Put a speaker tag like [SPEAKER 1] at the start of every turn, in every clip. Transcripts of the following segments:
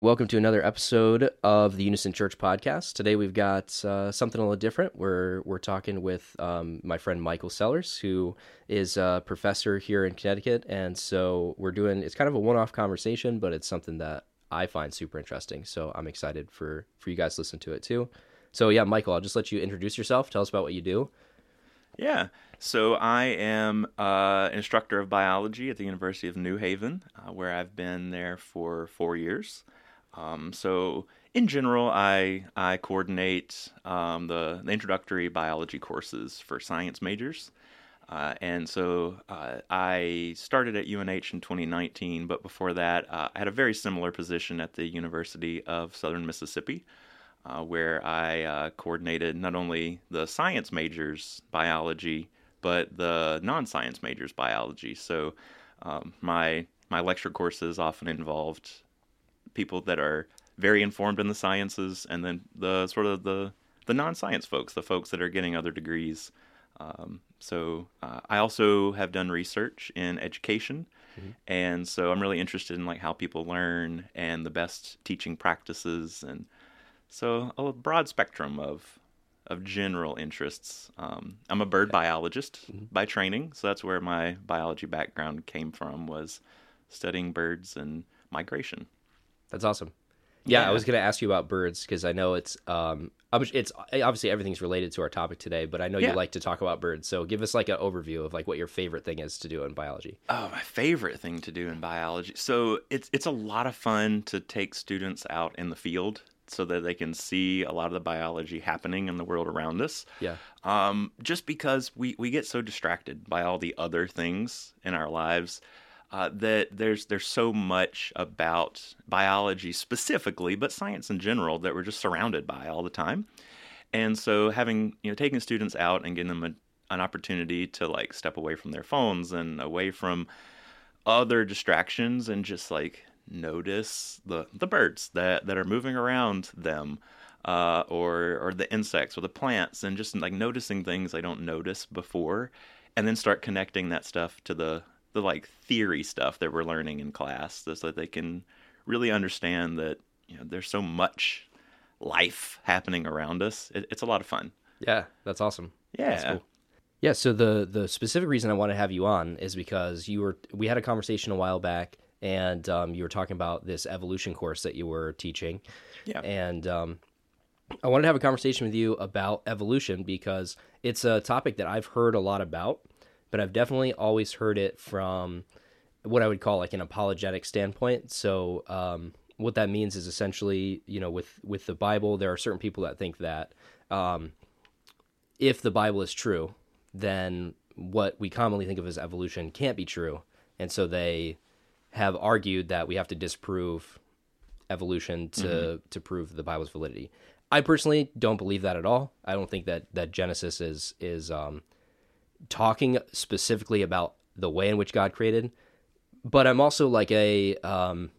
[SPEAKER 1] Welcome to another episode of the Unison Church podcast. Today we've got uh, something a little different. We're we're talking with um, my friend Michael Sellers, who is a professor here in Connecticut, and so we're doing it's kind of a one-off conversation, but it's something that I find super interesting. So I'm excited for for you guys to listen to it too. So yeah, Michael, I'll just let you introduce yourself. Tell us about what you do.
[SPEAKER 2] Yeah. So I am uh, instructor of biology at the University of New Haven, uh, where I've been there for four years. Um, so in general, I I coordinate um, the, the introductory biology courses for science majors. Uh, and so uh, I started at UNH in 2019, but before that, uh, I had a very similar position at the University of Southern Mississippi, uh, where I uh, coordinated not only the science majors biology, but the non-science majors biology. So um, my my lecture courses often involved people that are very informed in the sciences, and then the sort of the the non-science folks, the folks that are getting other degrees. Um, so uh, I also have done research in education, and so I'm really interested in like how people learn and the best teaching practices, and so a broad spectrum of of general interests. Um, I'm a bird biologist by training, so that's where my biology background came from was studying birds and migration.
[SPEAKER 1] That's awesome. Yeah, I
[SPEAKER 2] Yeah.
[SPEAKER 1] was going to ask you about birds because I know it's um ob- it's obviously everything's related to our topic today, but I know you
[SPEAKER 2] Yeah.
[SPEAKER 1] like to talk about birds. So give us like an overview of like what your favorite thing is to do in biology.
[SPEAKER 2] Oh, my favorite thing to do in biology. So it's it's a lot of fun to take students out in the field so that they can see a lot of the biology happening in the world around us.
[SPEAKER 1] Yeah.
[SPEAKER 2] Um, just because we we get so distracted by all the other things in our lives uh, that there's there's so much about biology specifically, but science in general that we're just surrounded by all the time. And so having, you know, taking students out and getting them a, an opportunity to like step away from their phones and away from other distractions and just like notice the the birds that that are moving around them uh or or the insects or the plants and just like noticing things I don't notice before and then start connecting that stuff to the the like theory stuff that we're learning in class so that they can really understand that you know there's so much life happening around us. It, it's a lot of fun.
[SPEAKER 1] Yeah, that's awesome.
[SPEAKER 2] Yeah.
[SPEAKER 1] That's cool. Yeah, so the the specific reason I want to have you on is because you were we had a conversation a while back and um, you were talking about this evolution course that you were teaching.
[SPEAKER 2] Yeah.
[SPEAKER 1] And um, I wanted to have a conversation with you about evolution because it's a topic that I've heard a lot about, but I've definitely always heard it from what I would call like an apologetic standpoint. So um, what that means is essentially, you know, with with the Bible, there are certain people that think that um, if the Bible is true, then what we commonly think of as evolution can't be true, and so they have argued that we have to disprove evolution to to prove the Bible's validity. I personally don't believe that at all. I don't think that that Genesis is is um, talking specifically about the way in which God created, but I'm also like a um,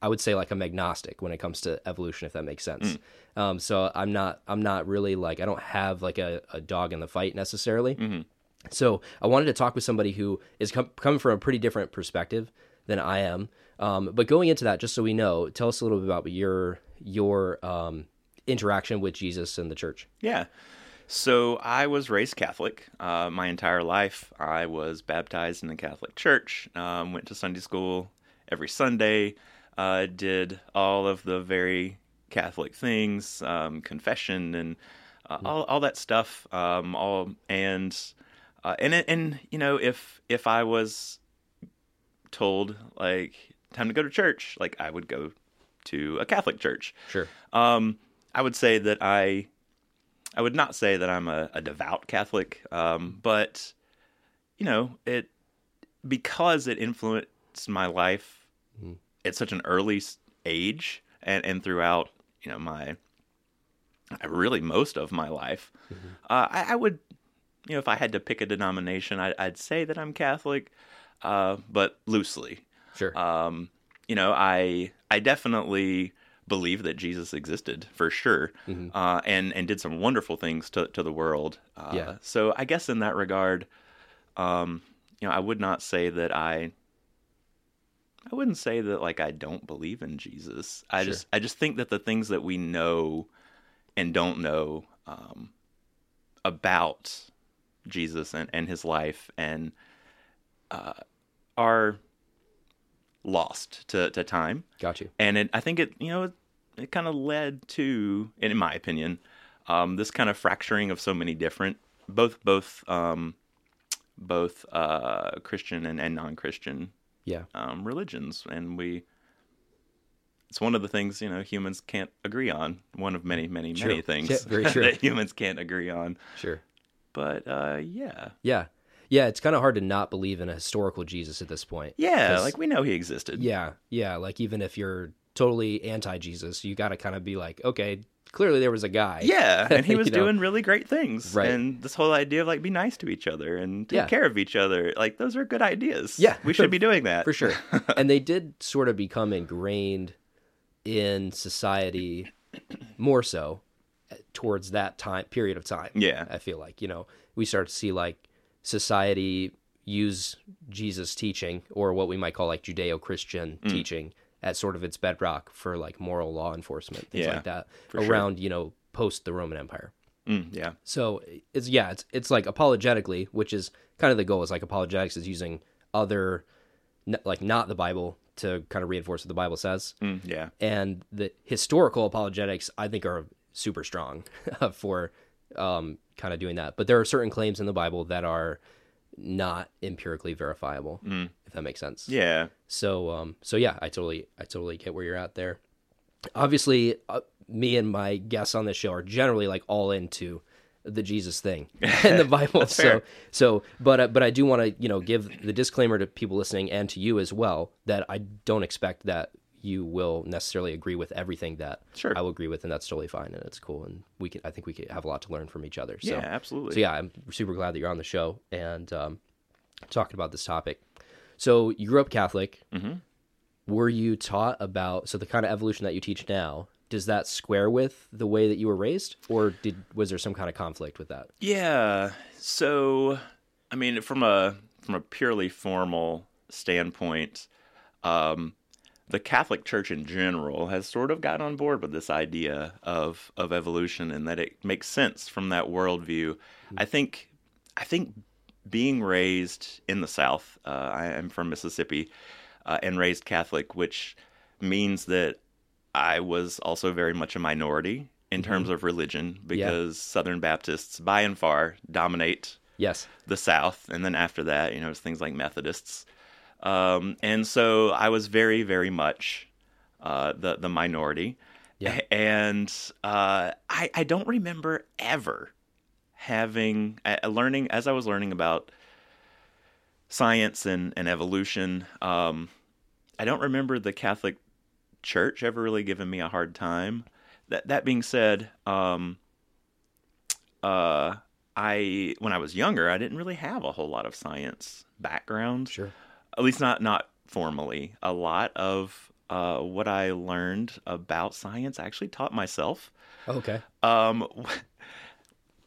[SPEAKER 1] I would say like I'm agnostic when it comes to evolution, if that makes sense. Um, so I'm not I'm not really like I don't have like a, a dog in the fight necessarily. So I wanted to talk with somebody who is com- coming from a pretty different perspective than I am. Um, but going into that, just so we know, tell us a little bit about your your um, interaction with Jesus and the church.
[SPEAKER 2] Yeah. So I was raised Catholic uh, my entire life. I was baptized in the Catholic Church, um, went to Sunday school every Sunday, uh, did all of the very Catholic things, um, confession and uh, all, all that stuff. Um, all and uh, and it- and you know if if I was told like time to go to church, like I would go to a Catholic church.
[SPEAKER 1] Sure.
[SPEAKER 2] Um, I would say that I, I would not say that I'm a, a devout Catholic, um, but you know, it because it influenced my life at such an early s- age, and and throughout you know my, I really most of my life, uh, I, I would, you know, if I had to pick a denomination, I, I'd say that I'm Catholic, uh, but loosely
[SPEAKER 1] Sure.
[SPEAKER 2] um, you know, I I definitely believe that Jesus existed for sure,
[SPEAKER 1] Mm-hmm.
[SPEAKER 2] uh, and and did some wonderful things to to the world. Uh,
[SPEAKER 1] Yeah.
[SPEAKER 2] So I guess in that regard, um, you know, I would not say that I I wouldn't say that like I don't believe in Jesus. I
[SPEAKER 1] Sure.
[SPEAKER 2] just I just think that the things that we know and don't know um, about Jesus and, and his life and uh, are lost to, to time.
[SPEAKER 1] Got you.
[SPEAKER 2] And it, I think it you know it, it kind of led to, in my opinion, um, this kind of fracturing of so many different both both um, both uh, Christian and, and non Christian
[SPEAKER 1] Yeah.
[SPEAKER 2] um, religions, and we. It's one of the things you know humans can't agree on. One of many, many,
[SPEAKER 1] True.
[SPEAKER 2] many things
[SPEAKER 1] Yeah, very true.
[SPEAKER 2] that humans can't agree on.
[SPEAKER 1] Sure.
[SPEAKER 2] But uh, yeah,
[SPEAKER 1] Yeah. Yeah. It's kind of hard to not believe in a historical Jesus at this point.
[SPEAKER 2] yeah,
[SPEAKER 1] 'Cause-
[SPEAKER 2] like we know he existed.
[SPEAKER 1] Yeah. Yeah. Like, even if you're totally anti Jesus, you got to kind of be like, okay, clearly there was a guy.
[SPEAKER 2] Yeah, and he was
[SPEAKER 1] You know.
[SPEAKER 2] doing really great things.
[SPEAKER 1] Right.
[SPEAKER 2] And this whole idea of like be nice to each other and take
[SPEAKER 1] Yeah.
[SPEAKER 2] care of each other, like those are good ideas.
[SPEAKER 1] Yeah.
[SPEAKER 2] we should be doing that
[SPEAKER 1] for sure. and they did sort of become ingrained in society more so eh, towards that time period of time.
[SPEAKER 2] Yeah.
[SPEAKER 1] I feel like, you know, we start to see like society use Jesus teaching or what we might call like Judeo-Christian
[SPEAKER 2] Mm.
[SPEAKER 1] teaching as sort of its bedrock for like moral law enforcement things
[SPEAKER 2] Yeah,
[SPEAKER 1] like that
[SPEAKER 2] for sure.
[SPEAKER 1] around, you know, post the Roman Empire.
[SPEAKER 2] Mm, yeah,
[SPEAKER 1] So it's yeah, it's it's like apologetically, which is kind of the goal. Is like apologetics is using other, n- like not the Bible, to kind of reinforce what the Bible says.
[SPEAKER 2] Mm, yeah,
[SPEAKER 1] And the historical apologetics, I think, are super strong for um, kind of doing that. But there are certain claims in the Bible that are not empirically verifiable, if that makes sense.
[SPEAKER 2] yeah,
[SPEAKER 1] So um so yeah, I totally I totally get where you're at there. Obviously, uh, me and my guests on this show are generally like all into the Jesus thing and the Bible. so
[SPEAKER 2] fair.
[SPEAKER 1] so but uh, but I do want to, you know, give the disclaimer to people listening and to you as well that I don't expect that you will necessarily agree with everything that
[SPEAKER 2] Sure.
[SPEAKER 1] I will agree with and that's totally fine and it's cool and we can I think we could have a lot to learn from each other. So
[SPEAKER 2] yeah, absolutely.
[SPEAKER 1] so yeah, I'm super glad that you're on the show and um, talking about this topic. So you grew up Catholic.
[SPEAKER 2] Mhm.
[SPEAKER 1] Were you taught about so the kind of evolution that you teach now? Does that square with the way that you were raised, or did was there some kind of conflict with that?
[SPEAKER 2] Yeah. So, I mean, from a from a purely formal standpoint, um, the Catholic Church in general has sort of gotten on board with this idea of of evolution and that it makes sense from that worldview. I think I think being raised in the South, uh, I am from Mississippi, uh, and raised Catholic, which means that I was also very much a minority in terms of religion because Southern Baptists, by and far, dominate
[SPEAKER 1] Yes,
[SPEAKER 2] the South, and then after that, you know, it's things like Methodists. Um, and so I was very, very much uh, the the minority,
[SPEAKER 1] Yeah.
[SPEAKER 2] and uh, I I don't remember ever having uh, learning as I was learning about science and and evolution. Um, I don't remember the Catholic Church ever really giving me a hard time. That that being said, um, uh, I when I was younger, I didn't really have a whole lot of science background.
[SPEAKER 1] sure.
[SPEAKER 2] At least not not formally. A lot of uh, what I learned about science I actually taught myself.
[SPEAKER 1] Oh, Okay,
[SPEAKER 2] Um,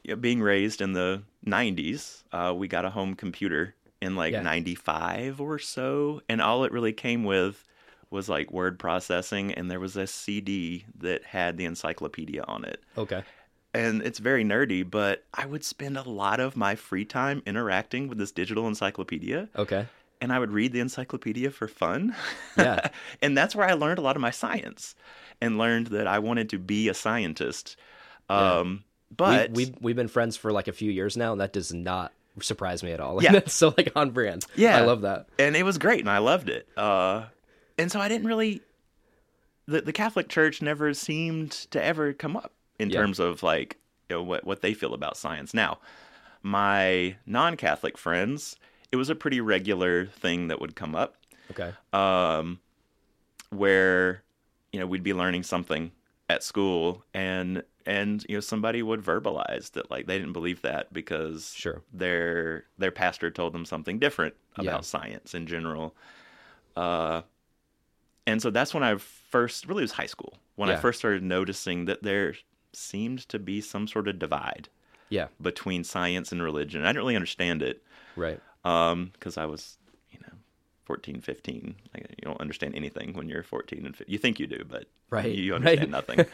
[SPEAKER 2] yeah, being raised in the 90s, uh, we got a home computer in like
[SPEAKER 1] Yeah.
[SPEAKER 2] 95 or so, and all it really came with was like word processing, and there was a CD that had the encyclopedia on it
[SPEAKER 1] okay,
[SPEAKER 2] and it's very nerdy, but I would spend a lot of my free time interacting with this digital encyclopedia,
[SPEAKER 1] okay.
[SPEAKER 2] and I would read the encyclopedia for fun.
[SPEAKER 1] Yeah.
[SPEAKER 2] and that's where I learned a lot of my science and learned that I wanted to be a scientist.
[SPEAKER 1] Yeah.
[SPEAKER 2] Um, But
[SPEAKER 1] we, we've we've been friends for like a few years now, and that does not surprise me at all. Like,
[SPEAKER 2] Yeah.
[SPEAKER 1] that's so like on brand.
[SPEAKER 2] Yeah.
[SPEAKER 1] I love that.
[SPEAKER 2] and it was great and I loved it. Uh, and so I didn't really the the Catholic Church never seemed to ever come up in
[SPEAKER 1] Yeah.
[SPEAKER 2] terms of like you know, what what they feel about science. Now, my non-Catholic friends, it was a pretty regular thing that would come up
[SPEAKER 1] Okay,
[SPEAKER 2] um, where you know we'd be learning something at school and and you know somebody would verbalize that like they didn't believe that because
[SPEAKER 1] Sure.
[SPEAKER 2] their their pastor told them something different about
[SPEAKER 1] Yeah.
[SPEAKER 2] science in general uh and so that's when i first really it was high school when i
[SPEAKER 1] Yeah.
[SPEAKER 2] first started noticing that there seemed to be some sort of divide
[SPEAKER 1] yeah,
[SPEAKER 2] between science and religion i didn't really understand it
[SPEAKER 1] right.
[SPEAKER 2] um because i was you know 14, 15. Like, you don't understand anything when you're 14 and 15. You think you do, but
[SPEAKER 1] Right,
[SPEAKER 2] you
[SPEAKER 1] right.
[SPEAKER 2] understand nothing.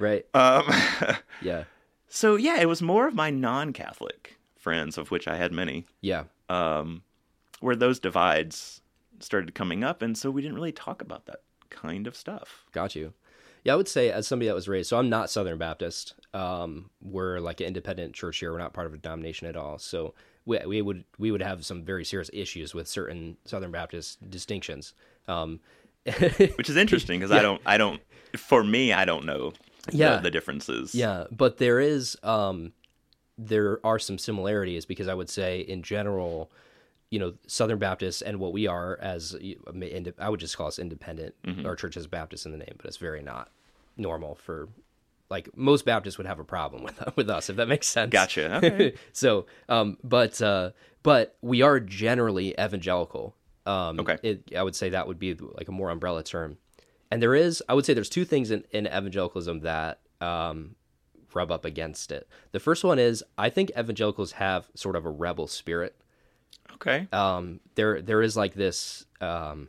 [SPEAKER 1] right?
[SPEAKER 2] Um,
[SPEAKER 1] Yeah,
[SPEAKER 2] so, yeah, it was more of my non Catholic friends, of which I had many,
[SPEAKER 1] yeah,
[SPEAKER 2] um, where those divides started coming up. And so we didn't really talk about that kind of stuff.
[SPEAKER 1] got you. Yeah, I would say as somebody that was raised, so I'm not Southern Baptist. Um, we're like an independent church here. We're not part of a denomination at all. So we, we would we would have some very serious issues with certain Southern Baptist distinctions. Um,
[SPEAKER 2] which is interesting because I don't, I don't, for me, I don't know the-
[SPEAKER 1] Yeah.
[SPEAKER 2] the, differences.
[SPEAKER 1] Yeah, but there is um there are some similarities because I would say in general, you know, Southern Baptists and what we are as I mean, inde- I would just call us independent. Our church has Baptist in the name, but it's very not normal for like most Baptists would have a problem with with us if that makes sense.
[SPEAKER 2] Gotcha. Okay.
[SPEAKER 1] so, um, but uh, but we are generally evangelical. Um,
[SPEAKER 2] Okay.
[SPEAKER 1] it, I would say that would be like a more umbrella term. And there is, I would say, there's two things in, in evangelicalism that um, rub up against it. The first one is I think evangelicals have sort of a rebel spirit
[SPEAKER 2] okay.
[SPEAKER 1] um, there there is like this. Um,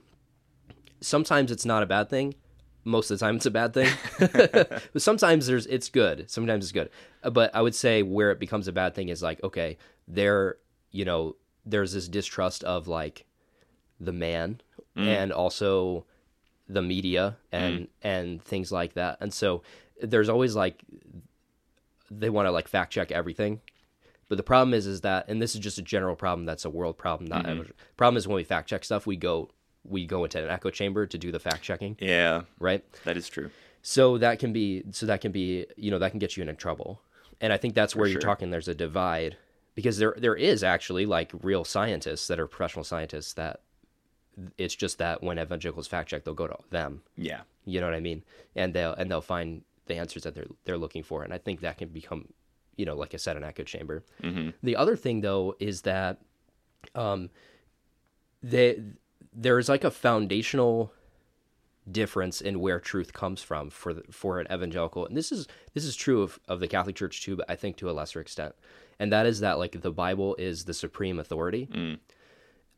[SPEAKER 1] sometimes it's not a bad thing. Most of the time, it's a bad thing. but sometimes there's it's good. Sometimes it's good. Uh, But I would say where it becomes a bad thing is like okay, there you know there's this distrust of like the man and also the media and and things like that. And so there's always like they want to like fact check everything. But the problem is, is that, and this is just a general problem. That's a world problem. Not ever- problem is when we fact check stuff, we go we go into an echo chamber to do the fact checking,
[SPEAKER 2] Yeah,
[SPEAKER 1] right?
[SPEAKER 2] that is true.
[SPEAKER 1] So that can be so that can be you know that can get you into trouble. And I think that's where you're talking. There's a divide because there there is actually like real scientists that are professional scientists that it's just that when evangelicals fact check, they'll go to them.
[SPEAKER 2] Yeah.
[SPEAKER 1] You know what I mean? And they'll and they'll find the answers that they're they're looking for. And I think that can become, you know, like I said, an echo chamber. The other thing though is that, um, they there is like a foundational difference in where truth comes from for the, for an evangelical and this is this is true of, of the catholic church too but i think to a lesser extent and that is that like the bible is the supreme authority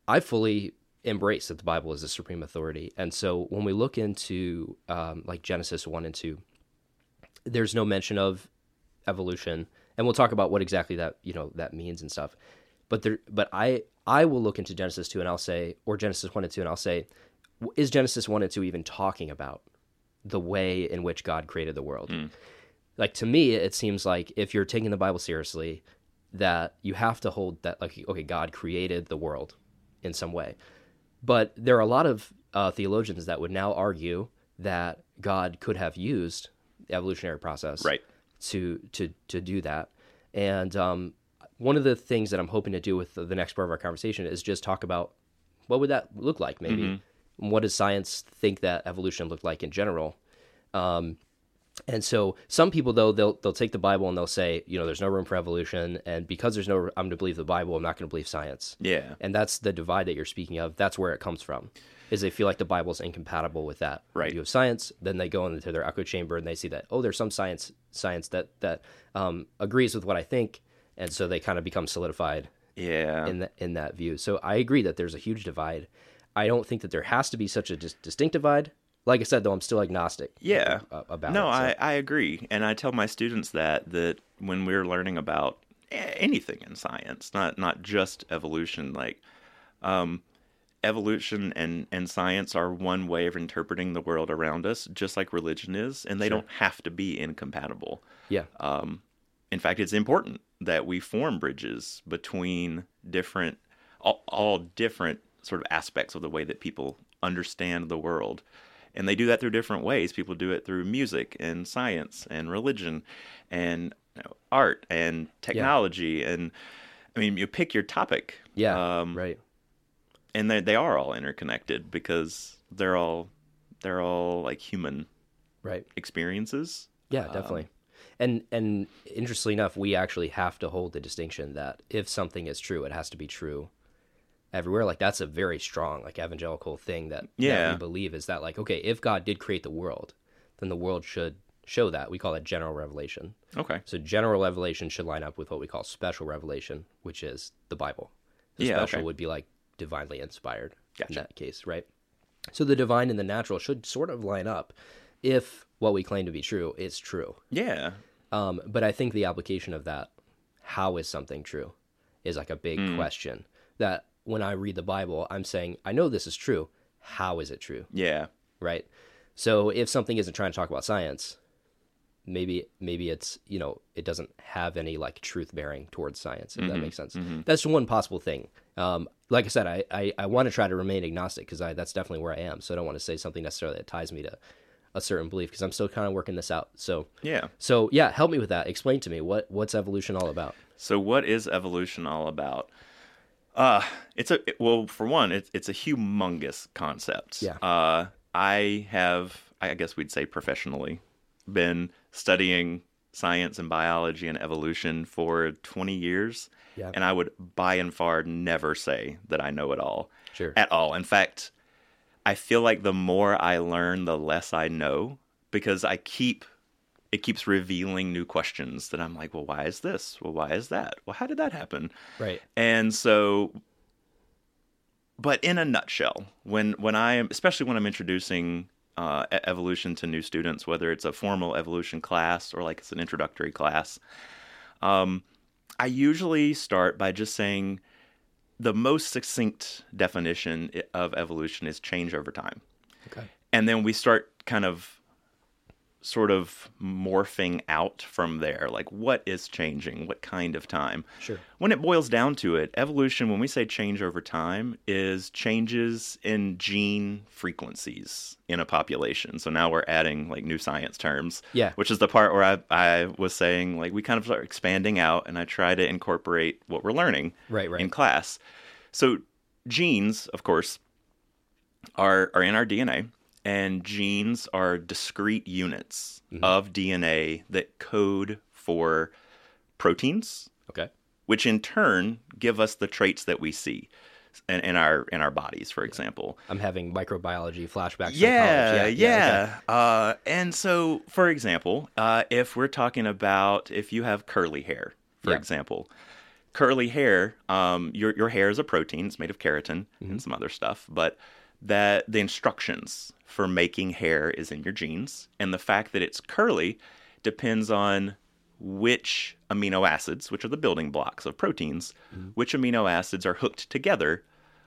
[SPEAKER 1] I fully embrace that the Bible is the supreme authority. And so when we look into um, like Genesis 1 and 2, there's no mention of evolution. And we'll talk about what exactly that, you know, that means and stuff. But there, but I, I will look into Genesis 2 and I'll say, or Genesis 1 and 2, and I'll say, w- is Genesis 1 and 2 even talking about the way in which God created the world? Like to me, it seems like if you're taking the Bible seriously, that you have to hold that, like, okay, God created the world in some way. But there are a lot of uh, theologians that would now argue that God could have used the evolutionary process
[SPEAKER 2] Right.
[SPEAKER 1] to to to do that. And um, one of the things that I'm hoping to do with the, the next part of our conversation is just talk about what would that look like, maybe. And What does science think that evolution looked like in general? Um, And so some people though they'll they'll take the Bible and they'll say you know there's no room for evolution and because there's no I'm going to believe the Bible I'm not going to believe science
[SPEAKER 2] Yeah.
[SPEAKER 1] and that's the divide that you're speaking of that's where it comes from is they feel like the bible's incompatible with that
[SPEAKER 2] Right.
[SPEAKER 1] view of science then they go into their echo chamber and they see that oh there's some science science that that um, agrees with what i think and so they kind of become solidified
[SPEAKER 2] Yeah.
[SPEAKER 1] in, the, in that view so i agree that there's a huge divide i don't think that there has to be such a dis- distinct divide like i said though i'm still agnostic
[SPEAKER 2] Yeah.
[SPEAKER 1] a- about
[SPEAKER 2] no,
[SPEAKER 1] it, so-
[SPEAKER 2] I, I agree. And I tell my students that that when we're learning about a- anything in science, not not just evolution, like um, evolution and, and science are one way of interpreting the world around us, just like religion is, and they don't have to be incompatible.
[SPEAKER 1] yeah
[SPEAKER 2] Um, in fact, it's important that we form bridges between different, all, all different sort of aspects of the way that people understand the world. And they do that through different ways. People do it through music and science and religion and you know, art and technology. And I mean, you pick your topic.
[SPEAKER 1] yeah
[SPEAKER 2] Um,
[SPEAKER 1] right
[SPEAKER 2] And they, they are all interconnected because they're all, they're all like human
[SPEAKER 1] right
[SPEAKER 2] experiences.
[SPEAKER 1] Yeah, definitely. and and interestingly enough, we actually have to hold the distinction that if something is true, it has to be true everywhere. Like that's a very strong like evangelical thing that, that
[SPEAKER 2] Yeah.
[SPEAKER 1] we believe is that like okay, if God did create the world, then the world should show that. We call that general revelation.
[SPEAKER 2] Okay.
[SPEAKER 1] So general revelation should line up with what we call special revelation, which is the Bible. The
[SPEAKER 2] Yeah,
[SPEAKER 1] special
[SPEAKER 2] okay.
[SPEAKER 1] would be like divinely inspired in
[SPEAKER 2] Gotcha.
[SPEAKER 1] that case, right? So the divine and the natural should sort of line up if what we claim to be true is true.
[SPEAKER 2] Yeah.
[SPEAKER 1] Um, but I think the application of that, how is something true, is like a big
[SPEAKER 2] Hmm.
[SPEAKER 1] question that when I read the Bible, I'm saying, I know this is true. How is it true?
[SPEAKER 2] Yeah.
[SPEAKER 1] Right. So if something isn't trying to talk about science, maybe maybe it's you know it doesn't have any like truth bearing towards science if that makes sense that's one possible thing um, like i said i i, I want to try to remain agnostic because i that's definitely where i am so i don't want to say something necessarily that ties me to a certain belief because i'm still kind of working this out so
[SPEAKER 2] Yeah.
[SPEAKER 1] so yeah, help me with that. Explain to me what what's evolution all about.
[SPEAKER 2] So, what is evolution all about? Uh, it's a it- well, for one, it's it's a humongous concept.
[SPEAKER 1] Yeah.
[SPEAKER 2] Uh, I have, I guess we'd say professionally, been studying science and biology and evolution for 20 years,
[SPEAKER 1] Yeah.
[SPEAKER 2] and I would by and far never say that I know it all
[SPEAKER 1] Sure.
[SPEAKER 2] at all. In fact, I feel like the more I learn, the less I know because I keep it keeps revealing new questions that I'm like, well, why is this? Well, why is that? Well, how did that happen?
[SPEAKER 1] Right.
[SPEAKER 2] And so but in a nutshell, when when I am especially when I'm introducing uh, e- evolution to new students, whether it's a formal evolution class or like it's an introductory class, um, I usually start by just saying the most succinct definition i- of evolution is change over time.
[SPEAKER 1] Okay.
[SPEAKER 2] And then we start kind of sort of morphing out from there. Like, what is changing? What kind of time?
[SPEAKER 1] Sure.
[SPEAKER 2] When it boils down to it, evolution, when we say change over time, is changes in gene frequencies in a population. So now we're adding like new science terms.
[SPEAKER 1] Yeah.
[SPEAKER 2] Which is the part where I, I was saying, like, we kind of start expanding out and I try to incorporate what we're learning
[SPEAKER 1] Right, right.
[SPEAKER 2] in class. So genes, of course, are are in our DNA, and genes are discrete units of DNA that code for proteins,
[SPEAKER 1] Okay.
[SPEAKER 2] which in turn give us the traits that we see in, in our in our bodies, for example.
[SPEAKER 1] I'm having microbiology flashbacks. to
[SPEAKER 2] Yeah, yeah.
[SPEAKER 1] college. okay.
[SPEAKER 2] Uh, and so, for example, uh, if we're talking about if you have curly hair, for
[SPEAKER 1] Yeah.
[SPEAKER 2] example, curly hair, um, your your hair is a protein. It's made of keratin
[SPEAKER 1] Mm-hmm.
[SPEAKER 2] and some other stuff, but that the instructions for making hair is in your genes, and the fact that it's curly depends on which amino acids, which are the building blocks of proteins,
[SPEAKER 1] Mm-hmm.
[SPEAKER 2] which amino acids are hooked together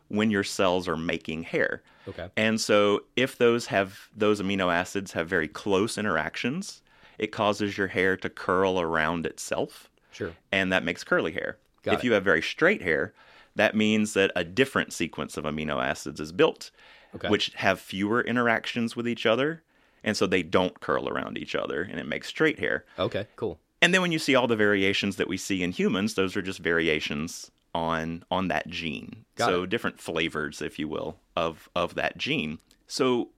[SPEAKER 2] when your cells are making hair.
[SPEAKER 1] Okay.
[SPEAKER 2] And so if those have those amino acids have very close interactions, it causes your hair to curl around itself
[SPEAKER 1] Sure.
[SPEAKER 2] and that makes curly hair.
[SPEAKER 1] Got
[SPEAKER 2] if
[SPEAKER 1] it.
[SPEAKER 2] you have very straight hair, that means that a different sequence of amino acids is built,
[SPEAKER 1] Okay.
[SPEAKER 2] which have fewer interactions with each other, and so they don't curl around each other and it makes straight hair.
[SPEAKER 1] Okay. Cool.
[SPEAKER 2] And then when you see all the variations that we see in humans, those are just variations on on that gene.
[SPEAKER 1] Got
[SPEAKER 2] so different flavors, if you will, of of that gene. So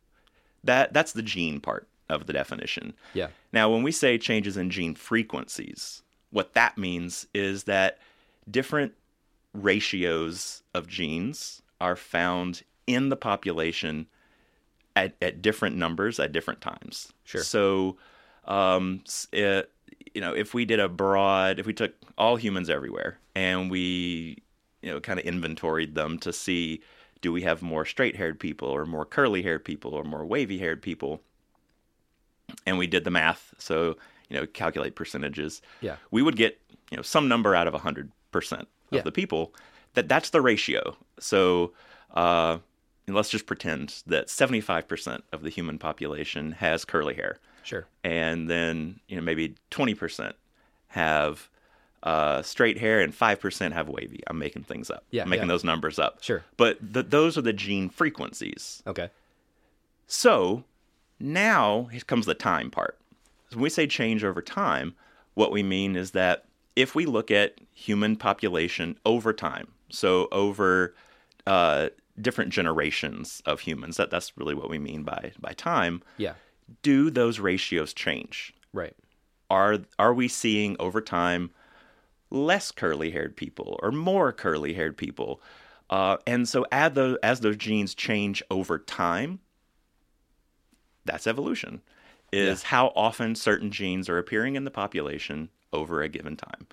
[SPEAKER 2] that that's the gene part of the definition.
[SPEAKER 1] Yeah.
[SPEAKER 2] Now, when we say changes in gene frequencies, what that means is that different ratios of genes are found in the population at, at different numbers at different times.
[SPEAKER 1] Sure.
[SPEAKER 2] So, um, s- uh you know, if we did a broad, if we took all humans everywhere and we, you know, kind of inventoried them to see do we have more straight haired people or more curly haired people or more wavy haired people, and we did the math, so you know, calculate percentages.
[SPEAKER 1] Yeah.
[SPEAKER 2] We would get, you know, some number out of 100% of
[SPEAKER 1] Yeah.
[SPEAKER 2] the people. That that's the ratio. So, uh and let's just pretend that 75% of the human population has curly hair
[SPEAKER 1] Sure.
[SPEAKER 2] and then, you know, maybe 20% have uh, straight hair and 5% have wavy. I'm making things up.
[SPEAKER 1] Yeah,
[SPEAKER 2] I'm making
[SPEAKER 1] yeah.
[SPEAKER 2] those numbers up.
[SPEAKER 1] Sure.
[SPEAKER 2] But th- those are the gene frequencies.
[SPEAKER 1] Okay.
[SPEAKER 2] So now here comes the time part. When we say change over time, what we mean is that if we look at human population over time, so over uh, different generations of humans, that, that's really what we mean by, by time,
[SPEAKER 1] Yeah.
[SPEAKER 2] do those ratios change?
[SPEAKER 1] Right.
[SPEAKER 2] Are, are we seeing over time less curly haired people or more curly haired people? Uh, and so add those, as those genes change over time, that's evolution is how often certain genes are appearing in the population over a given time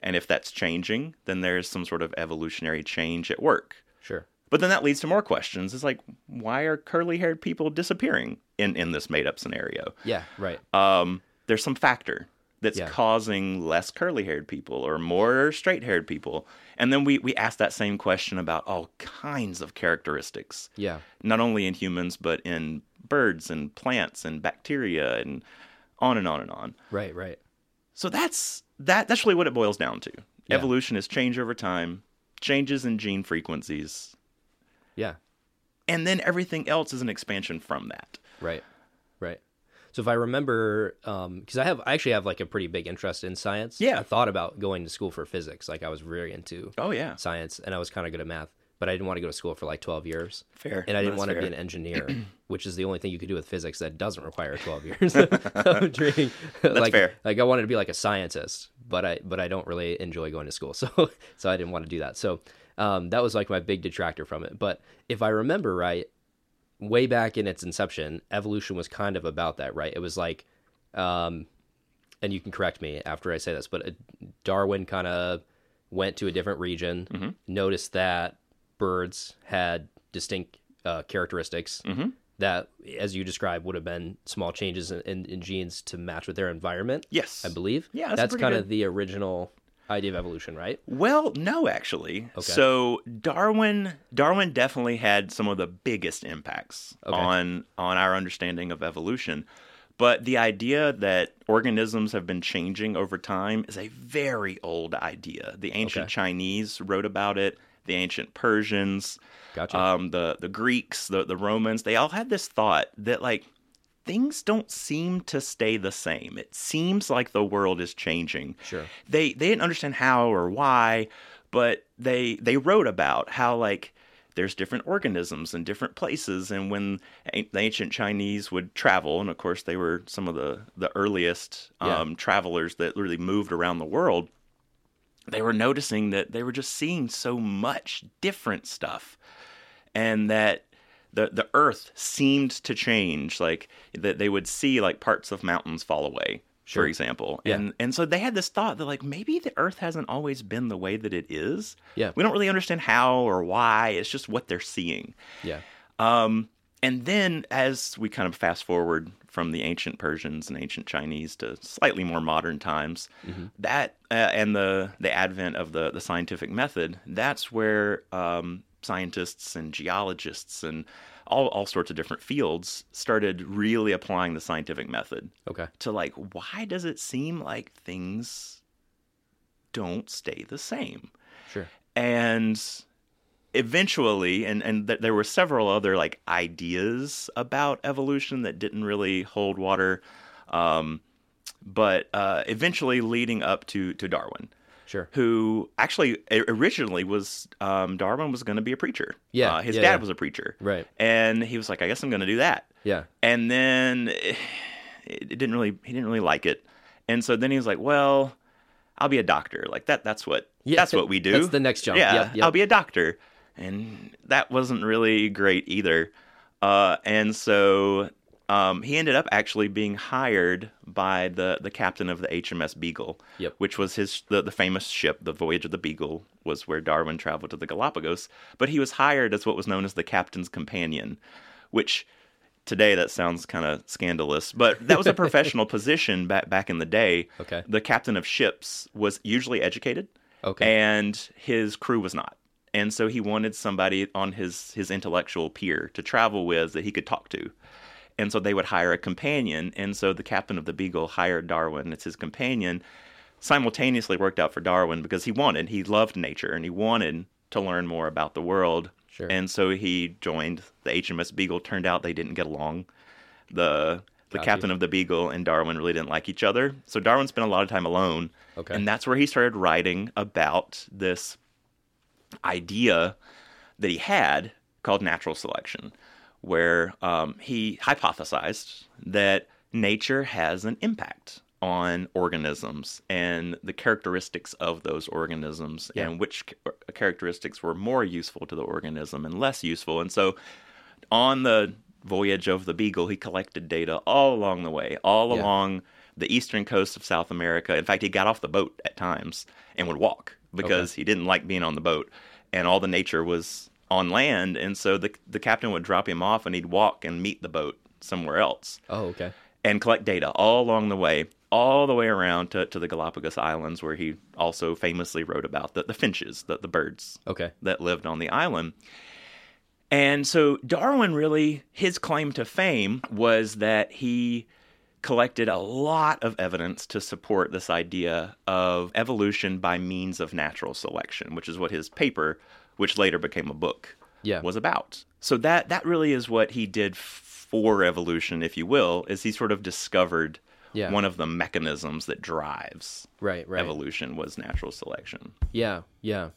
[SPEAKER 2] and if that's changing then there's some sort of evolutionary change at work
[SPEAKER 1] Sure.
[SPEAKER 2] But then that leads to more questions. It's like, why are curly haired people disappearing in, in this made up scenario?
[SPEAKER 1] Yeah, right.
[SPEAKER 2] Um, there's some factor that's
[SPEAKER 1] Yeah.
[SPEAKER 2] causing less curly haired people or more straight haired people. And then we, we ask that same question about all kinds of characteristics
[SPEAKER 1] Yeah.
[SPEAKER 2] not only in humans but in birds and plants and bacteria and on and on and on.
[SPEAKER 1] Right, right.
[SPEAKER 2] So that's that that's really what it boils down to.
[SPEAKER 1] Yeah.
[SPEAKER 2] Evolution is change over time, changes in gene frequencies,
[SPEAKER 1] Yeah.
[SPEAKER 2] and then everything else is an expansion from that.
[SPEAKER 1] Right, right. So if I remember, because I have, I actually have like a pretty big interest in science.
[SPEAKER 2] Yeah.
[SPEAKER 1] I thought about going to school for physics. Like I was very into
[SPEAKER 2] Oh yeah.
[SPEAKER 1] science, and I was kind of good at math, but I didn't want to go to school for like twelve years.
[SPEAKER 2] Fair.
[SPEAKER 1] And I didn't
[SPEAKER 2] That's
[SPEAKER 1] want to be
[SPEAKER 2] fair.
[SPEAKER 1] an engineer, which is the only thing you could do with physics that doesn't require twelve years of training. like,
[SPEAKER 2] fair.
[SPEAKER 1] Like I wanted to be like a scientist, but I but I don't really enjoy going to school, so so I didn't want to do that. So um, that was like my big detractor from it. But if I remember right, way back in its inception, evolution was kind of about that, right? It was like, um, and you can correct me after I say this, but uh, Darwin kind of went to a different region,
[SPEAKER 2] Mm-hmm.
[SPEAKER 1] noticed that birds had distinct uh, characteristics
[SPEAKER 2] Mm-hmm.
[SPEAKER 1] that, as you described, would have been small changes in, in, in genes to match with their environment.
[SPEAKER 2] Yes.
[SPEAKER 1] I believe.
[SPEAKER 2] Yeah, that's pretty
[SPEAKER 1] kind of
[SPEAKER 2] good.
[SPEAKER 1] the original idea of evolution, right?
[SPEAKER 2] Well, no, actually. So Darwin, Darwin definitely had some of the biggest impacts on on our understanding of evolution. But the idea that organisms have been changing over time is a very old idea. The ancient
[SPEAKER 1] Okay.
[SPEAKER 2] Chinese wrote about it. The ancient Persians,
[SPEAKER 1] Gotcha.
[SPEAKER 2] um, the the Greeks, the the Romans, they all had this thought that like things don't seem to stay the same. It seems like the world is changing.
[SPEAKER 1] Sure.
[SPEAKER 2] They they didn't understand how or why, but they they wrote about how like there's different organisms in different places and when an- the ancient chinese would travel and of course they were some of the, the earliest
[SPEAKER 1] Yeah.
[SPEAKER 2] um, travelers that really moved around the world they were noticing that they were just seeing so much different stuff and that the the earth seemed to change like that they would see like parts of mountains fall away
[SPEAKER 1] Sure.
[SPEAKER 2] for example
[SPEAKER 1] Yeah.
[SPEAKER 2] and and so they had this thought that like maybe the earth hasn't always been the way that it is
[SPEAKER 1] Yeah.
[SPEAKER 2] we don't really understand how or why it's just what they're seeing
[SPEAKER 1] Yeah.
[SPEAKER 2] um, and then as we kind of fast forward from the ancient Persians and ancient Chinese to slightly more modern times, that uh, and the the advent of the the scientific method, that's where um, scientists and geologists and all, all sorts of different fields started really applying the scientific method
[SPEAKER 1] Okay.
[SPEAKER 2] to like why does it seem like things don't stay the same
[SPEAKER 1] Sure.
[SPEAKER 2] and eventually and and th- there were several other like ideas about evolution that didn't really hold water um but uh eventually leading up to to darwin
[SPEAKER 1] Sure.
[SPEAKER 2] who actually o- originally was um darwin was going to be a preacher
[SPEAKER 1] Yeah,
[SPEAKER 2] Uh, his
[SPEAKER 1] yeah,
[SPEAKER 2] dad
[SPEAKER 1] yeah.
[SPEAKER 2] was a preacher
[SPEAKER 1] Right.
[SPEAKER 2] and he was like i guess i'm going to do that
[SPEAKER 1] Yeah.
[SPEAKER 2] and then it it didn't really he didn't really like it and so then he was like well i'll be a doctor like that that's what
[SPEAKER 1] Yeah,
[SPEAKER 2] that's what we do
[SPEAKER 1] that's the next jump.
[SPEAKER 2] yeah
[SPEAKER 1] Yep, yep.
[SPEAKER 2] i'll be a doctor and that wasn't really great either uh, and so um, he ended up actually being hired by the, the captain of the HMS Beagle,
[SPEAKER 1] Yep.
[SPEAKER 2] which was his the, the famous ship. The voyage of the Beagle was where Darwin traveled to the Galapagos. But he was hired as what was known as the captain's companion, which today that sounds kind of scandalous, but that was a professional position back back in the day.
[SPEAKER 1] Okay.
[SPEAKER 2] The captain of ships was usually educated,
[SPEAKER 1] Okay.
[SPEAKER 2] and his crew was not. And so he wanted somebody on his his intellectual peer to travel with that he could talk to. And so they would hire a companion. And so the captain of the Beagle hired Darwin as his companion. Simultaneously worked out for Darwin because he wanted, he loved nature and he wanted to learn more about the world.
[SPEAKER 1] Sure.
[SPEAKER 2] And so he joined the HMS Beagle. Turned out they didn't get along. The the
[SPEAKER 1] Gotcha.
[SPEAKER 2] captain of the Beagle and Darwin really didn't like each other. So Darwin spent a lot of time alone.
[SPEAKER 1] Okay.
[SPEAKER 2] And that's where he started writing about this idea that he had called natural selection, where um, he hypothesized that nature has an impact on organisms and the characteristics of those organisms
[SPEAKER 1] Yeah.
[SPEAKER 2] and which ca- characteristics were more useful to the organism and less useful. And so on the voyage of the Beagle, he collected data all along the way, all
[SPEAKER 1] Yeah.
[SPEAKER 2] along the eastern coast of South America. In fact, he got off the boat at times and would walk because he didn't like being on the boat, and all the nature was on land, and so the the captain would drop him off, and he'd walk and meet the boat somewhere else,
[SPEAKER 1] Oh, okay.
[SPEAKER 2] and collect data all along the way, all the way around to, to the Galapagos Islands, where he also famously wrote about the, the finches, the, the birds
[SPEAKER 1] Okay.
[SPEAKER 2] that lived on the island. And so Darwin really, his claim to fame was that he collected a lot of evidence to support this idea of evolution by means of natural selection, which is what his paper, which later became a book,
[SPEAKER 1] Yeah.
[SPEAKER 2] was about. So that that really is what he did for evolution, if you will, is he sort of discovered
[SPEAKER 1] Yeah.
[SPEAKER 2] one of the mechanisms that drives
[SPEAKER 1] right. Right.
[SPEAKER 2] evolution was natural selection.
[SPEAKER 1] Yeah. Yeah.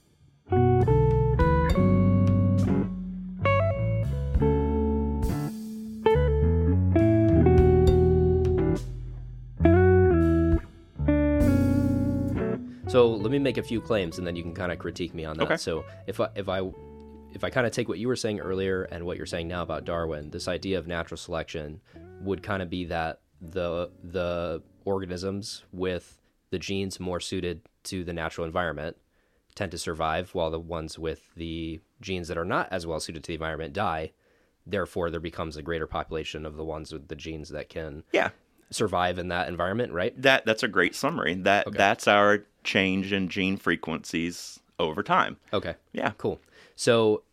[SPEAKER 1] So let me make a few claims, and then you can kind of critique me on that.
[SPEAKER 2] Okay.
[SPEAKER 1] So if I if I if I kind of take what you were saying earlier and what you're saying now about Darwin, this idea of natural selection would kind of be that the the organisms with the genes more suited to the natural environment tend to survive, while the ones with the genes that are not as well suited to the environment die. Therefore, there becomes a greater population of the ones with the genes that can
[SPEAKER 2] Yeah,
[SPEAKER 1] survive in that environment, right?
[SPEAKER 2] that that's a great summary. That that's our change in gene frequencies over time.
[SPEAKER 1] Okay.
[SPEAKER 2] Yeah.
[SPEAKER 1] Cool. So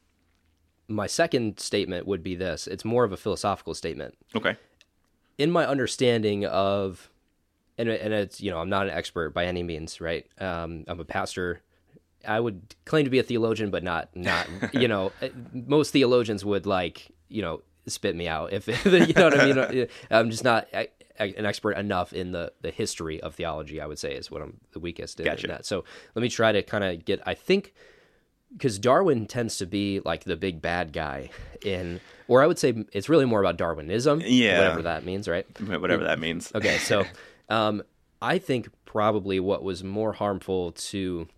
[SPEAKER 1] my second statement would be this. It's more of a philosophical statement.
[SPEAKER 2] Okay.
[SPEAKER 1] In my understanding of and and it's, you know, I'm not an expert by any means, right? Um I'm a pastor. I would claim to be a theologian but not not, you know, eh, most theologians would like, you know, spit me out if you know what I mean. I'm just not I, I- an expert enough in the the history of theology, I would say is what I'm the weakest in,
[SPEAKER 2] Gotcha.
[SPEAKER 1] in that. So, let me try to kind of get I think because Darwin tends to be like the big bad guy in, or I would say it's really more about Darwinism,
[SPEAKER 2] Yeah.
[SPEAKER 1] whatever that means, right?
[SPEAKER 2] Whatever that means.
[SPEAKER 1] Okay, so um, I think probably what was more harmful to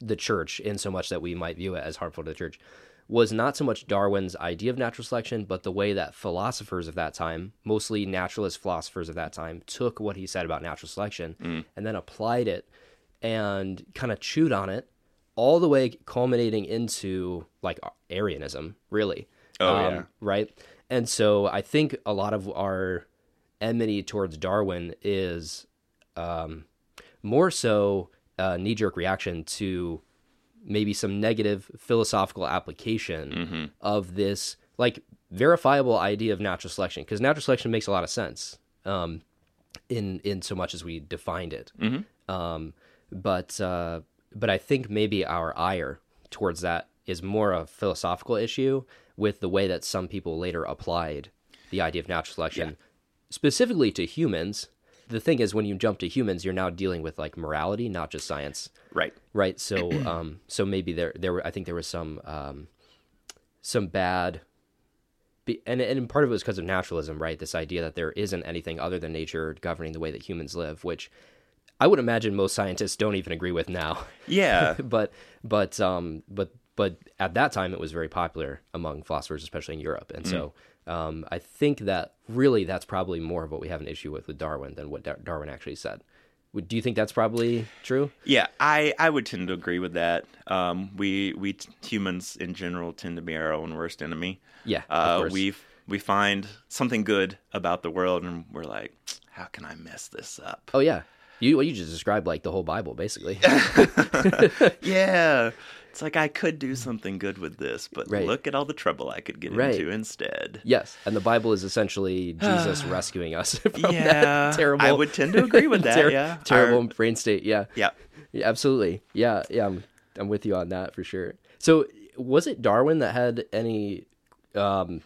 [SPEAKER 1] the church, in so much that we might view it as harmful to the church, was not so much Darwin's idea of natural selection, but the way that philosophers of that time, mostly naturalist philosophers of that time, took what he said about natural selection
[SPEAKER 2] Mm.
[SPEAKER 1] and then applied it and kind of chewed on it all the way culminating into like Arianism, really. Um,
[SPEAKER 2] Oh, yeah.
[SPEAKER 1] Right. And so I think a lot of our enmity towards Darwin is um, more so a knee jerk reaction to maybe some negative philosophical application of this like verifiable idea of natural selection because natural selection makes a lot of sense um, in in so much as we defined it um, but uh, but I think maybe our ire towards that is more a philosophical issue with the way that some people later applied the idea of natural selection specifically to humans. The thing is, when you jump to humans, you're now dealing with like morality, not just science,
[SPEAKER 2] Right.
[SPEAKER 1] right? So, um, so maybe there, there were, I think there was some, um, some bad, be- and and part of it was because of naturalism, right? This idea that there isn't anything other than nature governing the way that humans live, which I would imagine most scientists don't even agree with now.
[SPEAKER 2] Yeah.
[SPEAKER 1] but but um but but at that time it was very popular among philosophers, especially in Europe, and so.
[SPEAKER 2] Mm.
[SPEAKER 1] Um, I think that really that's probably more of what we have an issue with with Darwin than what Dar- Darwin actually said. Would- Do you think that's probably true?
[SPEAKER 2] Yeah, I, I would tend to agree with that. Um, we we t- humans in general tend to be our own worst enemy.
[SPEAKER 1] Yeah, of
[SPEAKER 2] uh,
[SPEAKER 1] course.
[SPEAKER 2] we we find something good about the world, and we're like, how can I mess this up?
[SPEAKER 1] Oh yeah, you well, you just described like the whole Bible basically. Oh.
[SPEAKER 2] yeah, it's like I could do something good with this, but
[SPEAKER 1] Right.
[SPEAKER 2] look at all the trouble I could get
[SPEAKER 1] Right.
[SPEAKER 2] into instead.
[SPEAKER 1] yes, and the Bible is essentially Jesus rescuing us from
[SPEAKER 2] Yeah,
[SPEAKER 1] that terrible.
[SPEAKER 2] I would tend to agree with that,
[SPEAKER 1] ter-
[SPEAKER 2] yeah.
[SPEAKER 1] terrible
[SPEAKER 2] Our-
[SPEAKER 1] brain state. Yeah.
[SPEAKER 2] Yeah.
[SPEAKER 1] Yeah, absolutely. Yeah, yeah, I'm I'm with you on that for sure. So, was it Darwin that had any um,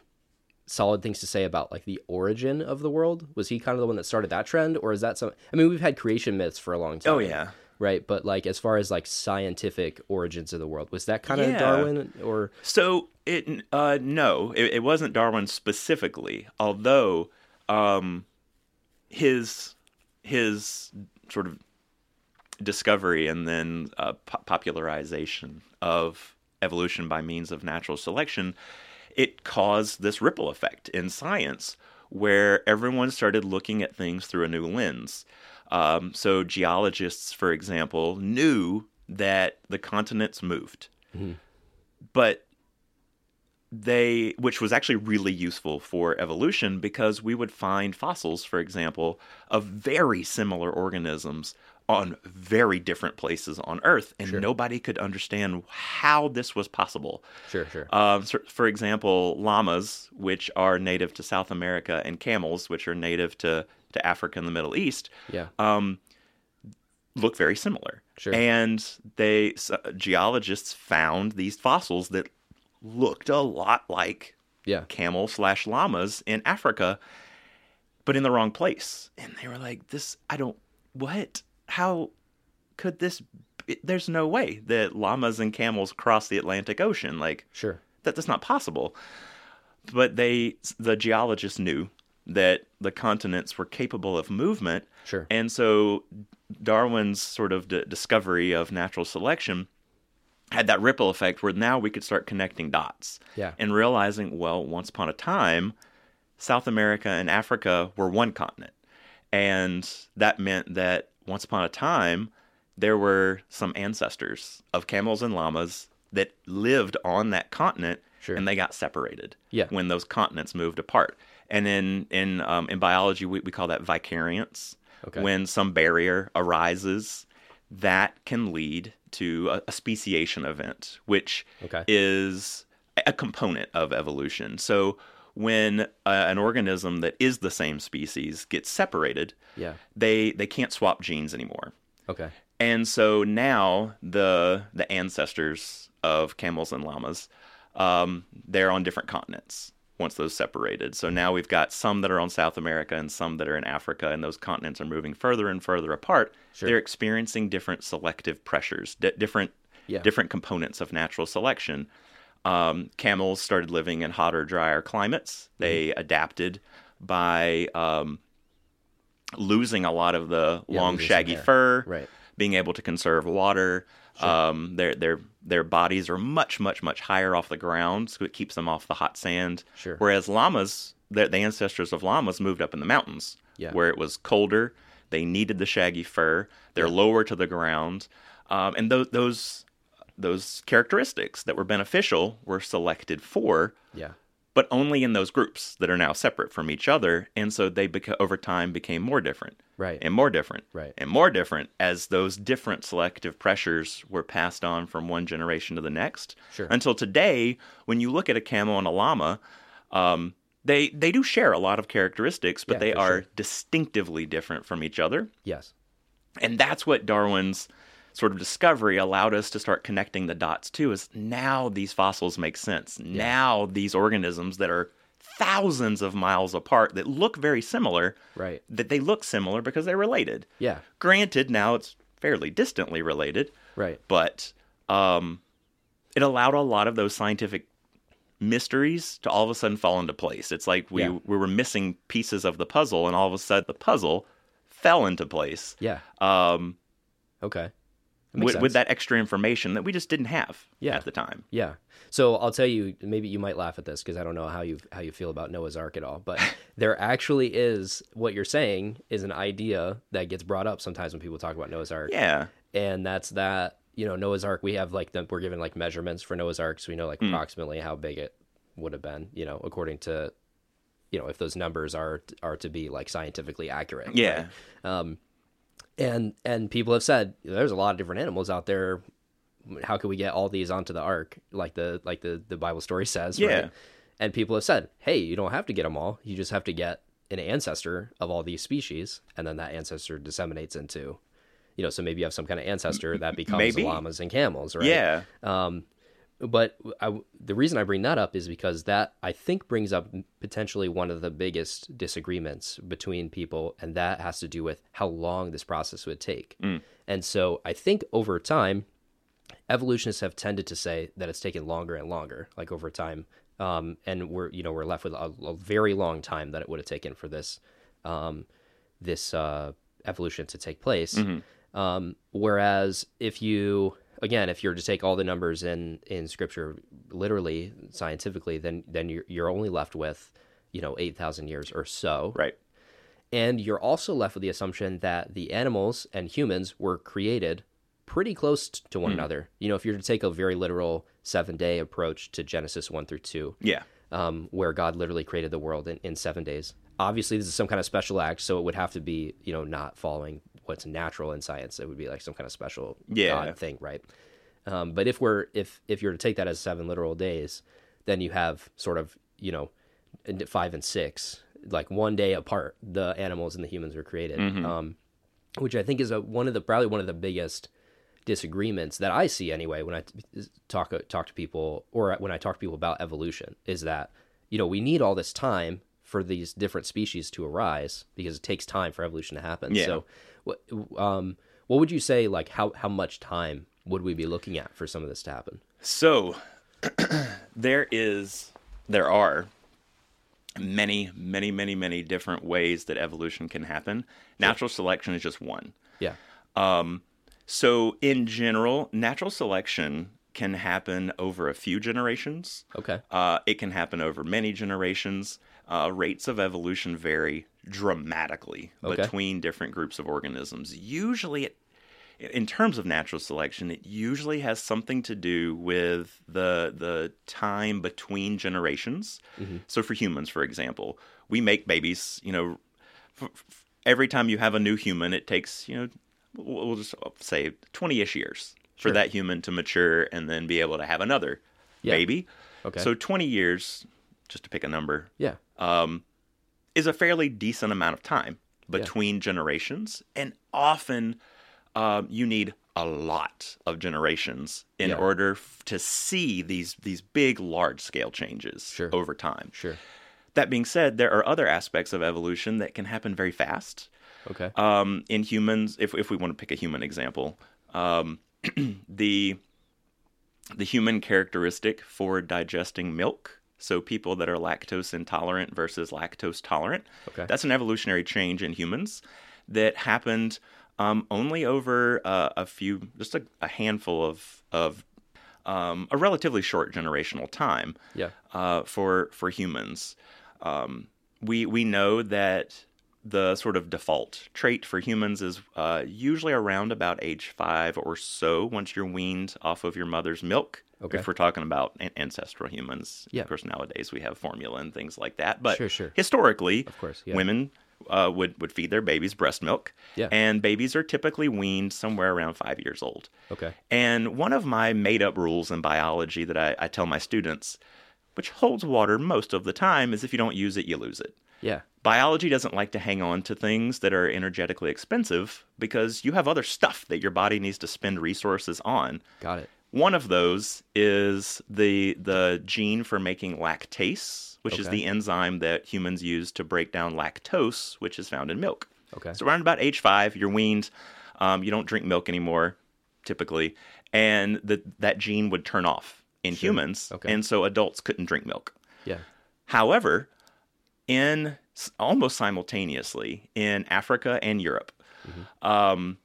[SPEAKER 1] solid things to say about like the origin of the world? Was he kind of the one that started that trend, or is that some? I mean, we've had creation myths for a long time.
[SPEAKER 2] Oh yeah.
[SPEAKER 1] right. But like as far as like scientific origins of the world, was that kind of
[SPEAKER 2] Yeah.
[SPEAKER 1] Darwin or
[SPEAKER 2] So it uh, no, it, it wasn't Darwin specifically, although um, his his sort of discovery and then uh, po- popularization of evolution by means of natural selection, it caused this ripple effect in science where everyone started looking at things through a new lens. Um, so geologists, for example, knew that the continents moved but they which was actually really useful for evolution because we would find fossils for example of very similar organisms on very different places on earth and
[SPEAKER 1] Sure.
[SPEAKER 2] nobody could understand how this was possible
[SPEAKER 1] Sure, sure.
[SPEAKER 2] um, so- for example llamas which are native to south america and camels which are native to, to africa and the middle east
[SPEAKER 1] yeah.
[SPEAKER 2] um, look very similar.
[SPEAKER 1] Sure.
[SPEAKER 2] And they s- uh, geologists found these fossils that looked a lot like
[SPEAKER 1] Yeah.
[SPEAKER 2] camel slash llamas in Africa, but in the wrong place. And they were like, "This, I don't. What? How could this? Be? There's no way that llamas and camels cross the Atlantic Ocean. Like,
[SPEAKER 1] Sure.
[SPEAKER 2] that that's not possible. But they, the geologists knew that the continents were capable of movement,
[SPEAKER 1] Sure.
[SPEAKER 2] and so Darwin's sort of d- discovery of natural selection had that ripple effect where now we could start connecting dots
[SPEAKER 1] Yeah.
[SPEAKER 2] and realizing, well, once upon a time, South America and Africa were one continent. And that meant that once upon a time, there were some ancestors of camels and llamas that lived on that continent
[SPEAKER 1] Sure.
[SPEAKER 2] and they got separated
[SPEAKER 1] Yeah.
[SPEAKER 2] when those continents moved apart. And in, in, um, in biology, we, we call that vicariance.
[SPEAKER 1] Okay.
[SPEAKER 2] When some barrier arises, that can lead to a, a speciation event, which
[SPEAKER 1] Okay.
[SPEAKER 2] is a component of evolution. So when uh, an organism that is the same species gets separated,
[SPEAKER 1] yeah.
[SPEAKER 2] they they can't swap genes anymore.
[SPEAKER 1] Okay.
[SPEAKER 2] And so now the the ancestors of camels and llamas, um, they're on different continents once those separated. So now we've got some that are on South America and some that are in Africa, and those continents are moving further and further apart.
[SPEAKER 1] Sure.
[SPEAKER 2] They're experiencing different selective pressures, di different
[SPEAKER 1] Yeah.
[SPEAKER 2] different components of natural selection. Um, camels started living in hotter, drier climates.
[SPEAKER 1] Mm-hmm.
[SPEAKER 2] They adapted by um, losing a lot of the
[SPEAKER 1] Yeah,
[SPEAKER 2] long,
[SPEAKER 1] losing
[SPEAKER 2] shaggy
[SPEAKER 1] hair.
[SPEAKER 2] fur
[SPEAKER 1] Right.
[SPEAKER 2] being able to conserve water. Um, their their their bodies are much much much higher off the ground, so it keeps them off the hot sand.
[SPEAKER 1] Sure.
[SPEAKER 2] Whereas llamas, the, the ancestors of llamas moved up in the mountains,
[SPEAKER 1] Yeah.
[SPEAKER 2] where it was colder. They needed the shaggy fur. They're lower to the ground, um, and those those those characteristics that were beneficial were selected for
[SPEAKER 1] Yeah.
[SPEAKER 2] but only in those groups that are now separate from each other. And so they beca- over time became more different,
[SPEAKER 1] Right.
[SPEAKER 2] and more different,
[SPEAKER 1] Right.
[SPEAKER 2] and more different as those different selective pressures were passed on from one generation to the next.
[SPEAKER 1] Sure.
[SPEAKER 2] Until today, when you look at a camel and a llama, um, they they do share a lot of characteristics, but
[SPEAKER 1] Yeah,
[SPEAKER 2] they
[SPEAKER 1] for
[SPEAKER 2] are
[SPEAKER 1] sure.
[SPEAKER 2] distinctively different from each other.
[SPEAKER 1] Yes.
[SPEAKER 2] And that's what Darwin's sort of discovery allowed us to start connecting the dots too is now these fossils make sense. Now these organisms that are thousands of miles apart that look very similar,
[SPEAKER 1] Right.
[SPEAKER 2] that they look similar because they're related.
[SPEAKER 1] Yeah.
[SPEAKER 2] Granted, now it's fairly distantly related,
[SPEAKER 1] Right.
[SPEAKER 2] but um, it allowed a lot of those scientific mysteries to all of a sudden fall into place. It's like we,
[SPEAKER 1] Yeah.
[SPEAKER 2] we were missing pieces of the puzzle, and all of a sudden the puzzle fell into place.
[SPEAKER 1] Yeah.
[SPEAKER 2] Um,
[SPEAKER 1] Okay. That makes
[SPEAKER 2] with, with
[SPEAKER 1] sense.
[SPEAKER 2] that extra information that we just didn't have
[SPEAKER 1] Yeah.
[SPEAKER 2] at the time.
[SPEAKER 1] Yeah. So I'll tell you, maybe you might laugh at this because I don't know how you how you feel about Noah's Ark at all, but there actually is what you're saying is an idea that gets brought up sometimes when people talk about Noah's Ark,
[SPEAKER 2] Yeah,
[SPEAKER 1] and that's that you know Noah's Ark. We have like the, we're given like measurements for Noah's Ark, so we know
[SPEAKER 2] Mm.
[SPEAKER 1] like approximately how big it would have been, you know, according to you know if those numbers are are to be like scientifically accurate.
[SPEAKER 2] yeah,
[SPEAKER 1] and and people have said there's a lot of different animals out there how could we get all these onto the ark like the like the the bible story says
[SPEAKER 2] Yeah.
[SPEAKER 1] right? and people have said hey you don't have to get them all you just have to get an ancestor of all these species and then that ancestor disseminates into you know so maybe you have some kind of ancestor that becomes
[SPEAKER 2] maybe.
[SPEAKER 1] llamas and camels right
[SPEAKER 2] yeah,
[SPEAKER 1] but I, the reason I bring that up is because that I think brings up potentially one of the biggest disagreements between people, and that has to do with how long this process would
[SPEAKER 2] Mm.
[SPEAKER 1] take. And so I think over time, evolutionists have tended to say that it's taken longer and longer, like over time, um, and we're you know we're left with a, a very long time that it would have taken for this um, this uh, evolution to take place. Um, whereas if you again, if you're to take all the numbers in in scripture literally scientifically, then then you're you're only left with you know eight thousand years or so,
[SPEAKER 2] right,
[SPEAKER 1] and you're also left with the assumption that the animals and humans were created pretty close t- to one another. You know, if you're to take a very literal seven day approach to Genesis 1 through 2,
[SPEAKER 2] Yeah.
[SPEAKER 1] um, where God literally created the world in, in seven days. Obviously, this is some kind of special act, so it would have to be, you know, not following what's natural in science. It would be like some kind of special
[SPEAKER 2] Yeah.
[SPEAKER 1] God thing, right? Um, but if we're if if you're to take that as seven literal days, then you have sort of you know and five and six, like one day apart, the animals and the humans were created, um, which I think is a, one of the probably one of the biggest disagreements that I see anyway when I t- talk uh, talk to people or uh, when I talk to people about evolution is that you know we need all this time for these different species to arise because it takes time for evolution to happen.
[SPEAKER 2] Yeah.
[SPEAKER 1] So, what um, what would you say like how how much time would we be looking at for some of this to happen?
[SPEAKER 2] So there is there are many, many, many, many different ways that evolution can happen. Natural selection is just one.
[SPEAKER 1] Yeah.
[SPEAKER 2] So in general, natural selection can happen over a few generations.
[SPEAKER 1] Okay.
[SPEAKER 2] Uh, it can happen over many generations. Uh, rates of evolution vary dramatically
[SPEAKER 1] Okay.
[SPEAKER 2] between different groups of organisms. Usually, it, in terms of natural selection, it usually has something to do with the the time between generations.
[SPEAKER 1] Mm-hmm.
[SPEAKER 2] So, for humans, for example, we make babies. You know, f- f- every time you have a new human, it takes you know, we'll we'll just say twenty-ish years for that human to mature and then be able to have another
[SPEAKER 1] Yeah.
[SPEAKER 2] baby.
[SPEAKER 1] Okay.
[SPEAKER 2] So 20 years, just to pick a number,
[SPEAKER 1] yeah.
[SPEAKER 2] is a fairly decent amount of time between generations. And often um, you need a lot of generations in
[SPEAKER 1] Yeah.
[SPEAKER 2] order f- to see these, these big, large scale changes
[SPEAKER 1] Sure.
[SPEAKER 2] over time.
[SPEAKER 1] Sure.
[SPEAKER 2] That being said, there are other aspects of evolution that can happen very fast.
[SPEAKER 1] Okay.
[SPEAKER 2] Um, in humans, if, if we want to pick a human example, um, the the human characteristic for digesting milk. So people that are lactose intolerant versus lactose tolerant.
[SPEAKER 1] Okay.
[SPEAKER 2] That's an evolutionary change in humans that happened um, only over uh, a few, just a, a handful of of um, a relatively short generational time
[SPEAKER 1] yeah.
[SPEAKER 2] uh, for for humans. Um, we we know that the sort of default trait for humans is uh, usually around about age five or so. Once you're weaned off of your mother's milk,
[SPEAKER 1] Okay.
[SPEAKER 2] if we're talking about an- ancestral humans,
[SPEAKER 1] Yeah.
[SPEAKER 2] of course nowadays we have formula and things like that. But
[SPEAKER 1] Sure, sure.
[SPEAKER 2] historically, of
[SPEAKER 1] course, yeah.
[SPEAKER 2] women. Uh, would would feed their babies breast milk,
[SPEAKER 1] Yeah.
[SPEAKER 2] and babies are typically weaned somewhere around five years old.
[SPEAKER 1] Okay.
[SPEAKER 2] And one of my made up rules in biology that I, I tell my students, which holds water most of the time, is if you don't use it, you lose it.
[SPEAKER 1] Yeah.
[SPEAKER 2] Biology doesn't like to hang on to things that are energetically expensive because you have other stuff that your body needs to spend resources on.
[SPEAKER 1] Got it.
[SPEAKER 2] One of those is the the gene for making lactase, which is
[SPEAKER 1] Okay.
[SPEAKER 2] the enzyme that humans use to break down lactose, which is found in milk.
[SPEAKER 1] Okay.
[SPEAKER 2] So around about age five, you're weaned. Um, you don't drink milk anymore, typically, and that that gene would turn off in humans,
[SPEAKER 1] Okay.
[SPEAKER 2] and so adults couldn't drink milk.
[SPEAKER 1] yeah.
[SPEAKER 2] However, in s- almost simultaneously in Africa and Europe, um,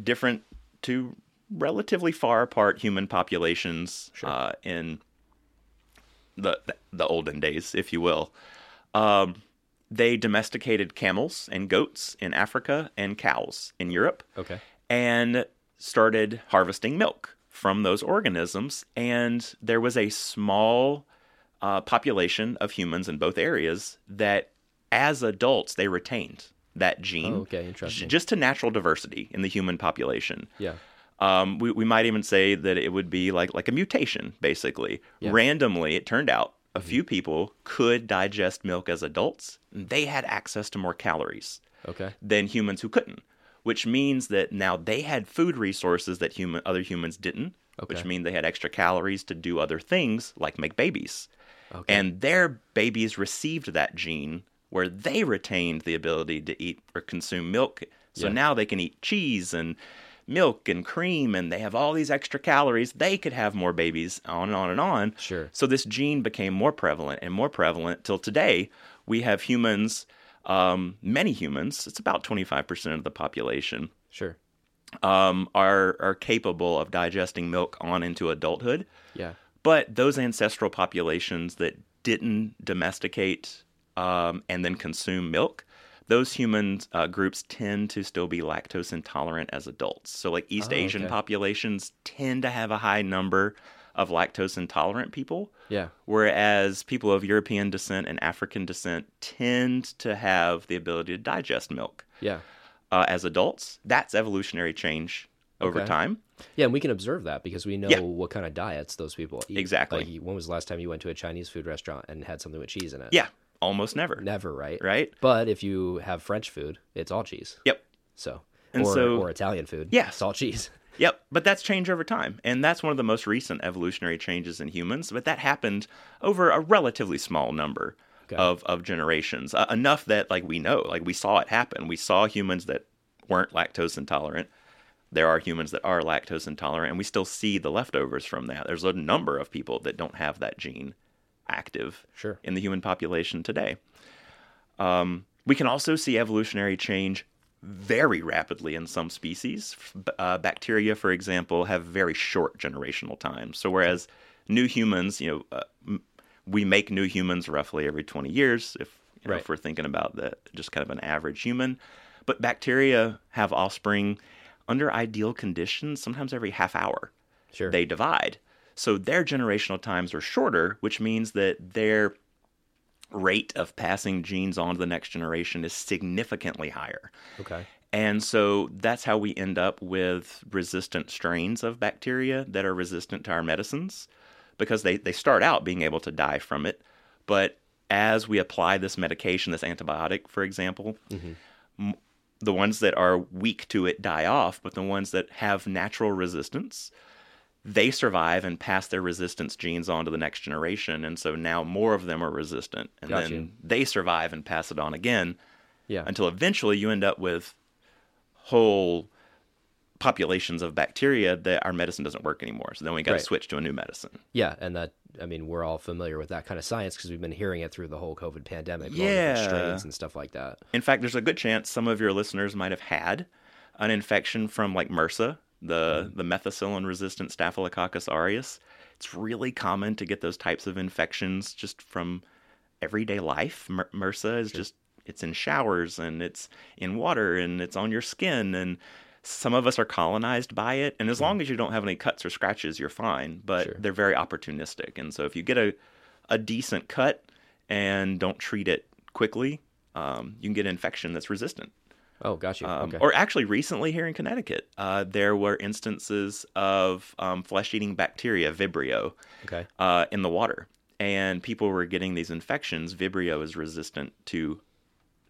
[SPEAKER 2] different two relatively far apart human populations uh, in the, the the olden days, if you will. Um, they domesticated camels and goats in Africa and cows in Europe
[SPEAKER 1] Okay.
[SPEAKER 2] and started harvesting milk from those organisms. And there was a small uh, population of humans in both areas that, as adults, they retained that gene.
[SPEAKER 1] Oh, okay,
[SPEAKER 2] j-
[SPEAKER 1] interesting.
[SPEAKER 2] Just to natural diversity in the human population.
[SPEAKER 1] Yeah.
[SPEAKER 2] Um, we, we might even say that it would be like like a mutation, basically. Randomly, it turned out a
[SPEAKER 1] Mm-hmm.
[SPEAKER 2] few people could digest milk as adults. and They had access to more calories
[SPEAKER 1] Okay.
[SPEAKER 2] than humans who couldn't, which means that now they had food resources that human other humans didn't, which
[SPEAKER 1] Okay.
[SPEAKER 2] mean they had extra calories to do other things like make babies.
[SPEAKER 1] Okay.
[SPEAKER 2] And their babies received that gene where they retained the ability to eat or consume milk. So
[SPEAKER 1] Yeah.
[SPEAKER 2] now they can eat cheese and milk and cream and they have all these extra calories. They could have more babies on and on and on.
[SPEAKER 1] Sure.
[SPEAKER 2] So this gene became more prevalent and more prevalent till today. We have humans, um, many humans, it's about 25% of the population,
[SPEAKER 1] Sure.
[SPEAKER 2] um, are, are capable of digesting milk on into adulthood.
[SPEAKER 1] Yeah.
[SPEAKER 2] But those ancestral populations that didn't domesticate um, and then consume milk, those human uh, groups tend to still be lactose intolerant as adults. So, like East
[SPEAKER 1] Oh,
[SPEAKER 2] Asian
[SPEAKER 1] okay.
[SPEAKER 2] populations tend to have a high number of lactose intolerant people,
[SPEAKER 1] Yeah.
[SPEAKER 2] whereas people of European descent and African descent tend to have the ability to digest milk
[SPEAKER 1] Yeah.
[SPEAKER 2] uh, as adults. That's evolutionary change over
[SPEAKER 1] Okay.
[SPEAKER 2] time.
[SPEAKER 1] Yeah, and we can observe that because we know
[SPEAKER 2] Yeah.
[SPEAKER 1] what kind of diets those people eat.
[SPEAKER 2] Exactly.
[SPEAKER 1] Like, when was the last time you went to a Chinese food restaurant and had something with cheese in it?
[SPEAKER 2] Yeah, almost never.
[SPEAKER 1] Never, right?
[SPEAKER 2] Right?
[SPEAKER 1] But if you have French food, it's all cheese.
[SPEAKER 2] Yep.
[SPEAKER 1] So,
[SPEAKER 2] And
[SPEAKER 1] or,
[SPEAKER 2] so-
[SPEAKER 1] or Italian food.
[SPEAKER 2] Yeah.
[SPEAKER 1] It's all cheese.
[SPEAKER 2] Yep, but that's changed over time. And that's one of the most recent evolutionary changes in humans, but that happened over a relatively small number
[SPEAKER 1] Okay.
[SPEAKER 2] of, of generations. Uh, enough that like we know, like we saw it happen. We saw humans that weren't lactose intolerant. There are humans that are lactose intolerant, and we still see the leftovers from that. There's a number of people that don't have that gene active
[SPEAKER 1] Sure.
[SPEAKER 2] in the human population today. Um, we can also see evolutionary change very rapidly in some species. F- b- Uh, bacteria, for example, have very short generational times. So whereas new humans, you know, uh, m- we make new humans roughly every 20 years, if, you know,
[SPEAKER 1] Right.
[SPEAKER 2] if we're thinking about the just kind of an average human. But bacteria have offspring under ideal conditions, sometimes every half hour
[SPEAKER 1] Sure.
[SPEAKER 2] they divide. So their generational times are shorter, which means that their rate of passing genes on to the next generation is significantly higher.
[SPEAKER 1] okay.
[SPEAKER 2] And so that's how we end up with resistant strains of bacteria that are resistant to our medicines because they, they start out being able to die from it. But as we apply this medication, this antibiotic, for example, m- the ones that are weak to it die off, but the ones that have natural resistance, they survive and pass their resistance genes on to the next generation. And so now more of them are resistant. And
[SPEAKER 1] Got
[SPEAKER 2] then
[SPEAKER 1] you.
[SPEAKER 2] they survive and pass it on again
[SPEAKER 1] Yeah.
[SPEAKER 2] until eventually you end up with whole populations of bacteria that our medicine doesn't work anymore. So then we got to
[SPEAKER 1] Right.
[SPEAKER 2] switch to a new medicine.
[SPEAKER 1] Yeah, and that I mean we're all familiar with that kind of science because we've been hearing it through the whole COVID pandemic. all the different
[SPEAKER 2] Yeah.
[SPEAKER 1] strains and stuff like that.
[SPEAKER 2] In fact, there's a good chance some of your listeners might have had an infection from like MRSA, the the methicillin resistant Staphylococcus aureus. It's really common to get those types of infections just from everyday life. Mer- MRSA is just it's in showers and it's in water and it's on your skin and some of us are colonized by it and as long as you don't have any cuts or scratches you're fine but
[SPEAKER 1] Sure.
[SPEAKER 2] they're very opportunistic and so if you get a, a decent cut and don't treat it quickly um, you can get an infection that's resistant
[SPEAKER 1] Oh, got you.
[SPEAKER 2] um,
[SPEAKER 1] okay.
[SPEAKER 2] Or actually, recently here in Connecticut, uh, there were instances of um, flesh eating bacteria, Vibrio,
[SPEAKER 1] okay.
[SPEAKER 2] uh, in the water. And people were getting these infections. Vibrio is resistant to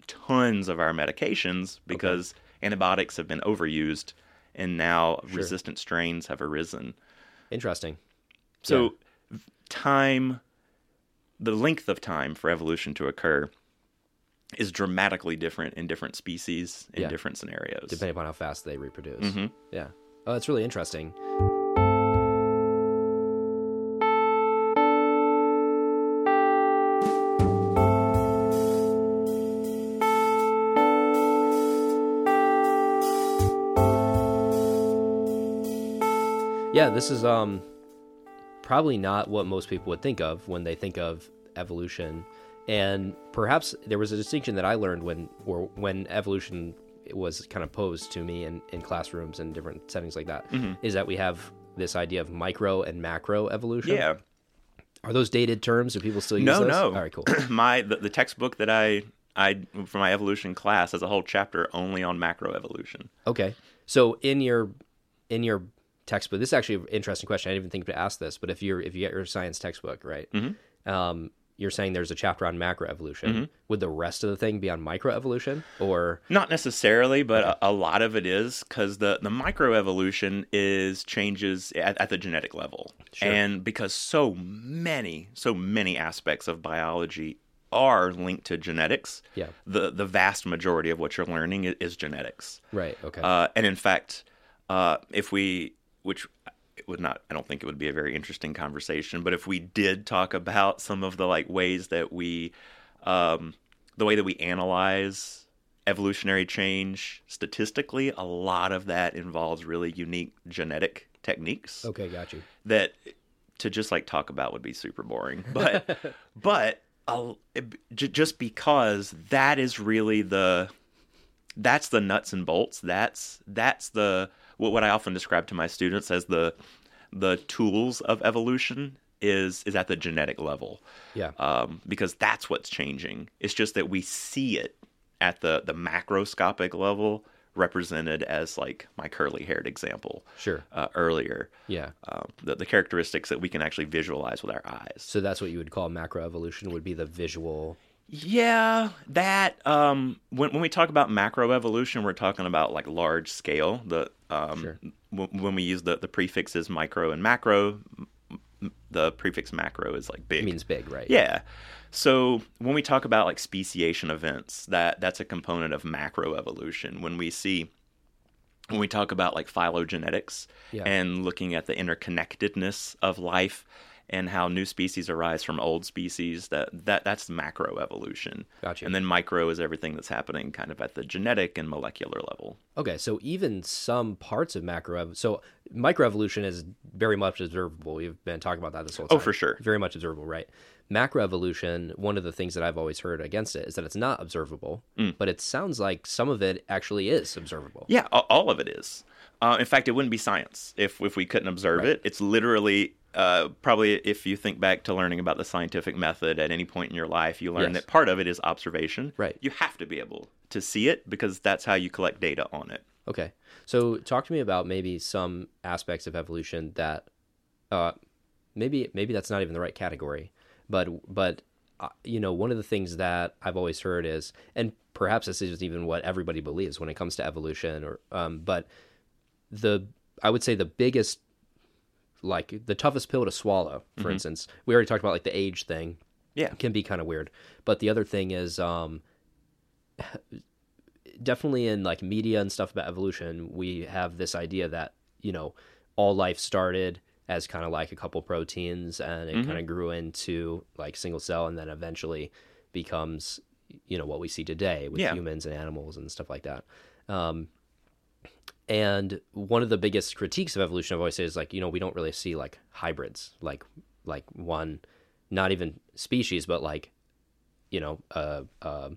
[SPEAKER 2] tons of our medications because antibiotics have been overused and now resistant strains have arisen.
[SPEAKER 1] Interesting.
[SPEAKER 2] So, v- time, the length of time for evolution to occur is dramatically different in different species in
[SPEAKER 1] Yeah.
[SPEAKER 2] different scenarios.
[SPEAKER 1] Depending upon how fast they reproduce.
[SPEAKER 2] Mhm.
[SPEAKER 1] Yeah. Oh, that's really interesting. Yeah, this is um probably not what most people would think of when they think of evolution. And perhaps there was a distinction that I learned when or when evolution was kind of posed to me in, in classrooms and different settings like that,
[SPEAKER 2] Mm-hmm.
[SPEAKER 1] is that we have this idea of micro and macro evolution.
[SPEAKER 2] Yeah.
[SPEAKER 1] Are those dated terms? Do people still use
[SPEAKER 2] No,
[SPEAKER 1] those?
[SPEAKER 2] no.
[SPEAKER 1] All right, cool.
[SPEAKER 2] my the, the textbook that I I for my evolution class has a whole chapter only on macroevolution.
[SPEAKER 1] Okay. So in your in your textbook, this is actually an interesting question. I didn't even think to ask this, but if you're if you get your science textbook, right?
[SPEAKER 2] Mm-hmm.
[SPEAKER 1] Um, you're saying there's a chapter on macroevolution. Would the rest of the thing be on microevolution? Or
[SPEAKER 2] Not necessarily, but a, a lot of it is because the the microevolution is changes at, at the genetic level,
[SPEAKER 1] Sure.
[SPEAKER 2] and because so many so many aspects of biology are linked to genetics.
[SPEAKER 1] Yeah.
[SPEAKER 2] the the vast majority of what you're learning i- is genetics.
[SPEAKER 1] right? Okay.
[SPEAKER 2] Uh, and in fact, uh, if we, which it would not, I don't think it would be a very interesting conversation, but if we did talk about some of the like ways that we, um, the way that we analyze evolutionary change statistically, a lot of that involves really unique genetic techniques
[SPEAKER 1] okay, got you.
[SPEAKER 2] that to just like talk about would be super boring. But but a, j- just because that is really the that's the nuts and bolts. That's that's the what, what I often describe to my students as the the tools of evolution is is at the genetic level.
[SPEAKER 1] Yeah.
[SPEAKER 2] Um, because that's what's changing. It's just that we see it at the the macroscopic level represented as like my curly haired example
[SPEAKER 1] Sure.
[SPEAKER 2] uh, earlier.
[SPEAKER 1] Yeah.
[SPEAKER 2] Um, the, the characteristics that we can actually visualize with our eyes.
[SPEAKER 1] So that's what you would call macroevolution would be the visual.
[SPEAKER 2] Yeah, that um, when when we talk about macroevolution, we're talking about like large scale. The um,
[SPEAKER 1] Sure.
[SPEAKER 2] w- when we use the the prefixes micro and macro, m- m- the prefix macro is like big.
[SPEAKER 1] It means big, right?
[SPEAKER 2] Yeah. So when we talk about like speciation events, that that's a component of macroevolution. When we see when we talk about like phylogenetics
[SPEAKER 1] Yeah.
[SPEAKER 2] and looking at the interconnectedness of life and how new species arise from old species, that, that that's macroevolution.
[SPEAKER 1] Gotcha.
[SPEAKER 2] And then micro is everything that's happening kind of at the genetic and molecular level.
[SPEAKER 1] Okay, so even some parts of macro, so microevolution is very much observable. We've been talking about that this whole time.
[SPEAKER 2] Oh, for sure.
[SPEAKER 1] Very much observable, right? Macroevolution, one of the things that I've always heard against it is that it's not observable, but it sounds like some of it actually is observable.
[SPEAKER 2] Yeah, a- all of it is. Uh, in fact, it wouldn't be science if if we couldn't observe it. It's literally uh, probably if you think back to learning about the scientific method at any point in your life, you learn
[SPEAKER 1] Yes.
[SPEAKER 2] that part of it is observation.
[SPEAKER 1] Right.
[SPEAKER 2] You have to be able to see it because that's how you collect data on it.
[SPEAKER 1] Okay. So talk to me about maybe some aspects of evolution that uh maybe maybe that's not even the right category, but but uh, you know, one of the things that I've always heard is and perhaps this is even what everybody believes when it comes to evolution or um but the I would say the biggest like the toughest pill to swallow, for instance. We already talked about like the age thing
[SPEAKER 2] Yeah.
[SPEAKER 1] can be kind of weird. But the other thing is, um, definitely in like media and stuff about evolution, we have this idea that you know all life started as kind of like a couple proteins, and it
[SPEAKER 2] Mm-hmm.
[SPEAKER 1] kind of grew into like single cell, and then eventually becomes you know what we see today with
[SPEAKER 2] Yeah.
[SPEAKER 1] humans and animals and stuff like that. Um, And one of the biggest critiques of evolution I've always said is like, you know, we don't really see like hybrids, like like one, not even species, but like, you know, uh, um,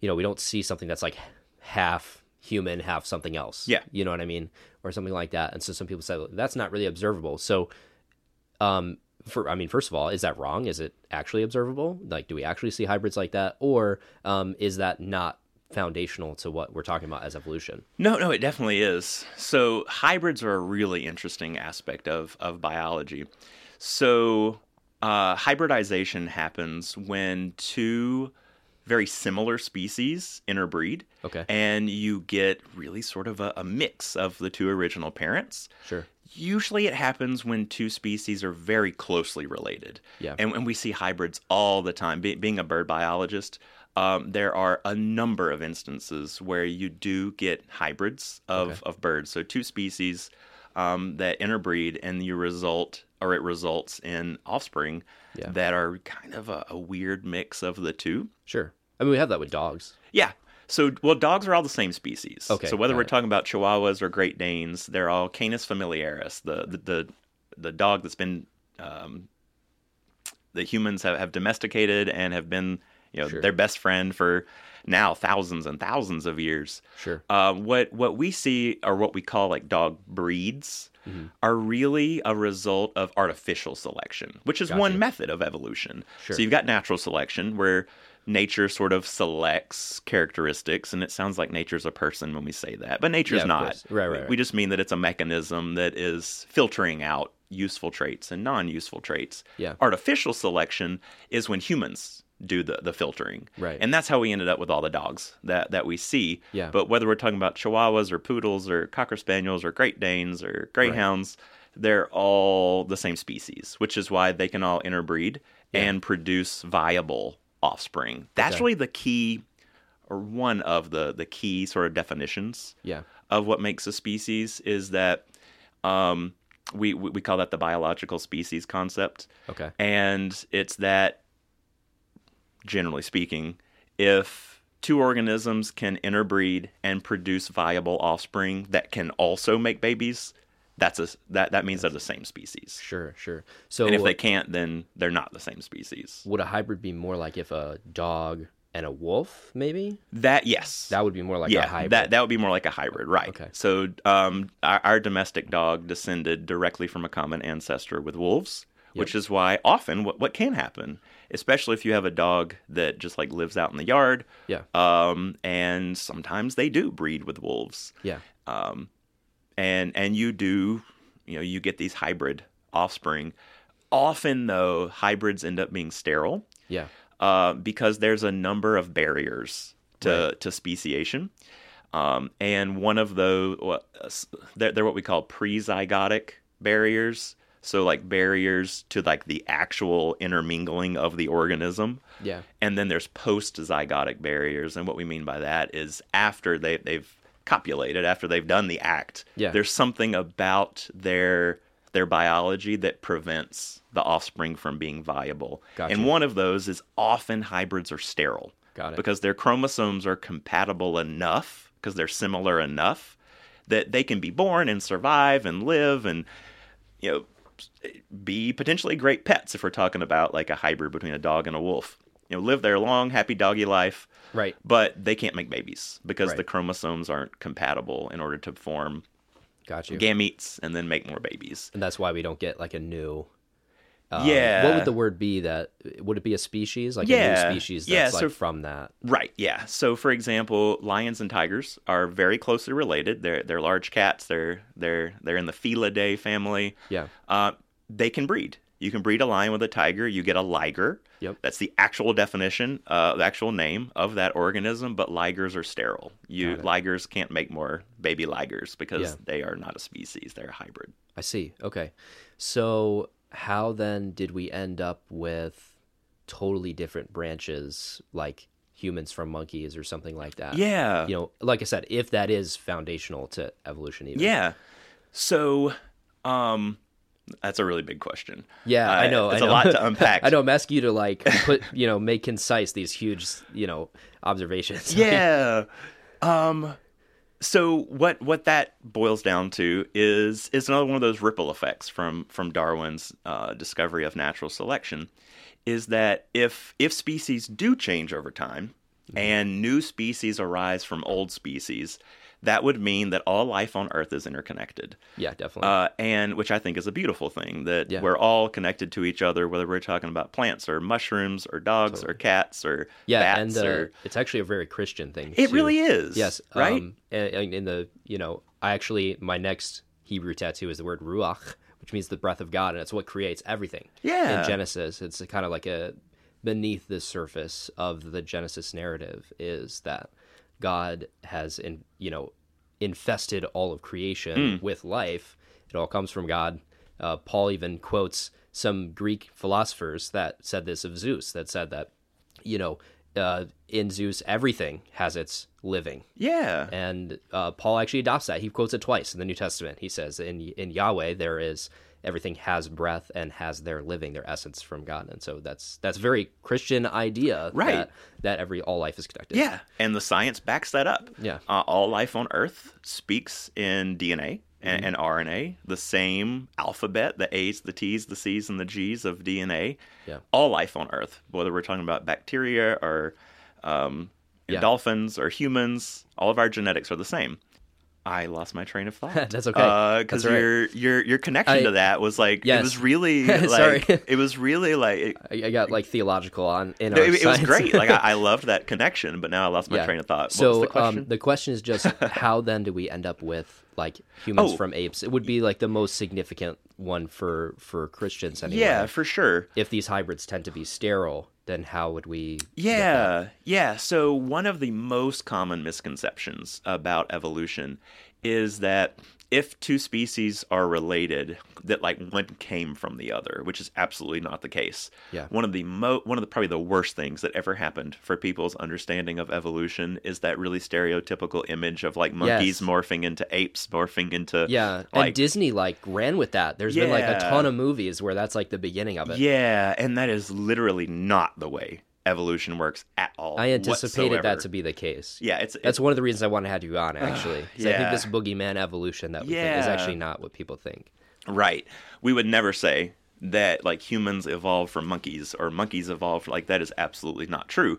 [SPEAKER 1] you know, we don't see something that's like half human, half something else.
[SPEAKER 2] Yeah.
[SPEAKER 1] you know what I mean, or something like that. And so some people say "Well, that's not really observable. So, um, for I mean, first of all, is that wrong? Is it actually observable? Like, do we actually see hybrids like that, or um, is that not foundational to what we're talking about as evolution?
[SPEAKER 2] No, no, it definitely is. So hybrids are a really interesting aspect of of biology. So uh, hybridization happens when two very similar species interbreed,
[SPEAKER 1] Okay,
[SPEAKER 2] and you get really sort of a, a mix of the two original parents.
[SPEAKER 1] sure.
[SPEAKER 2] Usually, it happens when two species are very closely related.
[SPEAKER 1] Yeah.
[SPEAKER 2] and, and we see hybrids all the time. Be, being a bird biologist, um, there are a number of instances where you do get hybrids of,
[SPEAKER 1] Okay.
[SPEAKER 2] of birds. So two species um, that interbreed, and you result or it results in offspring
[SPEAKER 1] Yeah.
[SPEAKER 2] that are kind of a, a weird mix of the two.
[SPEAKER 1] Sure. I mean, we have that with dogs.
[SPEAKER 2] Yeah. So, well, dogs are all the same species.
[SPEAKER 1] Okay,
[SPEAKER 2] So whether
[SPEAKER 1] got
[SPEAKER 2] we're
[SPEAKER 1] it.
[SPEAKER 2] talking about Chihuahuas or Great Danes, they're all Canis familiaris, the the the, the dog that's been um, the humans have, have domesticated and have been you know
[SPEAKER 1] Sure.
[SPEAKER 2] their best friend for now thousands and thousands of years.
[SPEAKER 1] Sure.
[SPEAKER 2] Uh, what what we see are what we call like dog breeds
[SPEAKER 1] Mm-hmm.
[SPEAKER 2] are really a result of artificial selection, which is one method of evolution.
[SPEAKER 1] Sure.
[SPEAKER 2] So you've got natural selection where nature sort of selects characteristics, and it sounds like nature's a person when we say that, but nature's
[SPEAKER 1] Yeah, of
[SPEAKER 2] not.
[SPEAKER 1] course. Right, right,
[SPEAKER 2] We-
[SPEAKER 1] right.
[SPEAKER 2] We just mean that it's a mechanism that is filtering out useful traits and non-useful traits.
[SPEAKER 1] Yeah.
[SPEAKER 2] Artificial selection is when humans do the, the filtering.
[SPEAKER 1] Right.
[SPEAKER 2] And that's how we ended up with all the dogs that, that we see.
[SPEAKER 1] Yeah.
[SPEAKER 2] But whether we're talking about Chihuahuas or Poodles or Cocker Spaniels or Great Danes or Greyhounds, they're all the same species, which is why they can all interbreed and produce viable offspring. That's
[SPEAKER 1] Okay.
[SPEAKER 2] really the key or one of the, the key sort of definitions
[SPEAKER 1] Yeah.
[SPEAKER 2] of what makes a species is that um, we, we we call that the biological species concept,
[SPEAKER 1] Okay.
[SPEAKER 2] and it's that generally speaking, if two organisms can interbreed and produce viable offspring that can also make babies, that's a that that means they're the same species.
[SPEAKER 1] Sure, sure. So
[SPEAKER 2] And if they can't, then they're not the same species.
[SPEAKER 1] would a hybrid be more like if a dog and a wolf maybe?
[SPEAKER 2] That yes,
[SPEAKER 1] That would be more like
[SPEAKER 2] yeah,
[SPEAKER 1] a hybrid.
[SPEAKER 2] that that would be more like a hybrid, right?
[SPEAKER 1] Okay.
[SPEAKER 2] So um, our, our domestic dog descended directly from a common ancestor with wolves, which is why often what what can happen, especially if you have a dog that just like lives out in the yard,
[SPEAKER 1] yeah.
[SPEAKER 2] um, and sometimes they do breed with wolves,
[SPEAKER 1] Yeah.
[SPEAKER 2] um, and and you do, you know, you get these hybrid offspring. Often though, hybrids end up being sterile
[SPEAKER 1] Yeah.
[SPEAKER 2] uh, because there's a number of barriers to to speciation, um, and one of those they're, they're what we call prezygotic barriers. So like barriers to like the actual intermingling of the organism,
[SPEAKER 1] Yeah.
[SPEAKER 2] and then there's postzygotic barriers, and what we mean by that is after they they've copulated, after they've done the act,
[SPEAKER 1] Yeah.
[SPEAKER 2] there's something about their their biology that prevents the offspring from being viable.
[SPEAKER 1] Gotcha.
[SPEAKER 2] And one of those is often hybrids are sterile
[SPEAKER 1] Got it.
[SPEAKER 2] because their chromosomes are compatible enough because they're similar enough that they can be born and survive and live and you know be potentially great pets if we're talking about like a hybrid between a dog and a wolf. You know, live their long, happy doggy life,
[SPEAKER 1] Right.
[SPEAKER 2] but they can't make babies because
[SPEAKER 1] Right.
[SPEAKER 2] the chromosomes aren't compatible in order to form
[SPEAKER 1] Got you.
[SPEAKER 2] gametes and then make more babies.
[SPEAKER 1] and that's why we don't get like a new. uh,
[SPEAKER 2] yeah.
[SPEAKER 1] What would the word be that would it be a species like a
[SPEAKER 2] Yeah.
[SPEAKER 1] new species that's
[SPEAKER 2] Yeah,
[SPEAKER 1] like
[SPEAKER 2] so-
[SPEAKER 1] from that?
[SPEAKER 2] Right, yeah. So for example, lions and tigers are very closely related. They're they're large cats. They're they're they're in the Felidae family.
[SPEAKER 1] Yeah.
[SPEAKER 2] Uh, they can breed. You can breed a lion with a tiger. You get a liger.
[SPEAKER 1] Yep.
[SPEAKER 2] That's the actual definition, uh, the actual name of that organism. But ligers are sterile. You
[SPEAKER 1] Got it.
[SPEAKER 2] ligers can't make more baby ligers because
[SPEAKER 1] Yeah.
[SPEAKER 2] they are not a species. They're a hybrid.
[SPEAKER 1] I see. Okay. So how then did we end up with totally different branches like humans from monkeys or something like that?
[SPEAKER 2] Yeah.
[SPEAKER 1] You know, like I said, if that is foundational to evolution even.
[SPEAKER 2] Yeah. So, um, that's a really big question.
[SPEAKER 1] Yeah, I know.
[SPEAKER 2] Uh, It's
[SPEAKER 1] I
[SPEAKER 2] a
[SPEAKER 1] know.
[SPEAKER 2] lot to unpack.
[SPEAKER 1] I know I'm asking you to like put, you know, make concise these huge, you know, observations.
[SPEAKER 2] yeah um so what what that boils down to is is another one of those ripple effects from from darwin's uh, discovery of natural selection is that if if species do change over time
[SPEAKER 1] Mm-hmm.
[SPEAKER 2] and new species arise from old species that would mean that all life on earth is interconnected
[SPEAKER 1] yeah, definitely.
[SPEAKER 2] uh, and which I think is a beautiful thing that
[SPEAKER 1] Yeah.
[SPEAKER 2] we're all connected to each other, whether we're talking about plants or mushrooms or dogs or cats or
[SPEAKER 1] yeah,
[SPEAKER 2] bats
[SPEAKER 1] and uh,
[SPEAKER 2] or
[SPEAKER 1] it's actually a very Christian thing.
[SPEAKER 2] it
[SPEAKER 1] too.
[SPEAKER 2] really is.
[SPEAKER 1] Yes,
[SPEAKER 2] Right?
[SPEAKER 1] Um, and, and in the you know, I actually my next Hebrew tattoo is the word ruach, which means the breath of God, and it's what creates everything.
[SPEAKER 2] Yeah.
[SPEAKER 1] In Genesis, it's kind of like a beneath the surface of the Genesis narrative is that God has in you know infested all of creation with life. It all comes from God. Uh, Paul even quotes some Greek philosophers that said this of Zeus, that said that you know. Uh, in Zeus, everything has its living,
[SPEAKER 2] yeah.
[SPEAKER 1] and uh, Paul actually adopts that. He quotes it twice in the New Testament. He says, "In in Yahweh there is everything has breath and has their living, their essence from God." And so that's that's a very Christian idea,
[SPEAKER 2] Right.
[SPEAKER 1] That, that every all life is connected.
[SPEAKER 2] Yeah. And the science backs that up.
[SPEAKER 1] Yeah.
[SPEAKER 2] Uh, all life on Earth speaks in DNA
[SPEAKER 1] Mm-hmm.
[SPEAKER 2] and, and RNA, the same alphabet, the A's, the T's, the C's, and the G's of DNA.
[SPEAKER 1] Yeah.
[SPEAKER 2] All life on Earth, whether we're talking about bacteria or um,
[SPEAKER 1] Yeah.
[SPEAKER 2] dolphins or humans, all of our genetics are the same. I lost my train of thought.
[SPEAKER 1] That's okay.
[SPEAKER 2] Because
[SPEAKER 1] That's all right.
[SPEAKER 2] your your your connection
[SPEAKER 1] I-
[SPEAKER 2] to that was like
[SPEAKER 1] Yes.
[SPEAKER 2] it was really like
[SPEAKER 1] Sorry.
[SPEAKER 2] it was really like it,
[SPEAKER 1] I, I got like theological on in
[SPEAKER 2] no,
[SPEAKER 1] our
[SPEAKER 2] it, it was
[SPEAKER 1] science.
[SPEAKER 2] great. Like I, I loved that connection, but now I lost my
[SPEAKER 1] Yeah.
[SPEAKER 2] train of thought. What
[SPEAKER 1] so
[SPEAKER 2] was the question?
[SPEAKER 1] Um, the question is just how then do we end up with like humans
[SPEAKER 2] Oh.
[SPEAKER 1] from apes? It would be like the most significant one for for Christians anyway.
[SPEAKER 2] yeah, for sure.
[SPEAKER 1] If these hybrids tend to be sterile, then how would we?
[SPEAKER 2] Yeah, yeah. So one of the most common misconceptions about evolution is that if two species are related, that like one came from the other, which is absolutely not the case.
[SPEAKER 1] Yeah.
[SPEAKER 2] One of the mo- one of the probably the worst things that ever happened for people's understanding of evolution is that really stereotypical image of like monkeys
[SPEAKER 1] Yes.
[SPEAKER 2] morphing into apes, morphing into
[SPEAKER 1] Yeah, and
[SPEAKER 2] like
[SPEAKER 1] Disney like ran with that. There's been like a
[SPEAKER 2] Yeah.
[SPEAKER 1] ton of movies where that's like the beginning of it.
[SPEAKER 2] Yeah, and that is literally not the way evolution works at all.
[SPEAKER 1] I anticipated that
[SPEAKER 2] whatsoever.
[SPEAKER 1] to be the case.
[SPEAKER 2] Yeah, it's
[SPEAKER 1] That's one of the reasons I wanted to have you on, actually. 'cause
[SPEAKER 2] yeah.
[SPEAKER 1] I think this boogeyman evolution that we think is
[SPEAKER 2] Yeah.
[SPEAKER 1] actually not what people think.
[SPEAKER 2] Right. We would never say that like humans evolved from monkeys or monkeys evolved like that is absolutely not true.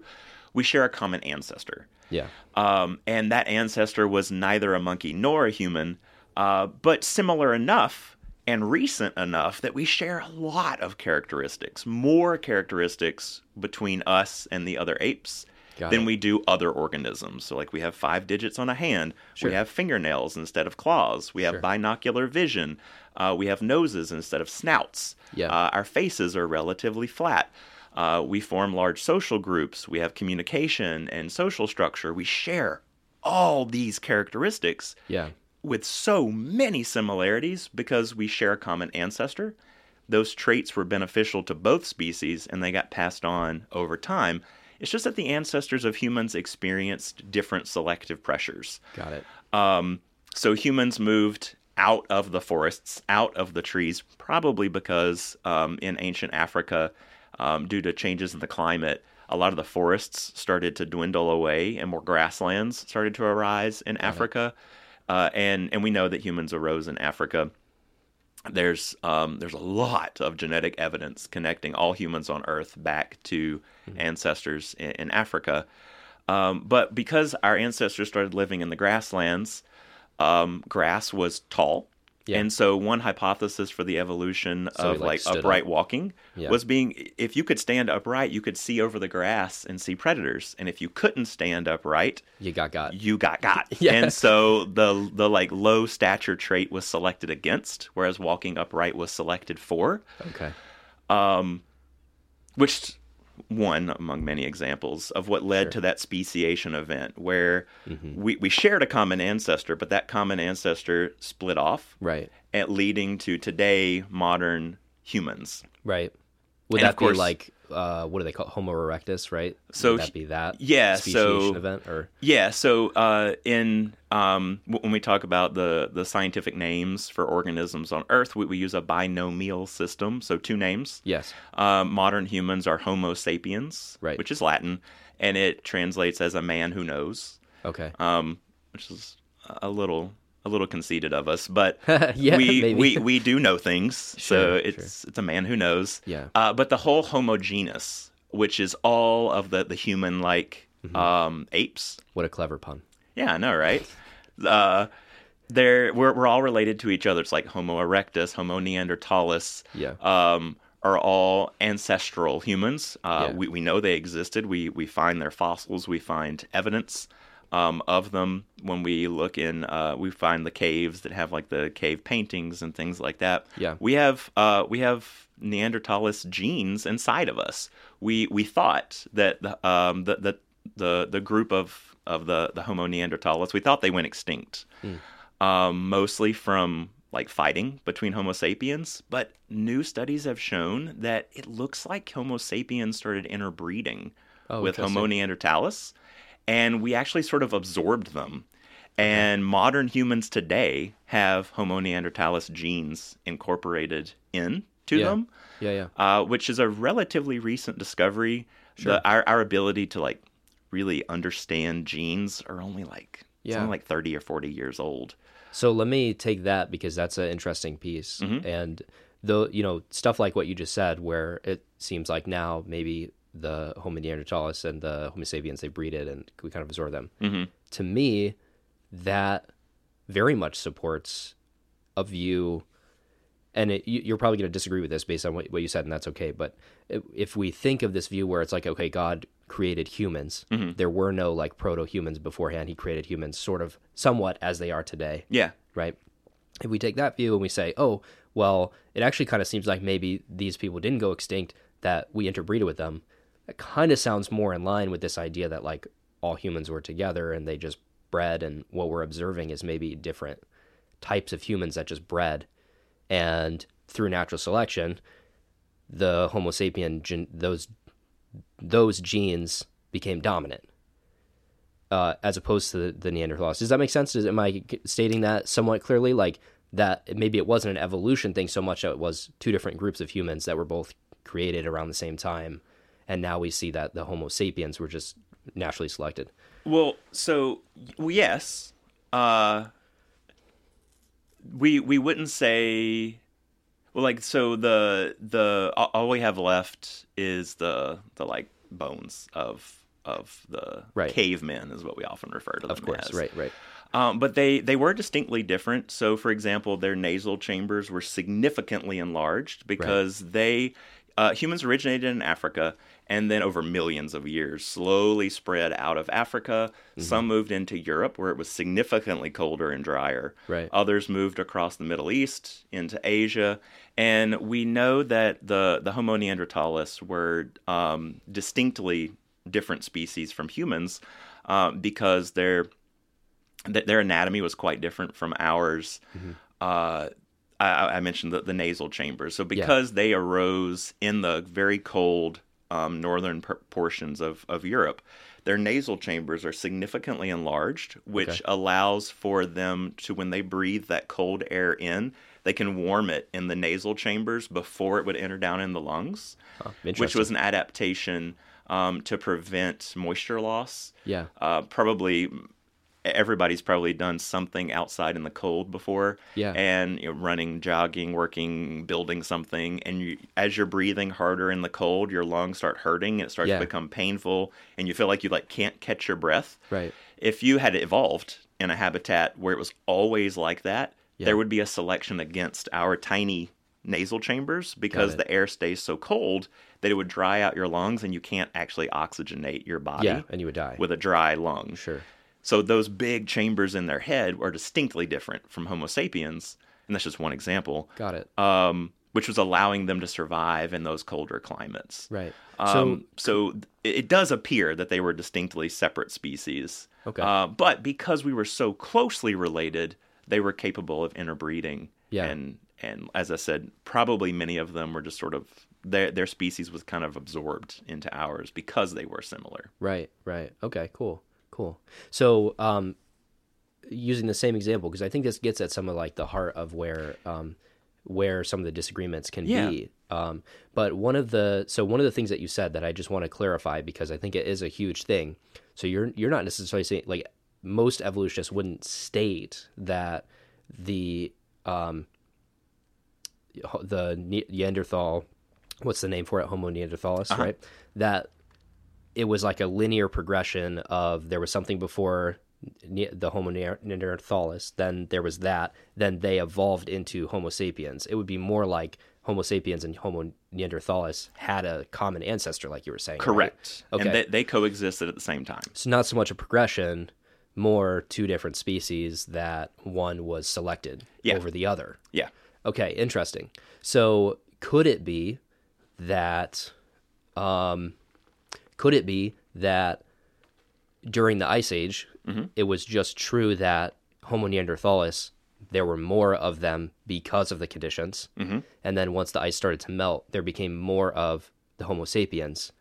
[SPEAKER 2] We share a common ancestor.
[SPEAKER 1] Yeah.
[SPEAKER 2] Um, and that ancestor was neither a monkey nor a human, uh, but similar enough and recent enough that we share a lot of characteristics, more characteristics between us and the other apes
[SPEAKER 1] Got
[SPEAKER 2] than
[SPEAKER 1] it.
[SPEAKER 2] we do other organisms. So, like, we have five digits on a hand,
[SPEAKER 1] Sure.
[SPEAKER 2] we have fingernails instead of claws, we have
[SPEAKER 1] Sure.
[SPEAKER 2] binocular vision, uh, we have noses instead of snouts.
[SPEAKER 1] Yeah.
[SPEAKER 2] Uh, our faces are relatively flat. Uh, we form large social groups. We have communication and social structure. We share all these characteristics
[SPEAKER 1] Yeah.
[SPEAKER 2] with so many similarities because we share a common ancestor. Those traits were beneficial to both species and they got passed on over time. It's just that the ancestors of humans experienced different selective pressures.
[SPEAKER 1] Got it.
[SPEAKER 2] Um, so humans moved out of the forests, out of the trees, probably because um, in ancient Africa, um, due to changes in the climate, a lot of the forests started to dwindle away, and more grasslands started to arise in Africa. Uh, and and we know that humans arose in Africa. There's um, there's a lot of genetic evidence connecting all humans on Earth back to
[SPEAKER 1] Mm-hmm.
[SPEAKER 2] ancestors in, in Africa. Um, but because our ancestors started living in the grasslands, um, grass was tall.
[SPEAKER 1] Yeah.
[SPEAKER 2] And so one hypothesis for the evolution
[SPEAKER 1] So we,
[SPEAKER 2] of
[SPEAKER 1] like,
[SPEAKER 2] like,
[SPEAKER 1] stood up.
[SPEAKER 2] upright walking
[SPEAKER 1] Yeah.
[SPEAKER 2] was being if you could stand upright, you could see over the grass and see predators. And if you couldn't stand upright,
[SPEAKER 1] You got got.
[SPEAKER 2] you got got.
[SPEAKER 1] Yeah.
[SPEAKER 2] And so the the like low stature trait was selected against, whereas walking upright was selected for
[SPEAKER 1] Okay.
[SPEAKER 2] which one among many examples of what led to that speciation event where we, we shared a common ancestor but that common ancestor split off
[SPEAKER 1] Right.
[SPEAKER 2] and leading to today modern humans
[SPEAKER 1] Right. Would
[SPEAKER 2] And
[SPEAKER 1] that
[SPEAKER 2] of course-
[SPEAKER 1] be like uh, what do they call it? Homo erectus? Right.
[SPEAKER 2] So
[SPEAKER 1] Would that
[SPEAKER 2] he-
[SPEAKER 1] be that.
[SPEAKER 2] yeah,
[SPEAKER 1] speciation
[SPEAKER 2] so-
[SPEAKER 1] event or
[SPEAKER 2] yeah so uh, in um, w- when we talk about the, the scientific names for organisms on earth we, we use a binomial system so two names
[SPEAKER 1] yes.
[SPEAKER 2] Uh, modern humans are homo sapiens
[SPEAKER 1] Right.
[SPEAKER 2] which is latin and it translates as a man who knows
[SPEAKER 1] Okay.
[SPEAKER 2] um, which is a little a little conceited of us, but
[SPEAKER 1] Yeah,
[SPEAKER 2] we,
[SPEAKER 1] maybe.
[SPEAKER 2] we we do know things,
[SPEAKER 1] Sure,
[SPEAKER 2] so it's it's a man who knows.
[SPEAKER 1] Yeah.
[SPEAKER 2] Uh, but the whole Homo genus, which is all of the the human like
[SPEAKER 1] Mm-hmm.
[SPEAKER 2] um, apes,
[SPEAKER 1] What a clever pun.
[SPEAKER 2] yeah, I know, right? uh, they're we're we're all related to each other. It's like Homo erectus, Homo neanderthalis.
[SPEAKER 1] Yeah.
[SPEAKER 2] Um, are all ancestral humans. Uh,
[SPEAKER 1] Yeah.
[SPEAKER 2] we, we know they existed. We we find their fossils. We find evidence um, of them when we look in. Uh, we find the caves that have like the cave paintings and things like that.
[SPEAKER 1] Yeah.
[SPEAKER 2] We have uh, we have Neanderthalis genes inside of us. We we thought that the um, the, the the the group of of the the Homo Neanderthalis we thought they went extinct, um, mostly from like fighting between Homo sapiens. But new studies have shown that it looks like Homo sapiens started interbreeding
[SPEAKER 1] Oh,
[SPEAKER 2] with Homo Neanderthalis, and we actually sort of absorbed them. And modern humans today have Homo Neanderthalis genes incorporated in to
[SPEAKER 1] Yeah.
[SPEAKER 2] them,
[SPEAKER 1] Yeah. Yeah.
[SPEAKER 2] uh, which is a relatively recent discovery. The, our, our ability to like really understand genes are only like it's
[SPEAKER 1] Yeah.
[SPEAKER 2] only like 30 or 40 years old.
[SPEAKER 1] So let me take that because that's an interesting piece. And though you know stuff like what you just said, where it seems like now maybe the Homo neanderthalis and the Homo sapiens they breeded and we kind of absorb them. To me, that very much supports a view. And it, you, you're probably going to disagree with this based on what, what you said, and that's okay. But i- if we think of this view where it's like, okay, God created humans, there were no like proto humans beforehand. He created humans sort of somewhat as they are today
[SPEAKER 2] Yeah.
[SPEAKER 1] right? If we take that view and we say, oh, well, it actually kind of seems like maybe these people didn't go extinct, that we interbreeded with them, that kind of sounds more in line with this idea that like all humans were together and they just bred, and what we're observing is maybe different types of humans that just bred. And through natural selection, the Homo sapien, gen- those those genes became dominant uh, as opposed to the, the Neanderthals. Does that make sense? Does, am I c- stating that somewhat clearly? Like that maybe it wasn't an evolution thing so much that it was two different groups of humans that were both created around the same time and now we see that the Homo sapiens were just naturally selected.
[SPEAKER 2] Well, so well, yes, uh, we we wouldn't say, well, like so the the all- all we have left is the the like bones of of the
[SPEAKER 1] Right.
[SPEAKER 2] cavemen is what we often refer to them
[SPEAKER 1] Of course,
[SPEAKER 2] as.
[SPEAKER 1] right, right.
[SPEAKER 2] Um, but they they were distinctly different. So, for example, their nasal chambers were significantly enlarged because they uh, humans originated in Africa and then over millions of years slowly spread out of Africa. Some moved into Europe where it was significantly colder and drier.
[SPEAKER 1] Right.
[SPEAKER 2] Others moved across the Middle East into Asia, and we know that the the Homo neanderthalis were um, distinctly different species from humans uh, because their th- their anatomy was quite different from ours. Uh, I, I mentioned the, the nasal chambers. So because they arose in the very cold um, northern per- portions of, of Europe, their nasal chambers are significantly enlarged, which
[SPEAKER 1] Okay.
[SPEAKER 2] allows for them to, when they breathe that cold air in, they can warm it in the nasal chambers before it would enter down in the lungs,
[SPEAKER 1] Huh,
[SPEAKER 2] which
[SPEAKER 1] interesting.
[SPEAKER 2] was an adaptation um, to prevent moisture loss
[SPEAKER 1] yeah,
[SPEAKER 2] uh, probably everybody's probably done something outside in the cold before.
[SPEAKER 1] Yeah.
[SPEAKER 2] And you know, running, jogging, working, building something, and you, as you're breathing harder in the cold, your lungs start hurting. It starts
[SPEAKER 1] Yeah.
[SPEAKER 2] to become painful, and you feel like you like can't catch your breath.
[SPEAKER 1] right.
[SPEAKER 2] If you had evolved in a habitat where it was always like that,
[SPEAKER 1] Yeah.
[SPEAKER 2] there would be a selection against our tiny nasal chambers because
[SPEAKER 1] it.
[SPEAKER 2] the air stays so cold that it would dry out your lungs and you can't actually oxygenate your body
[SPEAKER 1] Yeah, and you would die.
[SPEAKER 2] with a dry lung.
[SPEAKER 1] Sure.
[SPEAKER 2] So those big chambers in their head are distinctly different from Homo sapiens, and that's just one example,
[SPEAKER 1] Got it.
[SPEAKER 2] um, which was allowing them to survive in those colder climates.
[SPEAKER 1] Right.
[SPEAKER 2] Um, so th- it does appear that they were distinctly separate species.
[SPEAKER 1] Okay.
[SPEAKER 2] Uh, but because we were so closely related, they were capable of interbreeding.
[SPEAKER 1] Yeah.
[SPEAKER 2] And and as I said, probably many of them were just sort of their their species was kind of absorbed into ours because they were similar.
[SPEAKER 1] Right, right. Okay, cool, cool. So, um, using the same example, because I think this gets at some of like the heart of where, um, where some of the disagreements can
[SPEAKER 2] Yeah.
[SPEAKER 1] be. Um, but one of the so one of the things that you said that I just want to clarify because I think it is a huge thing. So you're you're not necessarily saying like most evolutionists wouldn't state that the um, the Ne- Neanderthal, what's the name for it? Homo neanderthalis,
[SPEAKER 2] Uh-huh.
[SPEAKER 1] right? That it was like a linear progression of there was something before ne- the Homo near- neanderthalis, then there was that, then they evolved into Homo sapiens. It would be more like Homo sapiens and Homo neanderthalis had a common ancestor, like you were saying. right?
[SPEAKER 2] Correct.
[SPEAKER 1] Okay.
[SPEAKER 2] And they, they coexisted at the same time.
[SPEAKER 1] So not so much a progression, more two different species that one was selected
[SPEAKER 2] Yeah.
[SPEAKER 1] over the other.
[SPEAKER 2] Yeah.
[SPEAKER 1] Okay, interesting. So could it be that um could it be that during the ice age it was just true that Homo neanderthalis there were more of them because of the conditions. And then once the ice started to melt, there became more of the Homo sapiens,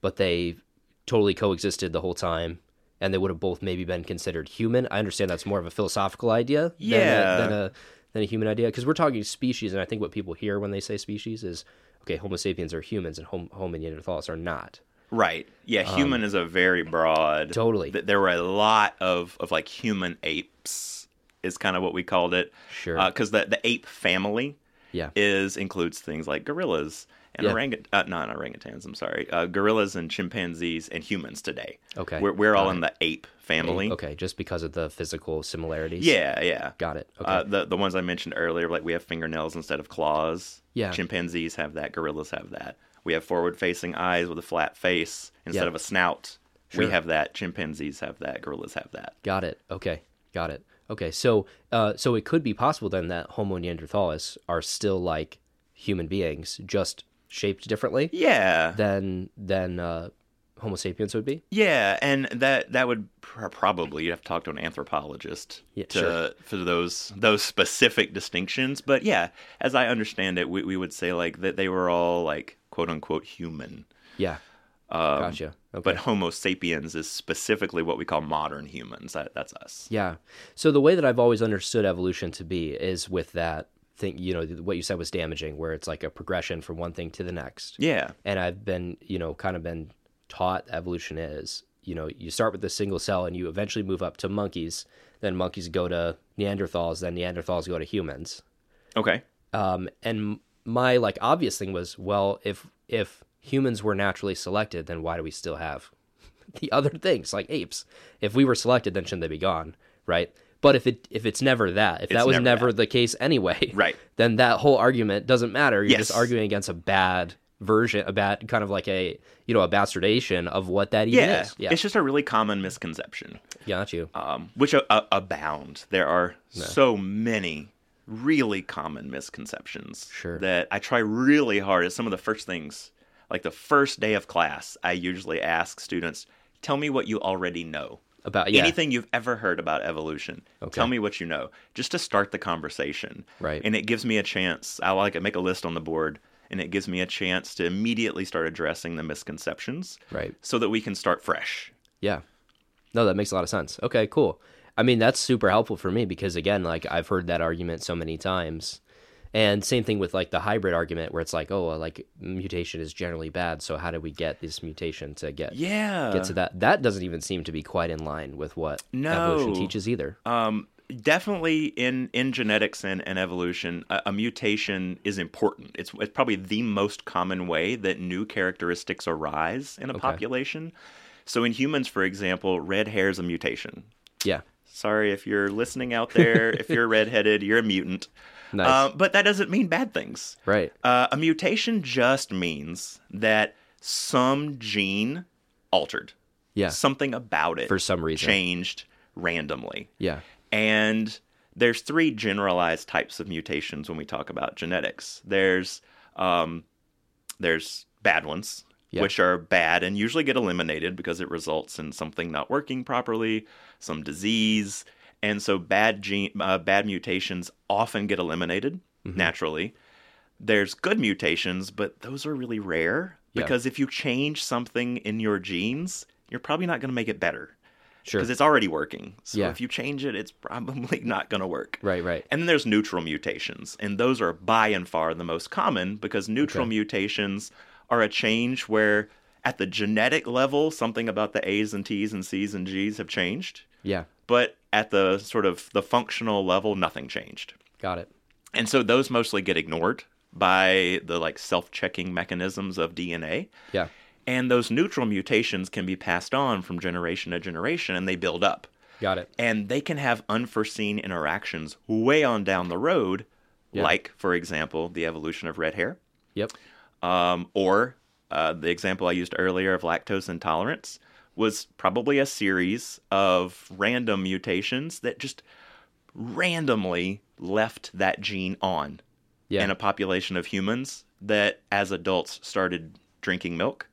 [SPEAKER 1] but they totally coexisted the whole time and they would have both maybe been considered human. I understand that's more of a philosophical idea
[SPEAKER 2] Yeah.
[SPEAKER 1] than, a, than a than a human idea because we're talking species, and I think what people hear when they say species is okay, Homo sapiens are humans and Hom- Homo neanderthals are not.
[SPEAKER 2] Right. Yeah. Human is a very broad.
[SPEAKER 1] Um, Totally.
[SPEAKER 2] th- there were a lot of, of like human apes, is kind of what we called it.
[SPEAKER 1] Sure.
[SPEAKER 2] Because the, the ape family
[SPEAKER 1] Yeah.
[SPEAKER 2] is includes things like gorillas and
[SPEAKER 1] Yeah.
[SPEAKER 2] orangut uh, not orangutans. I'm sorry, uh, gorillas and chimpanzees and humans today.
[SPEAKER 1] Okay.
[SPEAKER 2] We're we're all in the ape family.
[SPEAKER 1] Okay, just because of the physical similarities.
[SPEAKER 2] Yeah. Yeah.
[SPEAKER 1] Got it. Okay.
[SPEAKER 2] Uh, the the ones I mentioned earlier, like we have fingernails instead of claws.
[SPEAKER 1] Yeah.
[SPEAKER 2] Chimpanzees have that. Gorillas have that. We have forward facing eyes with a flat face instead
[SPEAKER 1] Yeah.
[SPEAKER 2] of a snout.
[SPEAKER 1] Sure.
[SPEAKER 2] We have that. Chimpanzees have that. Gorillas have that.
[SPEAKER 1] Got it. Okay. Got it. Okay. So, uh, so it could be possible then that Homo neanderthalis are still like human beings, just shaped differently
[SPEAKER 2] Yeah.
[SPEAKER 1] than than uh, Homo sapiens would be.
[SPEAKER 2] yeah. And that that would pr- probably you'd have to talk to an anthropologist
[SPEAKER 1] Yeah,
[SPEAKER 2] to
[SPEAKER 1] sure.
[SPEAKER 2] for those those specific distinctions. But yeah, as I understand it, we we would say like that they were all like quote unquote human.
[SPEAKER 1] Yeah.
[SPEAKER 2] Um,
[SPEAKER 1] gotcha. Okay.
[SPEAKER 2] But Homo sapiens is specifically what we call modern humans. That, that's us.
[SPEAKER 1] Yeah. So the way that I've always understood evolution to be is with that think you know what you said was damaging, where it's like a progression from one thing to the next.
[SPEAKER 2] Yeah.
[SPEAKER 1] And I've been you know kind of been taught evolution is you know you start with the single cell and you eventually move up to monkeys, then monkeys go to Neanderthals, then Neanderthals go to humans.
[SPEAKER 2] Okay.
[SPEAKER 1] Um, and my like obvious thing was, well, if if humans were naturally selected, then why do we still have the other things like apes? If we were selected, then shouldn't they be gone, right? But if it if it's never that, if that was
[SPEAKER 2] never
[SPEAKER 1] never the case anyway,
[SPEAKER 2] Right.
[SPEAKER 1] Then that whole argument doesn't matter. You're
[SPEAKER 2] Yes.
[SPEAKER 1] just arguing against a bad version, a bad kind of like a you know a bastardization of what that even
[SPEAKER 2] Yeah.
[SPEAKER 1] is. Yeah,
[SPEAKER 2] It's just a really common misconception,
[SPEAKER 1] got you.
[SPEAKER 2] um, which a- a- abound. There are so many really common misconceptions
[SPEAKER 1] Sure.
[SPEAKER 2] that I try really hard. It's some of the first things, like the first day of class, I usually ask students, tell me what you already know.
[SPEAKER 1] About yeah,
[SPEAKER 2] anything you've ever heard about evolution. Tell me what you know, just to start the conversation.
[SPEAKER 1] Right.
[SPEAKER 2] And it gives me a chance. I like I make a list on the board, and it gives me a chance to immediately start addressing the misconceptions,
[SPEAKER 1] right.
[SPEAKER 2] so that we can start fresh.
[SPEAKER 1] Yeah. No, that makes a lot of sense. Okay, cool. I mean, that's super helpful for me because again, like I've heard that argument so many times. And same thing with like the hybrid argument where it's like, oh, well, like mutation is generally bad, so how do we get this mutation to get
[SPEAKER 2] Yeah.
[SPEAKER 1] get to that? That doesn't even seem to be quite in line with what
[SPEAKER 2] No.
[SPEAKER 1] evolution teaches either.
[SPEAKER 2] um, definitely in in genetics and, and evolution, a, a mutation is important. It's it's probably the most common way that new characteristics arise in a population. So in humans, for example, red hair is a mutation.
[SPEAKER 1] yeah.
[SPEAKER 2] Sorry if you're listening out there. if you're redheaded, you're a mutant.
[SPEAKER 1] Nice.
[SPEAKER 2] Uh, but that doesn't mean bad things.
[SPEAKER 1] right.
[SPEAKER 2] Uh, a mutation just means that some gene altered.
[SPEAKER 1] Yeah.
[SPEAKER 2] Something about it
[SPEAKER 1] For some reason.
[SPEAKER 2] changed randomly.
[SPEAKER 1] Yeah.
[SPEAKER 2] And there's three generalized types of mutations when we talk about genetics. There's um, there's bad ones,
[SPEAKER 1] Yeah.
[SPEAKER 2] which are bad and usually get eliminated because it results in something not working properly, some disease, and so bad gene uh, bad mutations often get eliminated
[SPEAKER 1] Mm-hmm.
[SPEAKER 2] naturally. There's good mutations, but those are really rare
[SPEAKER 1] Yeah.
[SPEAKER 2] because if you change something in your genes, you're probably not going to make it better
[SPEAKER 1] Sure.
[SPEAKER 2] because it's already working. So
[SPEAKER 1] Yeah.
[SPEAKER 2] if you change it, it's probably not going to work.
[SPEAKER 1] Right, right.
[SPEAKER 2] And then there's neutral mutations, and those are by and far the most common because neutral
[SPEAKER 1] Okay.
[SPEAKER 2] mutations are a change where at the genetic level, something about the A's and T's and C's and G's have changed,
[SPEAKER 1] Yeah.
[SPEAKER 2] but at the sort of the functional level, nothing changed.
[SPEAKER 1] Got it.
[SPEAKER 2] And so those mostly get ignored by the like self-checking mechanisms of DNA.
[SPEAKER 1] Yeah.
[SPEAKER 2] And those neutral mutations can be passed on from generation to generation and they build up
[SPEAKER 1] Got it.
[SPEAKER 2] and they can have unforeseen interactions way on down the road,
[SPEAKER 1] Yeah.
[SPEAKER 2] like, for example, the evolution of red hair,
[SPEAKER 1] Yep.
[SPEAKER 2] um, or uh, the example I used earlier of lactose intolerance was probably a series of random mutations that just randomly left that gene on
[SPEAKER 1] Yeah.
[SPEAKER 2] in a population of humans that, as adults, started drinking milk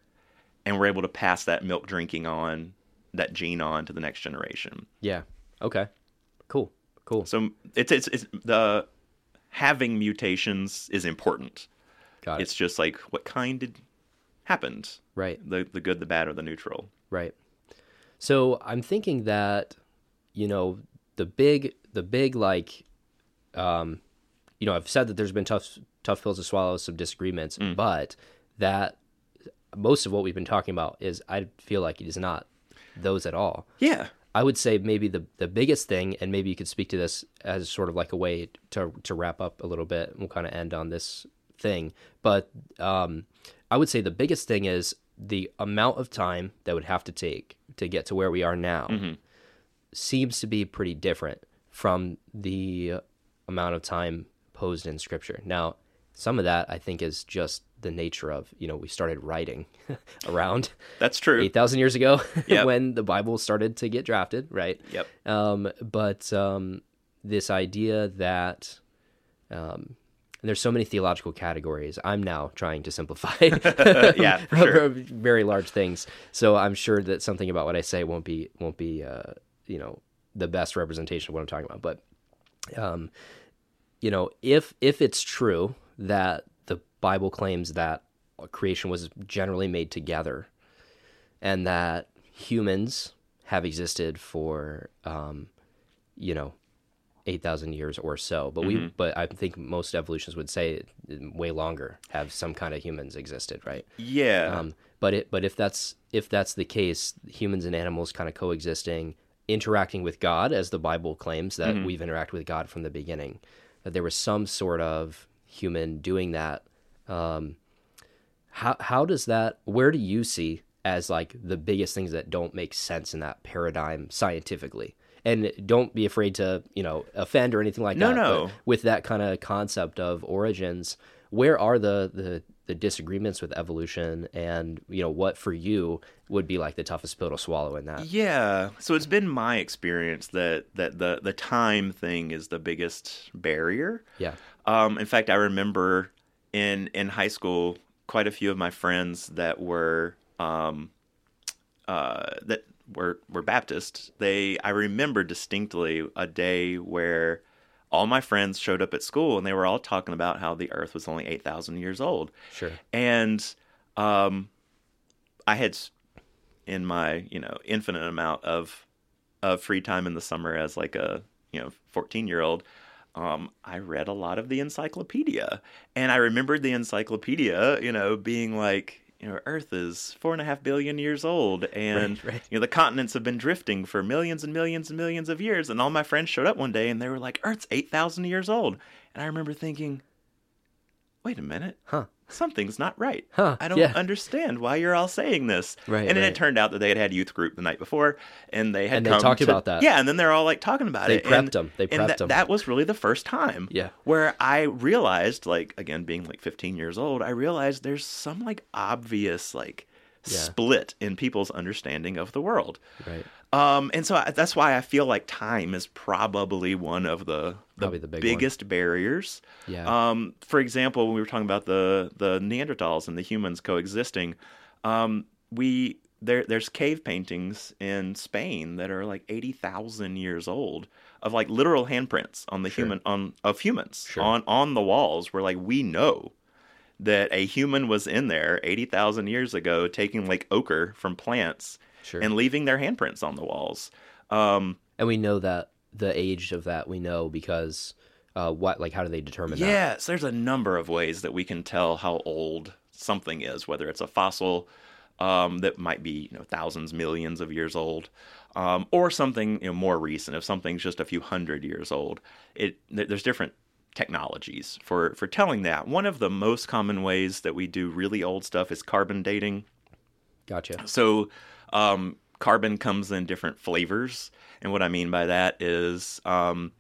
[SPEAKER 2] and were able to pass that milk drinking on, that gene on to the next generation.
[SPEAKER 1] yeah. Okay. Cool. Cool.
[SPEAKER 2] So it's it's, it's the having mutations is important.
[SPEAKER 1] Got it.
[SPEAKER 2] It's just like what kind did happened,
[SPEAKER 1] Right.
[SPEAKER 2] the the good, the bad, or the neutral.
[SPEAKER 1] Right. So I'm thinking that, you know, the big, the big, like, um, you know, I've said that there's been tough, tough pills to swallow, some disagreements, but that most of what we've been talking about is, I feel like it is not those at all.
[SPEAKER 2] Yeah,
[SPEAKER 1] I would say maybe the the biggest thing, and maybe you could speak to this as sort of like a way to to wrap up a little bit. and We'll kind of end on this thing, but um, I would say the biggest thing is the amount of time that would have to take to get to where we are now seems to be pretty different from the amount of time posed in scripture. Now, some of that I think is just the nature of you know we started writing around
[SPEAKER 2] that's true.
[SPEAKER 1] eight thousand years ago
[SPEAKER 2] Yep.
[SPEAKER 1] when the Bible started to get drafted, right?
[SPEAKER 2] Yep.
[SPEAKER 1] Um, but um, this idea that um, there's so many theological categories. I'm now trying to simplify.
[SPEAKER 2] Yeah, for sure.
[SPEAKER 1] Very large things. So I'm sure that something about what I say won't be won't be uh, you know the best representation of what I'm talking about, but um, you know, if if it's true that the Bible claims that creation was generally made together, and that humans have existed for, um, you know, eight thousand years or so. But
[SPEAKER 2] Mm-hmm.
[SPEAKER 1] we, but I think most evolutionists would say way longer have some kind of humans existed, right?
[SPEAKER 2] Yeah.
[SPEAKER 1] Um, but it, but if that's if that's the case, humans and animals kind of coexisting, interacting with God, as the Bible claims that
[SPEAKER 2] Mm-hmm.
[SPEAKER 1] we've interacted with God from the beginning, that there was some sort of human doing that. Um, how how does that? Where do you see as like the biggest things that don't make sense in that paradigm scientifically? And don't be afraid to you know offend or anything like
[SPEAKER 2] No,
[SPEAKER 1] that. but
[SPEAKER 2] no.
[SPEAKER 1] With that kind of concept of origins, where are the the the disagreements with evolution, and you know what for you would be like the toughest pill to swallow in that?
[SPEAKER 2] Yeah. So it's been my experience that that the the time thing is the biggest barrier.
[SPEAKER 1] Yeah.
[SPEAKER 2] Um, in fact, I remember in in high school, quite a few of my friends that were um, uh, that were were Baptist. They I remember distinctly a day where all my friends showed up at school and they were all talking about how the Earth was only eight thousand years old
[SPEAKER 1] Sure.
[SPEAKER 2] and um, I had s- in my you know infinite amount of of free time in the summer as like a you know fourteen year old. Um, I read a lot of the encyclopedia, and I remembered the encyclopedia, you know, being like, you know, Earth is four and a half billion years old, and
[SPEAKER 1] Right, right.
[SPEAKER 2] you know the continents have been drifting for millions and millions and millions of years. And all my friends showed up one day, and they were like, Earth's eight thousand years old, and I remember thinking, wait a minute,
[SPEAKER 1] Huh.
[SPEAKER 2] something's not right.
[SPEAKER 1] Huh,
[SPEAKER 2] I don't
[SPEAKER 1] yeah.
[SPEAKER 2] understand why you're all saying this.
[SPEAKER 1] Right,
[SPEAKER 2] And then
[SPEAKER 1] right.
[SPEAKER 2] it turned out that they had had youth group the night before, and they had
[SPEAKER 1] And they
[SPEAKER 2] come
[SPEAKER 1] talked
[SPEAKER 2] to-
[SPEAKER 1] about that.
[SPEAKER 2] Yeah, and then they're all like talking about
[SPEAKER 1] They
[SPEAKER 2] it. and-
[SPEAKER 1] prepped 'em. They
[SPEAKER 2] and
[SPEAKER 1] prepped
[SPEAKER 2] that,
[SPEAKER 1] 'em.
[SPEAKER 2] That was really the first time.
[SPEAKER 1] Yeah.
[SPEAKER 2] Where I realized, like, again, being like 15 years old, I realized there's some like obvious like
[SPEAKER 1] Yeah.
[SPEAKER 2] split in people's understanding of the world.
[SPEAKER 1] Right.
[SPEAKER 2] Um, and so I, that's why I feel like time is probably one of the, the,
[SPEAKER 1] Probably the big one.
[SPEAKER 2] biggest barriers.
[SPEAKER 1] Yeah.
[SPEAKER 2] Um, for example, when we were talking about the the Neanderthals and the humans coexisting, um, we there there's cave paintings in Spain that are like eighty thousand years old of like literal handprints on the human on of humans
[SPEAKER 1] Sure.
[SPEAKER 2] on on the walls where like we know that a human was in there 80,000 years ago taking like ochre from plants
[SPEAKER 1] Sure.
[SPEAKER 2] and leaving their handprints on the walls. Um,
[SPEAKER 1] And we know that the age of that we know because uh, what like how do they determine that?
[SPEAKER 2] yeah, so there's a number of ways that we can tell how old something is, whether it's a fossil um, that might be you know thousands, millions of years old, um, or something you know, more recent. If something's just a few hundred years old, it there- there's different technologies for for telling that. One of the most common ways that we do really old stuff is carbon dating.
[SPEAKER 1] Gotcha.
[SPEAKER 2] So, um, carbon comes in different flavors, and what I mean by that is um,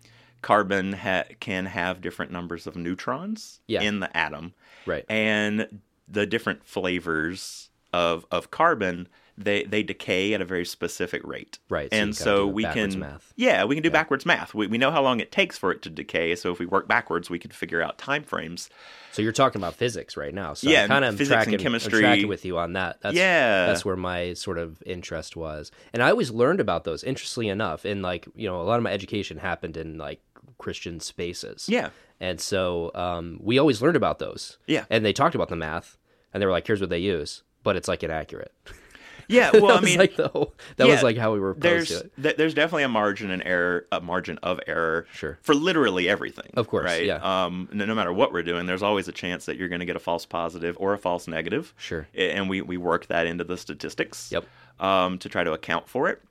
[SPEAKER 2] carbon ha- can have different numbers of neutrons
[SPEAKER 1] Yeah.
[SPEAKER 2] in the atom,
[SPEAKER 1] Right.
[SPEAKER 2] and the different flavors of of carbon they they decay at a very specific rate.
[SPEAKER 1] Right, so
[SPEAKER 2] and
[SPEAKER 1] you've gotta
[SPEAKER 2] so
[SPEAKER 1] do
[SPEAKER 2] we
[SPEAKER 1] backwards
[SPEAKER 2] can
[SPEAKER 1] math.
[SPEAKER 2] yeah we can do backwards math. We we know how long it takes for it to decay. So if we work backwards, we can figure out time frames.
[SPEAKER 1] So you're talking about physics right now. So
[SPEAKER 2] Yeah,
[SPEAKER 1] I'm kind of
[SPEAKER 2] physics and
[SPEAKER 1] tracking, I'm
[SPEAKER 2] chemistry.
[SPEAKER 1] tracking with you on that. That's,
[SPEAKER 2] Yeah.
[SPEAKER 1] that's where my sort of interest was, and I always learned about those. Interestingly enough, in like you know a lot of my education happened in like Christian spaces.
[SPEAKER 2] Yeah.
[SPEAKER 1] and so um, we always learned about those.
[SPEAKER 2] Yeah.
[SPEAKER 1] and they talked about the math, and they were like, "Here's what they use," but it's like inaccurate.
[SPEAKER 2] Yeah, well
[SPEAKER 1] that
[SPEAKER 2] I
[SPEAKER 1] was
[SPEAKER 2] mean
[SPEAKER 1] like the whole, that was
[SPEAKER 2] yeah,
[SPEAKER 1] like how we were opposed
[SPEAKER 2] there's
[SPEAKER 1] to it.
[SPEAKER 2] th- there's definitely a margin and error a margin of error
[SPEAKER 1] Sure.
[SPEAKER 2] for literally everything
[SPEAKER 1] Of course,
[SPEAKER 2] right
[SPEAKER 1] yeah.
[SPEAKER 2] um no, no matter what we're doing there's always a chance that you're going to get a false positive or a false negative
[SPEAKER 1] Sure.
[SPEAKER 2] A- and we we work that into the statistics
[SPEAKER 1] Yep.
[SPEAKER 2] um to try to account for it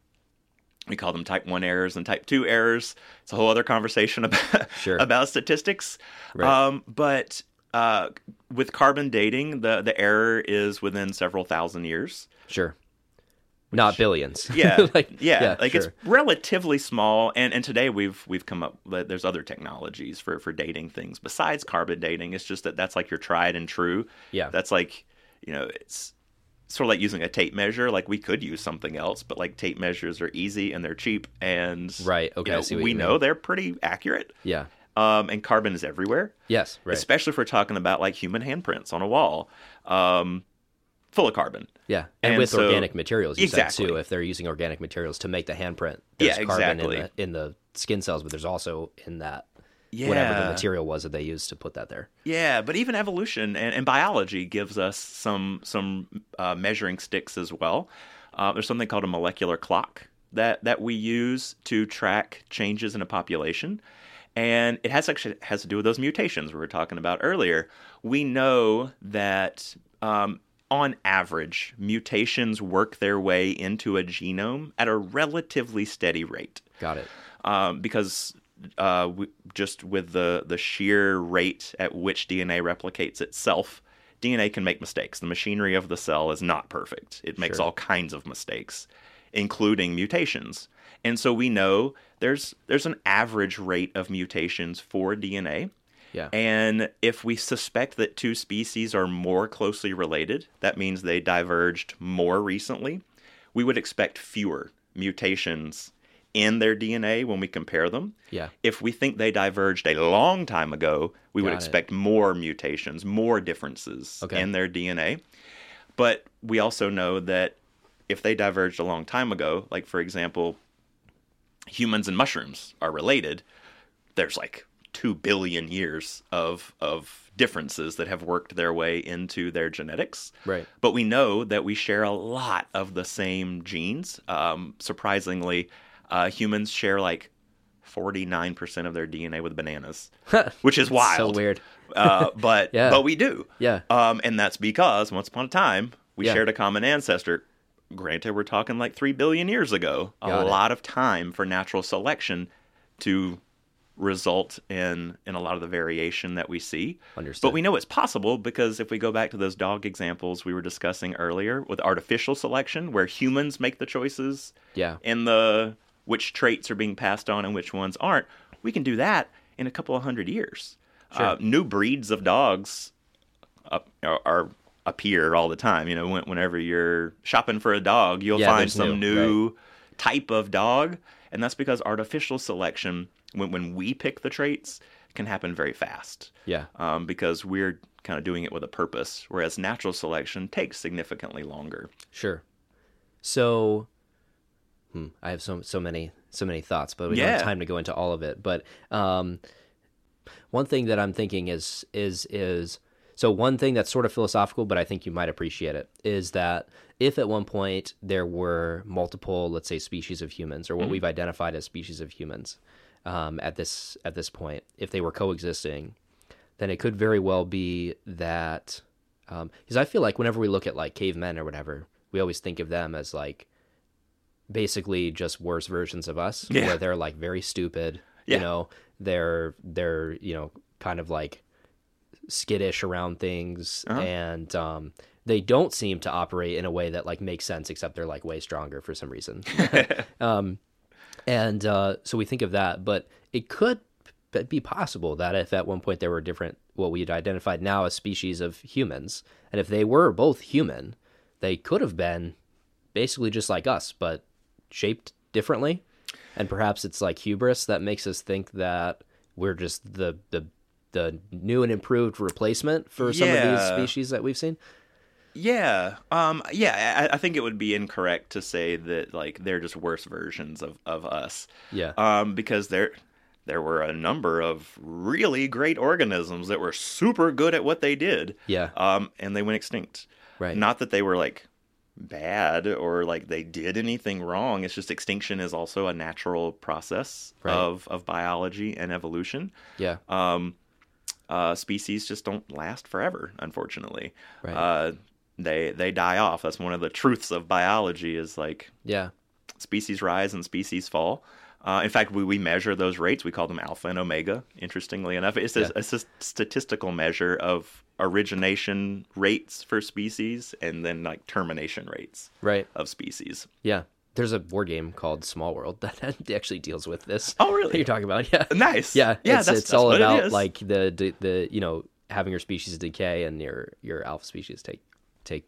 [SPEAKER 2] we call them type 1 errors and type 2 errors it's a whole other conversation about
[SPEAKER 1] Sure.
[SPEAKER 2] about statistics
[SPEAKER 1] Right.
[SPEAKER 2] um but uh, with carbon dating, the, the error is within several thousand years.
[SPEAKER 1] Sure. Not billions.
[SPEAKER 2] yeah,
[SPEAKER 1] like
[SPEAKER 2] yeah, like
[SPEAKER 1] sure.
[SPEAKER 2] it's relatively small. And and today we've we've come up. that There's other technologies for for dating things besides carbon dating. It's just that that's like your tried and true.
[SPEAKER 1] Yeah.
[SPEAKER 2] that's like you know it's sort of like using a tape measure. Like we could use something else, but like tape measures are easy and they're cheap and
[SPEAKER 1] Right,
[SPEAKER 2] you
[SPEAKER 1] okay, I
[SPEAKER 2] know,
[SPEAKER 1] see what
[SPEAKER 2] we
[SPEAKER 1] you mean.
[SPEAKER 2] know they're pretty accurate.
[SPEAKER 1] yeah.
[SPEAKER 2] Um, and carbon is everywhere
[SPEAKER 1] Yes, right.
[SPEAKER 2] especially if we're talking about like human handprints on a wall, um, full of carbon.
[SPEAKER 1] yeah. And,
[SPEAKER 2] and
[SPEAKER 1] with
[SPEAKER 2] so-
[SPEAKER 1] organic materials you
[SPEAKER 2] Exactly.
[SPEAKER 1] said too, if they're using organic materials to make the handprint,
[SPEAKER 2] Yeah,
[SPEAKER 1] there's carbon in the,
[SPEAKER 2] exactly.
[SPEAKER 1] in the skin cells, but there's also in that whatever the material was that they used to put that there.
[SPEAKER 2] Yeah, but even evolution and, and biology gives us some some uh, measuring sticks as well. Uh, there's something called a molecular clock that that we use to track changes in a population. And it has actually has to do with those mutations we were talking about earlier. We know that um, on average, mutations work their way into a genome at a relatively steady rate
[SPEAKER 1] Got it.
[SPEAKER 2] um, because uh, w- just with the the sheer rate at which DNA replicates itself, DNA can make mistakes. The machinery of the cell is not perfect. It makes
[SPEAKER 1] Sure.
[SPEAKER 2] all kinds of mistakes, including mutations. And so we know there's there's an average rate of mutations for DNA.
[SPEAKER 1] Yeah.
[SPEAKER 2] And if we suspect that two species are more closely related, that means they diverged more recently, we would expect fewer mutations in their DNA when we compare them.
[SPEAKER 1] Yeah.
[SPEAKER 2] If we think they diverged a long time ago, we would
[SPEAKER 1] Got it.
[SPEAKER 2] expect more mutations, more differences
[SPEAKER 1] Okay.
[SPEAKER 2] in their DNA. But we also know that if they diverged a long time ago, like for example, humans and mushrooms are related, there's like 2 billion years of of differences that have worked their way into their genetics.
[SPEAKER 1] Right.
[SPEAKER 2] But we know that we share a lot of the same genes. Um, surprisingly, uh, humans share like 49% of their DNA with bananas, which is
[SPEAKER 1] So
[SPEAKER 2] wild.
[SPEAKER 1] weird.
[SPEAKER 2] uh, but
[SPEAKER 1] Yeah.
[SPEAKER 2] but we do.
[SPEAKER 1] Yeah.
[SPEAKER 2] Um, and that's because once upon a time we
[SPEAKER 1] Yeah.
[SPEAKER 2] shared a common ancestor. Granted, we're talking like three billion years ago. A
[SPEAKER 1] Got it.
[SPEAKER 2] lot of time for natural selection to result in in a lot of the variation that we see.
[SPEAKER 1] Understood.
[SPEAKER 2] But we know it's possible because if we go back to those dog examples we were discussing earlier with artificial selection, where humans make the choices
[SPEAKER 1] Yeah.
[SPEAKER 2] and the which traits are being passed on and which ones aren't, we can do that in a couple of hundred years. Uh, new breeds of dogs up, are, are appear all the time. You know, when, whenever you're shopping for a dog, you'll
[SPEAKER 1] Yeah,
[SPEAKER 2] find
[SPEAKER 1] there's
[SPEAKER 2] some
[SPEAKER 1] new,
[SPEAKER 2] new, type of dog, and that's because artificial selection, when when we pick the traits, can happen very fast.
[SPEAKER 1] Yeah.
[SPEAKER 2] Um, because we're kind of doing it with a purpose, whereas natural selection takes significantly longer.
[SPEAKER 1] Sure. So, hmm, I have so so many so many thoughts, but we don't have
[SPEAKER 2] Yeah.
[SPEAKER 1] time to go into all of it. But um, one thing that I'm thinking is is is so one thing that's sort of philosophical, but I think you might appreciate it is that if at one point there were multiple, let's say, species of humans, or what we've identified as species of humans, um, at this at this point, if they were coexisting, then it could very well be that because I feel like whenever we look at like cavemen or whatever, we always think of them as like basically just worse versions of us,
[SPEAKER 2] Yeah.
[SPEAKER 1] where they're like very stupid.
[SPEAKER 2] Yeah.
[SPEAKER 1] You know, they're they're you know kind of like skittish around things,
[SPEAKER 2] Uh-huh.
[SPEAKER 1] and um, they don't seem to operate in a way that like makes sense, except they're like way stronger for some reason. um, and uh, so we think of that, but it could p- be possible that if at one point there were different, what we had identified now as species of humans, and if they were both human, they could have been basically just like us, but shaped differently. And perhaps it's like hubris that makes us think that we're just the the the new and improved replacement for some of these
[SPEAKER 2] Yeah.
[SPEAKER 1] species that we've seen.
[SPEAKER 2] Yeah. Um, yeah, I, I think it would be incorrect to say that like they're just worse versions of, of us.
[SPEAKER 1] Yeah.
[SPEAKER 2] Um, because there there were a number of really great organisms that were super good at what they did.
[SPEAKER 1] Yeah.
[SPEAKER 2] Um, and they went extinct.
[SPEAKER 1] Right.
[SPEAKER 2] Not that they were like bad or like they did anything wrong. It's just extinction is also a natural process
[SPEAKER 1] Right.
[SPEAKER 2] of of biology and evolution
[SPEAKER 1] yeah.
[SPEAKER 2] um, uh, species just don't last forever, unfortunately.
[SPEAKER 1] Right.
[SPEAKER 2] Uh, they they die off. That's one of the truths of biology is like
[SPEAKER 1] yeah.
[SPEAKER 2] species rise and species fall. Uh, in fact, we, we measure those rates. We call them alpha and omega. Interestingly enough, it's a,
[SPEAKER 1] Yeah.
[SPEAKER 2] it's a statistical measure of origination rates for species and then like termination rates
[SPEAKER 1] Right.
[SPEAKER 2] of species.
[SPEAKER 1] Yeah. There's a board game called Small World that actually deals with this.
[SPEAKER 2] Oh,
[SPEAKER 1] That you're
[SPEAKER 2] really?
[SPEAKER 1] talking about, yeah.
[SPEAKER 2] Nice.
[SPEAKER 1] Yeah,
[SPEAKER 2] yeah.
[SPEAKER 1] it's,
[SPEAKER 2] that's,
[SPEAKER 1] it's
[SPEAKER 2] that's
[SPEAKER 1] all
[SPEAKER 2] what it
[SPEAKER 1] about
[SPEAKER 2] is.
[SPEAKER 1] like the de- the you know having your species decay and your your alpha species take take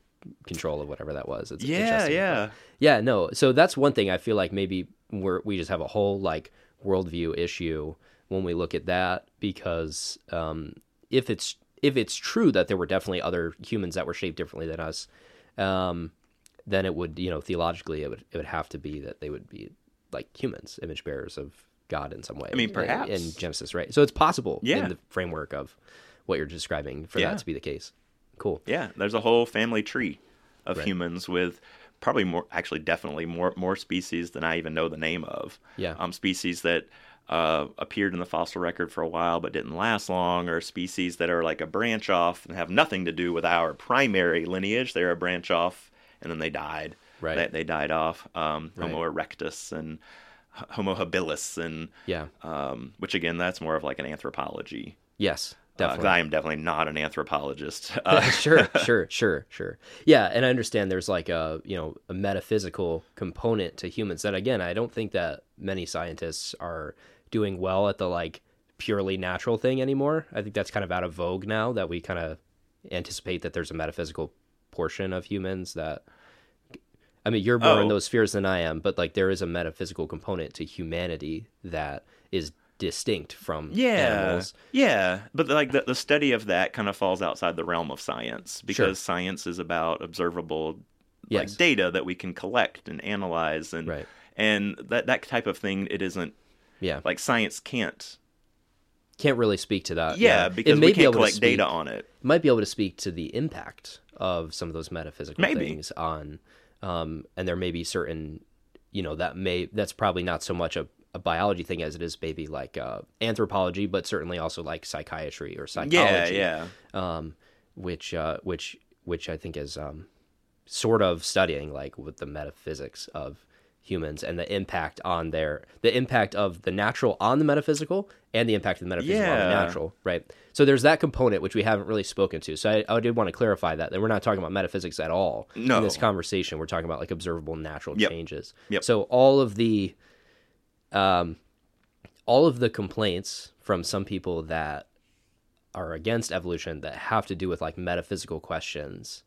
[SPEAKER 1] control of whatever that was. It's
[SPEAKER 2] yeah,
[SPEAKER 1] interesting.
[SPEAKER 2] yeah,
[SPEAKER 1] yeah. No, so that's one thing I feel like maybe we're we just have a whole like worldview issue when we look at that because um, if it's if it's true that there were definitely other humans that were shaped differently than us, um, then it would you know theologically it would it would have to be that they would be like humans, image bearers of God in some way. I
[SPEAKER 2] mean,
[SPEAKER 1] in,
[SPEAKER 2] perhaps.
[SPEAKER 1] Genesis, right? So it's possible
[SPEAKER 2] Yeah.
[SPEAKER 1] in the framework of what you're describing for
[SPEAKER 2] Yeah.
[SPEAKER 1] that to be the case. Cool.
[SPEAKER 2] Yeah, there's a whole family tree of humans with probably more, actually, definitely more more species than I even know the name of.
[SPEAKER 1] Yeah.
[SPEAKER 2] Um, species that uh, appeared in the fossil record for a while but didn't last long, or species that are like a branch off and have nothing to do with our primary lineage. They're a branch off, and then they died.
[SPEAKER 1] Right.
[SPEAKER 2] They, they died off. Um,
[SPEAKER 1] Right.
[SPEAKER 2] Homo erectus and H- Homo habilis, and
[SPEAKER 1] Yeah.
[SPEAKER 2] um, which again, that's more of like an anthropology.
[SPEAKER 1] Yes.
[SPEAKER 2] Uh, 'cause
[SPEAKER 1] Definitely.
[SPEAKER 2] I am definitely not an anthropologist. Uh,
[SPEAKER 1] sure, sure, sure, sure. Yeah, and I understand there's like a you know a metaphysical component to humans that again I don't think that many scientists are doing well at the like purely natural thing anymore. I think that's kind of out of vogue now that we kind of anticipate that there's a metaphysical portion of humans that I mean you're more in
[SPEAKER 2] Oh.
[SPEAKER 1] those spheres than I am, but like there is a metaphysical component to humanity that is distinct from
[SPEAKER 2] yeah
[SPEAKER 1] animals.
[SPEAKER 2] yeah but like the, the study of that kind of falls outside the realm of science because science is about observable
[SPEAKER 1] Yes.
[SPEAKER 2] like data that we can collect and analyze and
[SPEAKER 1] Right.
[SPEAKER 2] and that that type of thing it isn't
[SPEAKER 1] Yeah.
[SPEAKER 2] like science can't
[SPEAKER 1] Can't really speak to that.
[SPEAKER 2] yeah,
[SPEAKER 1] Uh, It
[SPEAKER 2] because
[SPEAKER 1] may
[SPEAKER 2] we
[SPEAKER 1] be able
[SPEAKER 2] can't
[SPEAKER 1] to
[SPEAKER 2] collect
[SPEAKER 1] speak-
[SPEAKER 2] data on it
[SPEAKER 1] might be able to speak to the impact of some of those metaphysical
[SPEAKER 2] Maybe.
[SPEAKER 1] things on um and there may be certain you know that may that's probably not so much a, a biology thing as it is maybe like uh anthropology but certainly also like psychiatry or
[SPEAKER 2] yeah
[SPEAKER 1] psychology
[SPEAKER 2] yeah
[SPEAKER 1] um which uh which which i think is um sort of studying like with the metaphysics of humans and the impact on their the impact of the natural on the metaphysical and the impact of the metaphysical on the
[SPEAKER 2] Yeah.
[SPEAKER 1] natural right so there's that component which we haven't really spoken to so i, I did want to clarify that that we're not talking about metaphysics at all
[SPEAKER 2] No.
[SPEAKER 1] in this conversation we're talking about like observable natural
[SPEAKER 2] Yep.
[SPEAKER 1] changes
[SPEAKER 2] Yep.
[SPEAKER 1] so all of the um, all of the complaints from some people that are against evolution that have to do with like metaphysical questions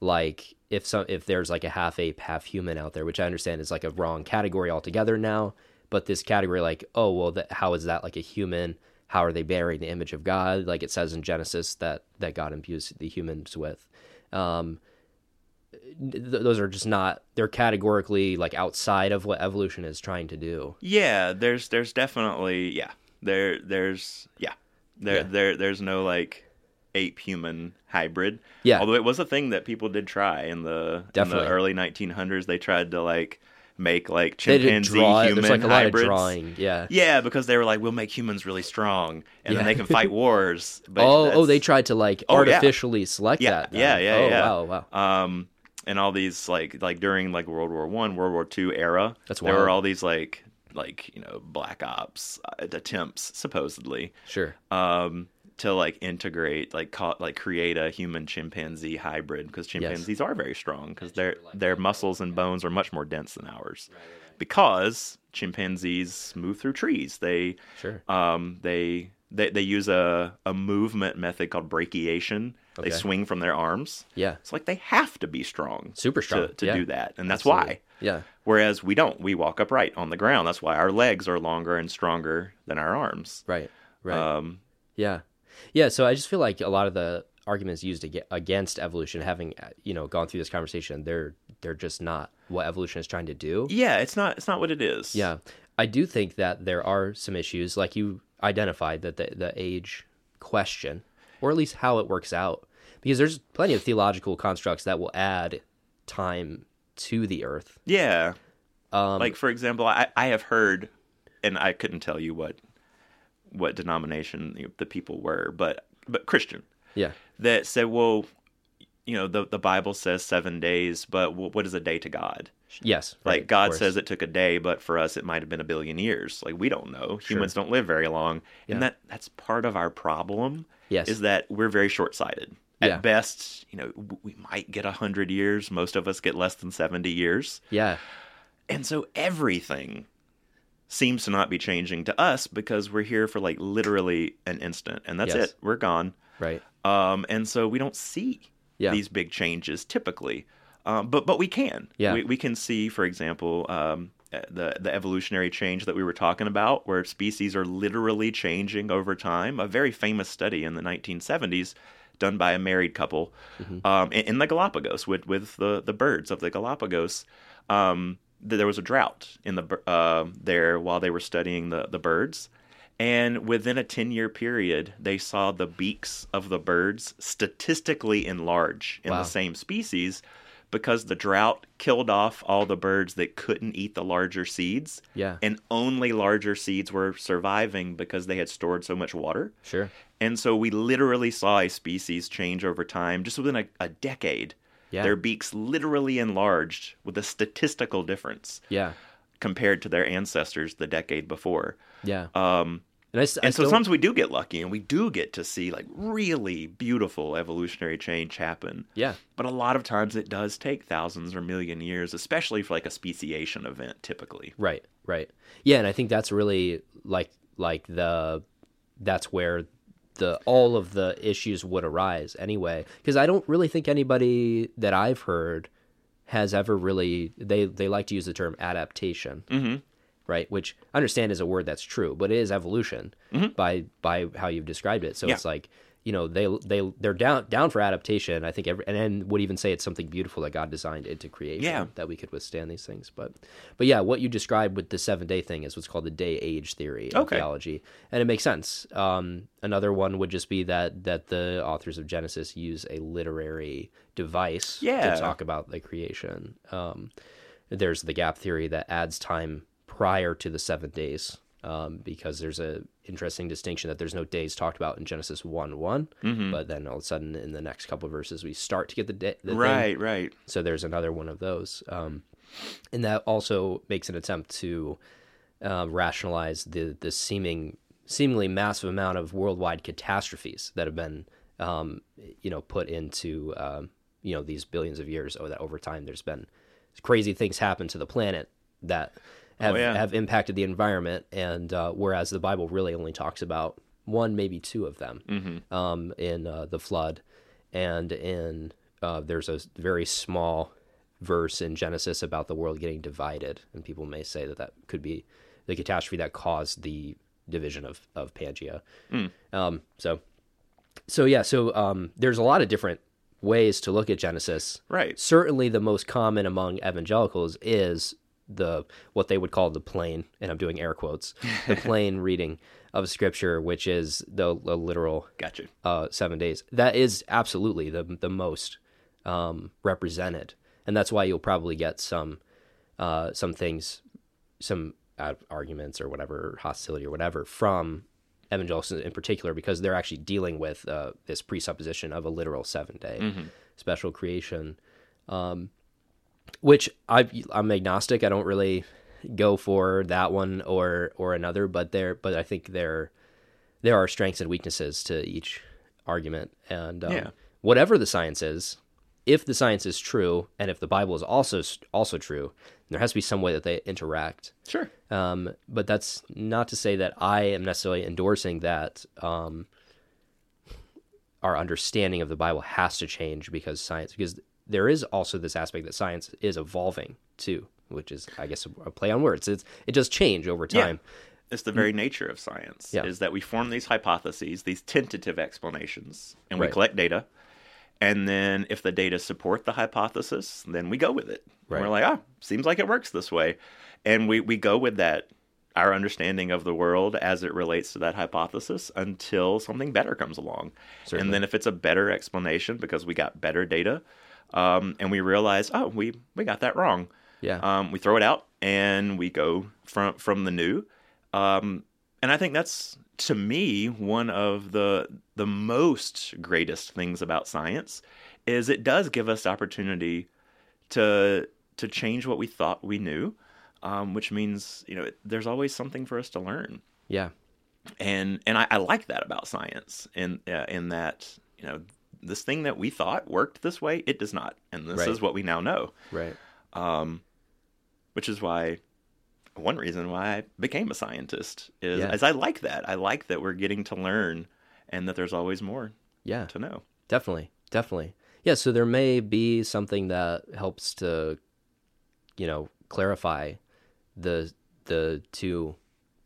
[SPEAKER 1] like if some if there's like a half ape half human out there which i understand is like a wrong category altogether now but this category like oh well that, how is that like a human how are they bearing the image of god like it says in genesis that that god imbues the humans with um th- those are just not they're categorically like outside of what evolution is trying to do
[SPEAKER 2] yeah there's there's definitely yeah there there's yeah there
[SPEAKER 1] Yeah.
[SPEAKER 2] there there's no like ape human hybrid
[SPEAKER 1] Yeah.
[SPEAKER 2] although it was a thing that people did try in the
[SPEAKER 1] Definitely.
[SPEAKER 2] in the early 1900ds they tried to like make like
[SPEAKER 1] They didn't
[SPEAKER 2] chimpanzee
[SPEAKER 1] draw it.
[SPEAKER 2] human
[SPEAKER 1] There's like a lot of
[SPEAKER 2] hybrids
[SPEAKER 1] drawing. Yeah.
[SPEAKER 2] yeah because they were like we'll make humans really strong and
[SPEAKER 1] Yeah.
[SPEAKER 2] then they can fight wars but
[SPEAKER 1] oh, oh,
[SPEAKER 2] that's-
[SPEAKER 1] they tried to like
[SPEAKER 2] Oh, yeah.
[SPEAKER 1] artificially select
[SPEAKER 2] yeah,
[SPEAKER 1] that. then.
[SPEAKER 2] Yeah, yeah,
[SPEAKER 1] oh,
[SPEAKER 2] yeah.
[SPEAKER 1] Wow, wow.
[SPEAKER 2] Um, and all these like like during like World War One, World War Two era.
[SPEAKER 1] That's
[SPEAKER 2] There were
[SPEAKER 1] wild.
[SPEAKER 2] all these like like you know black ops uh, attempts supposedly
[SPEAKER 1] Sure.
[SPEAKER 2] um to like integrate like ca- like create a human chimpanzee hybrid because chimpanzees are very strong because their their muscles and bones are much more dense than ours because chimpanzees move through trees they
[SPEAKER 1] Sure.
[SPEAKER 2] um, they, they they use a, a movement method called brachiation.
[SPEAKER 1] Okay.
[SPEAKER 2] They swing from their arms.
[SPEAKER 1] Yeah.
[SPEAKER 2] It's like they have to be strong,
[SPEAKER 1] Super strong,
[SPEAKER 2] to, to
[SPEAKER 1] yeah.
[SPEAKER 2] do that, and that's why.
[SPEAKER 1] Yeah.
[SPEAKER 2] Whereas we don't. We walk upright on the ground. That's why our legs are longer and stronger than our arms.
[SPEAKER 1] Right. Right.
[SPEAKER 2] Um,
[SPEAKER 1] Yeah. Yeah. So I just feel like a lot of the arguments used ag- against evolution, having uh, you know gone through this conversation, they're they're just not what evolution is trying to do.
[SPEAKER 2] yeah, it's not. It's not what it is.
[SPEAKER 1] Yeah. I do think that there are some issues, like you identified, that the, the age question, or at least how it works out, because there's plenty of theological constructs that will add time to the earth.
[SPEAKER 2] Yeah.
[SPEAKER 1] Um,
[SPEAKER 2] like for example, I, I have heard, and I couldn't tell you what what denomination the- the people were, but but Christian.
[SPEAKER 1] yeah.
[SPEAKER 2] that said, well, you know, the, the Bible says seven days, but w- what is a day to God?
[SPEAKER 1] Yes.
[SPEAKER 2] Like,
[SPEAKER 1] right, of
[SPEAKER 2] God
[SPEAKER 1] course.
[SPEAKER 2] says it took a day, but for us, it might have been a billion years. Like, we don't know. Humans don't live very long.
[SPEAKER 1] Yeah.
[SPEAKER 2] And that that's part of our problem
[SPEAKER 1] Yes.
[SPEAKER 2] is that we're very short sighted. At
[SPEAKER 1] Yeah.
[SPEAKER 2] best, you know, w- we might get 100 years. Most of us get less than 70 years.
[SPEAKER 1] Yeah.
[SPEAKER 2] And so everything seems to not be changing to us because we're here for like literally an instant. And that's
[SPEAKER 1] Yes.
[SPEAKER 2] it. We're gone.
[SPEAKER 1] Right.
[SPEAKER 2] Um, and so we don't see
[SPEAKER 1] Yeah.
[SPEAKER 2] these big changes typically, um, but but we can.
[SPEAKER 1] Yeah.
[SPEAKER 2] We, we can see, for example, um, the the evolutionary change that we were talking about, where species are literally changing over time. A very famous study in the 1970s, done by a married couple, um, in, in the Galapagos with with the the birds of the Galapagos. Um, th- there was a drought in the bir- uh, there while they were studying the the birds. And within a 10 year period, they saw the beaks of the birds statistically enlarge in
[SPEAKER 1] Wow.
[SPEAKER 2] the same species because the drought killed off all the birds that couldn't eat the larger seeds,
[SPEAKER 1] Yeah.
[SPEAKER 2] and only larger seeds were surviving because they had stored so much water.
[SPEAKER 1] Sure.
[SPEAKER 2] And so we literally saw a species change over time just within a, a decade.
[SPEAKER 1] Yeah.
[SPEAKER 2] Their beaks literally enlarged with a statistical difference
[SPEAKER 1] Yeah.
[SPEAKER 2] compared to their ancestors the decade before.
[SPEAKER 1] Yeah.
[SPEAKER 2] Um,
[SPEAKER 1] And I, s- I
[SPEAKER 2] and so
[SPEAKER 1] still-
[SPEAKER 2] sometimes we do get lucky and we do get to see like really beautiful evolutionary change happen.
[SPEAKER 1] yeah.
[SPEAKER 2] But a lot of times it does take thousands or million years, especially for like a speciation event typically.
[SPEAKER 1] Right, right. Yeah, and I think that's really like like the that's where the all of the issues would arise anyway because I don't really think anybody that I've heard has ever really they they like to use the term adaptation.
[SPEAKER 2] Mhm.
[SPEAKER 1] Right, which I understand is a word that's true, but it is evolution by by how you've described it. So
[SPEAKER 2] Mm-hmm. Yeah.
[SPEAKER 1] it's like, you know, they they they're down down for adaptation. I think every and, and would even say it's something beautiful that God designed into creation
[SPEAKER 2] Yeah.
[SPEAKER 1] that we could withstand these things. But but yeah, what you described with the seven day thing is what's called the day age theory in
[SPEAKER 2] Okay.
[SPEAKER 1] theology, and it makes sense. Um, another one would just be that that the authors of Genesis use a literary device
[SPEAKER 2] Yeah.
[SPEAKER 1] to talk about the creation. Um, there's the gap theory that adds time prior to the seven days. Um, because there's a interesting distinction that there's no days talked about in Genesis one one,
[SPEAKER 2] Mm-hmm.
[SPEAKER 1] but then all of a sudden in the next couple of verses we start to get the, day, the thing
[SPEAKER 2] right, right.
[SPEAKER 1] so there's another one of those. Um, and that also makes an attempt to um, rationalize the, the seeming seemingly massive amount of worldwide catastrophes that have been um, you know put into um, you know these billions of years or that over time there's been crazy things happen to the planet that have,
[SPEAKER 2] yeah.
[SPEAKER 1] have impacted the environment and uh, whereas the bible really only talks about one maybe two of them um, in uh, the flood and in uh, there's a very small verse in Genesis about the world getting divided, and people may say that that could be the catastrophe that caused the division of of Pangea. Um, so, so yeah, so um, there's a lot of different ways to look at Genesis.
[SPEAKER 2] Right.
[SPEAKER 1] Certainly, the most common among evangelicals is the what they would call the plain, and I'm doing air quotes, the plain reading of Scripture, which is the, the literal
[SPEAKER 2] Gotcha.
[SPEAKER 1] uh, seven days. That is absolutely the the most um, represented, and that's why you'll probably get some uh, some things, some uh, arguments or whatever hostility or whatever from evangelicals in particular because they're actually dealing with uh, this presupposition of a literal seven day special creation which I I'm agnostic. I don't really go for that one or or another, but there but I think there there are strengths and weaknesses to each argument, and um,
[SPEAKER 2] Yeah.
[SPEAKER 1] whatever the science is, if the science is true, and if the Bible is also also true, there has to be some way that they interact.
[SPEAKER 2] Sure.
[SPEAKER 1] Um, but that's not to say that I am necessarily endorsing that um, our understanding of the Bible has to change because science, because there is also this aspect that science is evolving too, which is, I guess, a, a play on words. It's, it does change over
[SPEAKER 2] Yeah.
[SPEAKER 1] time.
[SPEAKER 2] It's the very nature of science
[SPEAKER 1] Mm. Yeah.
[SPEAKER 2] is that we form these hypotheses, these tentative explanations, and we
[SPEAKER 1] Right.
[SPEAKER 2] collect data. And then if the data support the hypothesis, then we go with it. And We're
[SPEAKER 1] Right.
[SPEAKER 2] like, ah, seems like it works this way. And we, we go with that, our understanding of the world as it relates to that hypothesis until something better comes along.
[SPEAKER 1] Certainly.
[SPEAKER 2] And then if it's a better explanation because we got better data, um, and we realize, oh, we, we got that wrong.
[SPEAKER 1] Yeah.
[SPEAKER 2] Um, we throw it out and we go from from the new. Um, and I think that's to me one of the the most greatest things about science is it does give us the opportunity to to change what we thought we knew, um, which means you know it, there's always something for us to learn
[SPEAKER 1] yeah.
[SPEAKER 2] and and I, I like that about science in uh, in that you know this thing that we thought worked this way it does not and this
[SPEAKER 1] Right.
[SPEAKER 2] is what we now know
[SPEAKER 1] Right.
[SPEAKER 2] um, which is why one reason why I became a scientist is
[SPEAKER 1] Yeah.
[SPEAKER 2] as I like that. I like that we're getting to learn and that there's always more
[SPEAKER 1] Yeah.
[SPEAKER 2] to know.
[SPEAKER 1] Definitely, definitely. Yeah, so there may be something that helps to, you know, clarify the the two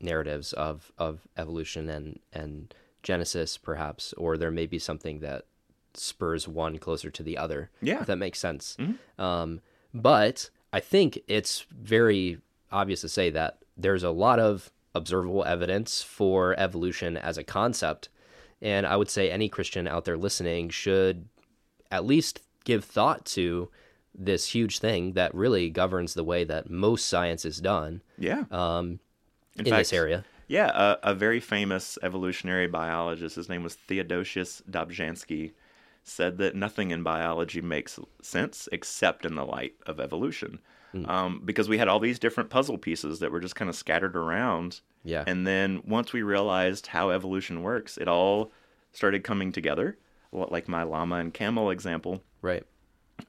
[SPEAKER 1] narratives of of evolution and and Genesis, perhaps, or there may be something that spurs one closer to the other.
[SPEAKER 2] Yeah.
[SPEAKER 1] if that makes sense.
[SPEAKER 2] Mm-hmm.
[SPEAKER 1] Um, but I think it's very obvious to say that there's a lot of observable evidence for evolution as a concept. And I would say any Christian out there listening should at least give thought to this huge thing that really governs the way that most science is done
[SPEAKER 2] Yeah.
[SPEAKER 1] um, in,
[SPEAKER 2] fact,
[SPEAKER 1] this area.
[SPEAKER 2] Yeah, a, a very famous evolutionary biologist, his name was Theodosius Dobzhansky, said that nothing in biology makes sense except in the light of evolution.
[SPEAKER 1] Hmm.
[SPEAKER 2] Um, because we had all these different puzzle pieces that were just kind of scattered around.
[SPEAKER 1] Yeah.
[SPEAKER 2] And then once we realized how evolution works, it all started coming together. Well, Like my llama and camel example
[SPEAKER 1] right.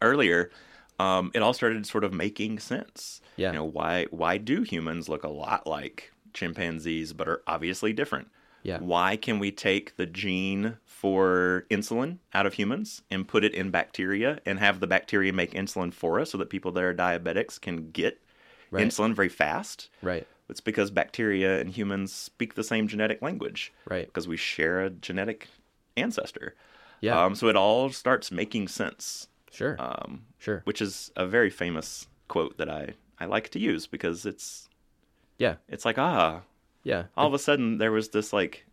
[SPEAKER 2] earlier, um, it all started sort of making sense.
[SPEAKER 1] Yeah.
[SPEAKER 2] You know, why why do humans look a lot like chimpanzees but are obviously different?
[SPEAKER 1] Yeah.
[SPEAKER 2] Why can we take the gene for insulin out of humans and put it in bacteria and have the bacteria make insulin for us so that people that are diabetics can get
[SPEAKER 1] Right.
[SPEAKER 2] insulin very fast?
[SPEAKER 1] Right.
[SPEAKER 2] It's because bacteria and humans speak the same genetic language.
[SPEAKER 1] Right.
[SPEAKER 2] Because we share a genetic ancestor.
[SPEAKER 1] Yeah.
[SPEAKER 2] Um, so it all starts making sense
[SPEAKER 1] Sure.
[SPEAKER 2] um,
[SPEAKER 1] sure.
[SPEAKER 2] which is a very famous quote that I, I like to use because it's
[SPEAKER 1] Yeah.
[SPEAKER 2] it's like ah
[SPEAKER 1] Yeah.
[SPEAKER 2] all of a sudden there was this like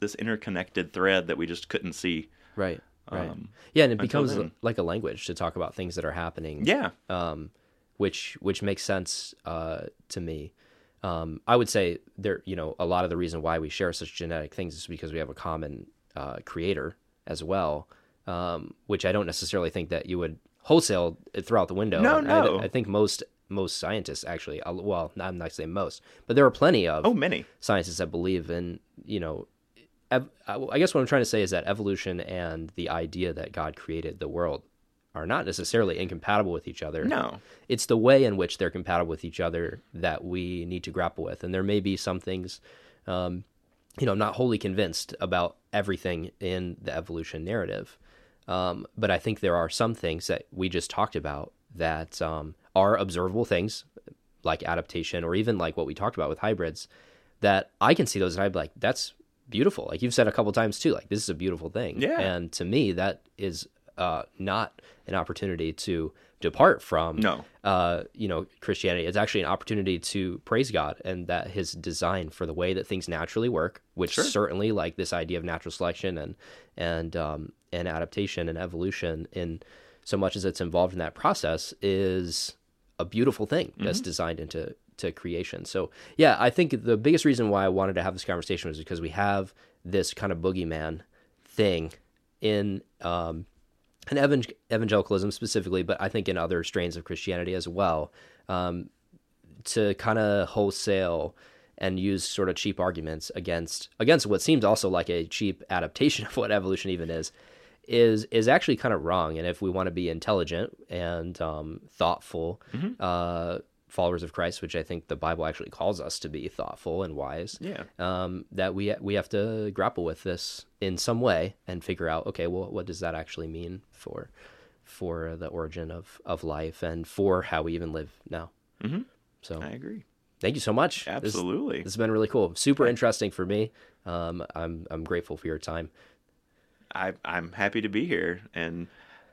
[SPEAKER 2] this interconnected thread that we just couldn't see
[SPEAKER 1] Right. Right.
[SPEAKER 2] um,
[SPEAKER 1] yeah, and it becomes
[SPEAKER 2] then.
[SPEAKER 1] like a language to talk about things that are happening.
[SPEAKER 2] yeah
[SPEAKER 1] um, which which makes sense uh, to me. Um, I would say there, you know, a lot of the reason why we share such genetic things is because we have a common uh, creator as well, um, which I don't necessarily think that you would wholesale it throughout the window.
[SPEAKER 2] No,
[SPEAKER 1] And I-
[SPEAKER 2] no.
[SPEAKER 1] I, think most most scientists actually, uh, well, I'm not saying most, but there are plenty of
[SPEAKER 2] oh many
[SPEAKER 1] scientists that believe in you know ev- I I guess what I'm trying to say is that evolution and the idea that God created the world are not necessarily incompatible with each other.
[SPEAKER 2] no
[SPEAKER 1] It's the way in which they're compatible with each other that we need to grapple with. And there may be some things, um, you know, I'm not wholly convinced about everything in the evolution narrative. Um, but I think there are some things that we just talked about that um, are observable things, like adaptation or even like what we talked about with hybrids, that I can see those and I'd be like, that's beautiful. Like you've said a couple times too, like this is a beautiful thing.
[SPEAKER 2] Yeah.
[SPEAKER 1] And to me, that is uh, not an opportunity to depart from
[SPEAKER 2] no
[SPEAKER 1] uh, you know, Christianity. It's actually an opportunity to praise God and that His design for the way that things naturally work, which
[SPEAKER 2] Sure.
[SPEAKER 1] certainly, like this idea of natural selection and and um, and adaptation and evolution, in so much as it's involved in that process, is a beautiful thing that's designed into to creation. So, yeah, I think the biggest reason why I wanted to have this conversation was because we have this kind of boogeyman thing in um, and evan- evangelicalism specifically, but I think in other strains of Christianity as well, um, to kind of wholesale and use sort of cheap arguments against against what seems also like a cheap adaptation of what evolution even is is is actually kind of wrong. And if we want to be intelligent and um, thoughtful uh, followers of Christ, which I think the Bible actually calls us to be thoughtful and wise,
[SPEAKER 2] yeah
[SPEAKER 1] um, that we we have to grapple with this in some way and figure out okay well what does that actually mean for for the origin of of life and for how we even live now
[SPEAKER 2] Mhm.
[SPEAKER 1] so
[SPEAKER 2] I agree
[SPEAKER 1] thank you so much This-
[SPEAKER 2] absolutely
[SPEAKER 1] this, has been really cool super interesting for me um, I'm I'm grateful for your time
[SPEAKER 2] I I'm happy to be here and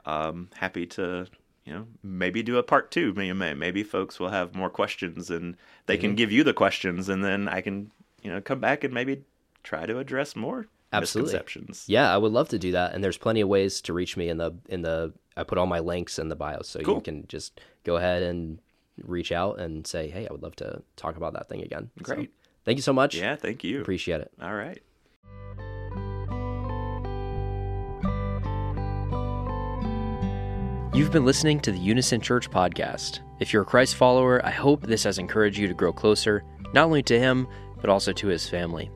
[SPEAKER 2] um happy to you know maybe do a part two maybe maybe folks will have more questions and they
[SPEAKER 1] Mm-hmm.
[SPEAKER 2] can give you the questions and then I can you know come back and maybe try to address more
[SPEAKER 1] Absolutely.
[SPEAKER 2] misconceptions
[SPEAKER 1] yeah I would love to do that and there's plenty of ways to reach me in the in the I put all my links in the bio so you
[SPEAKER 2] Cool.
[SPEAKER 1] can just go ahead and reach out and say hey I would love to talk about that thing again So,
[SPEAKER 2] Great.
[SPEAKER 1] thank you so much
[SPEAKER 2] Yeah, thank you.
[SPEAKER 1] appreciate it
[SPEAKER 2] All right.
[SPEAKER 1] You've been listening to the Unison Church podcast. If you're a Christ follower, I hope this has encouraged you to grow closer, not only to Him, but also to His family.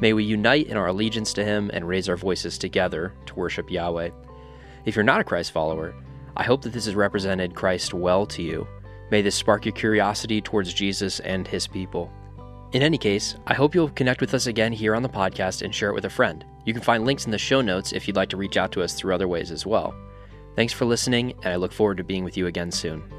[SPEAKER 1] May we unite in our allegiance to Him and raise our voices together to worship Yahweh. If you're not a Christ follower, I hope that this has represented Christ well to you. May this spark your curiosity towards Jesus and His people. In any case, I hope you'll connect with us again here on the podcast and share it with a friend. You can find links in the show notes if you'd like to reach out to us through other ways as well. Thanks for listening, and I look forward to being with you again soon.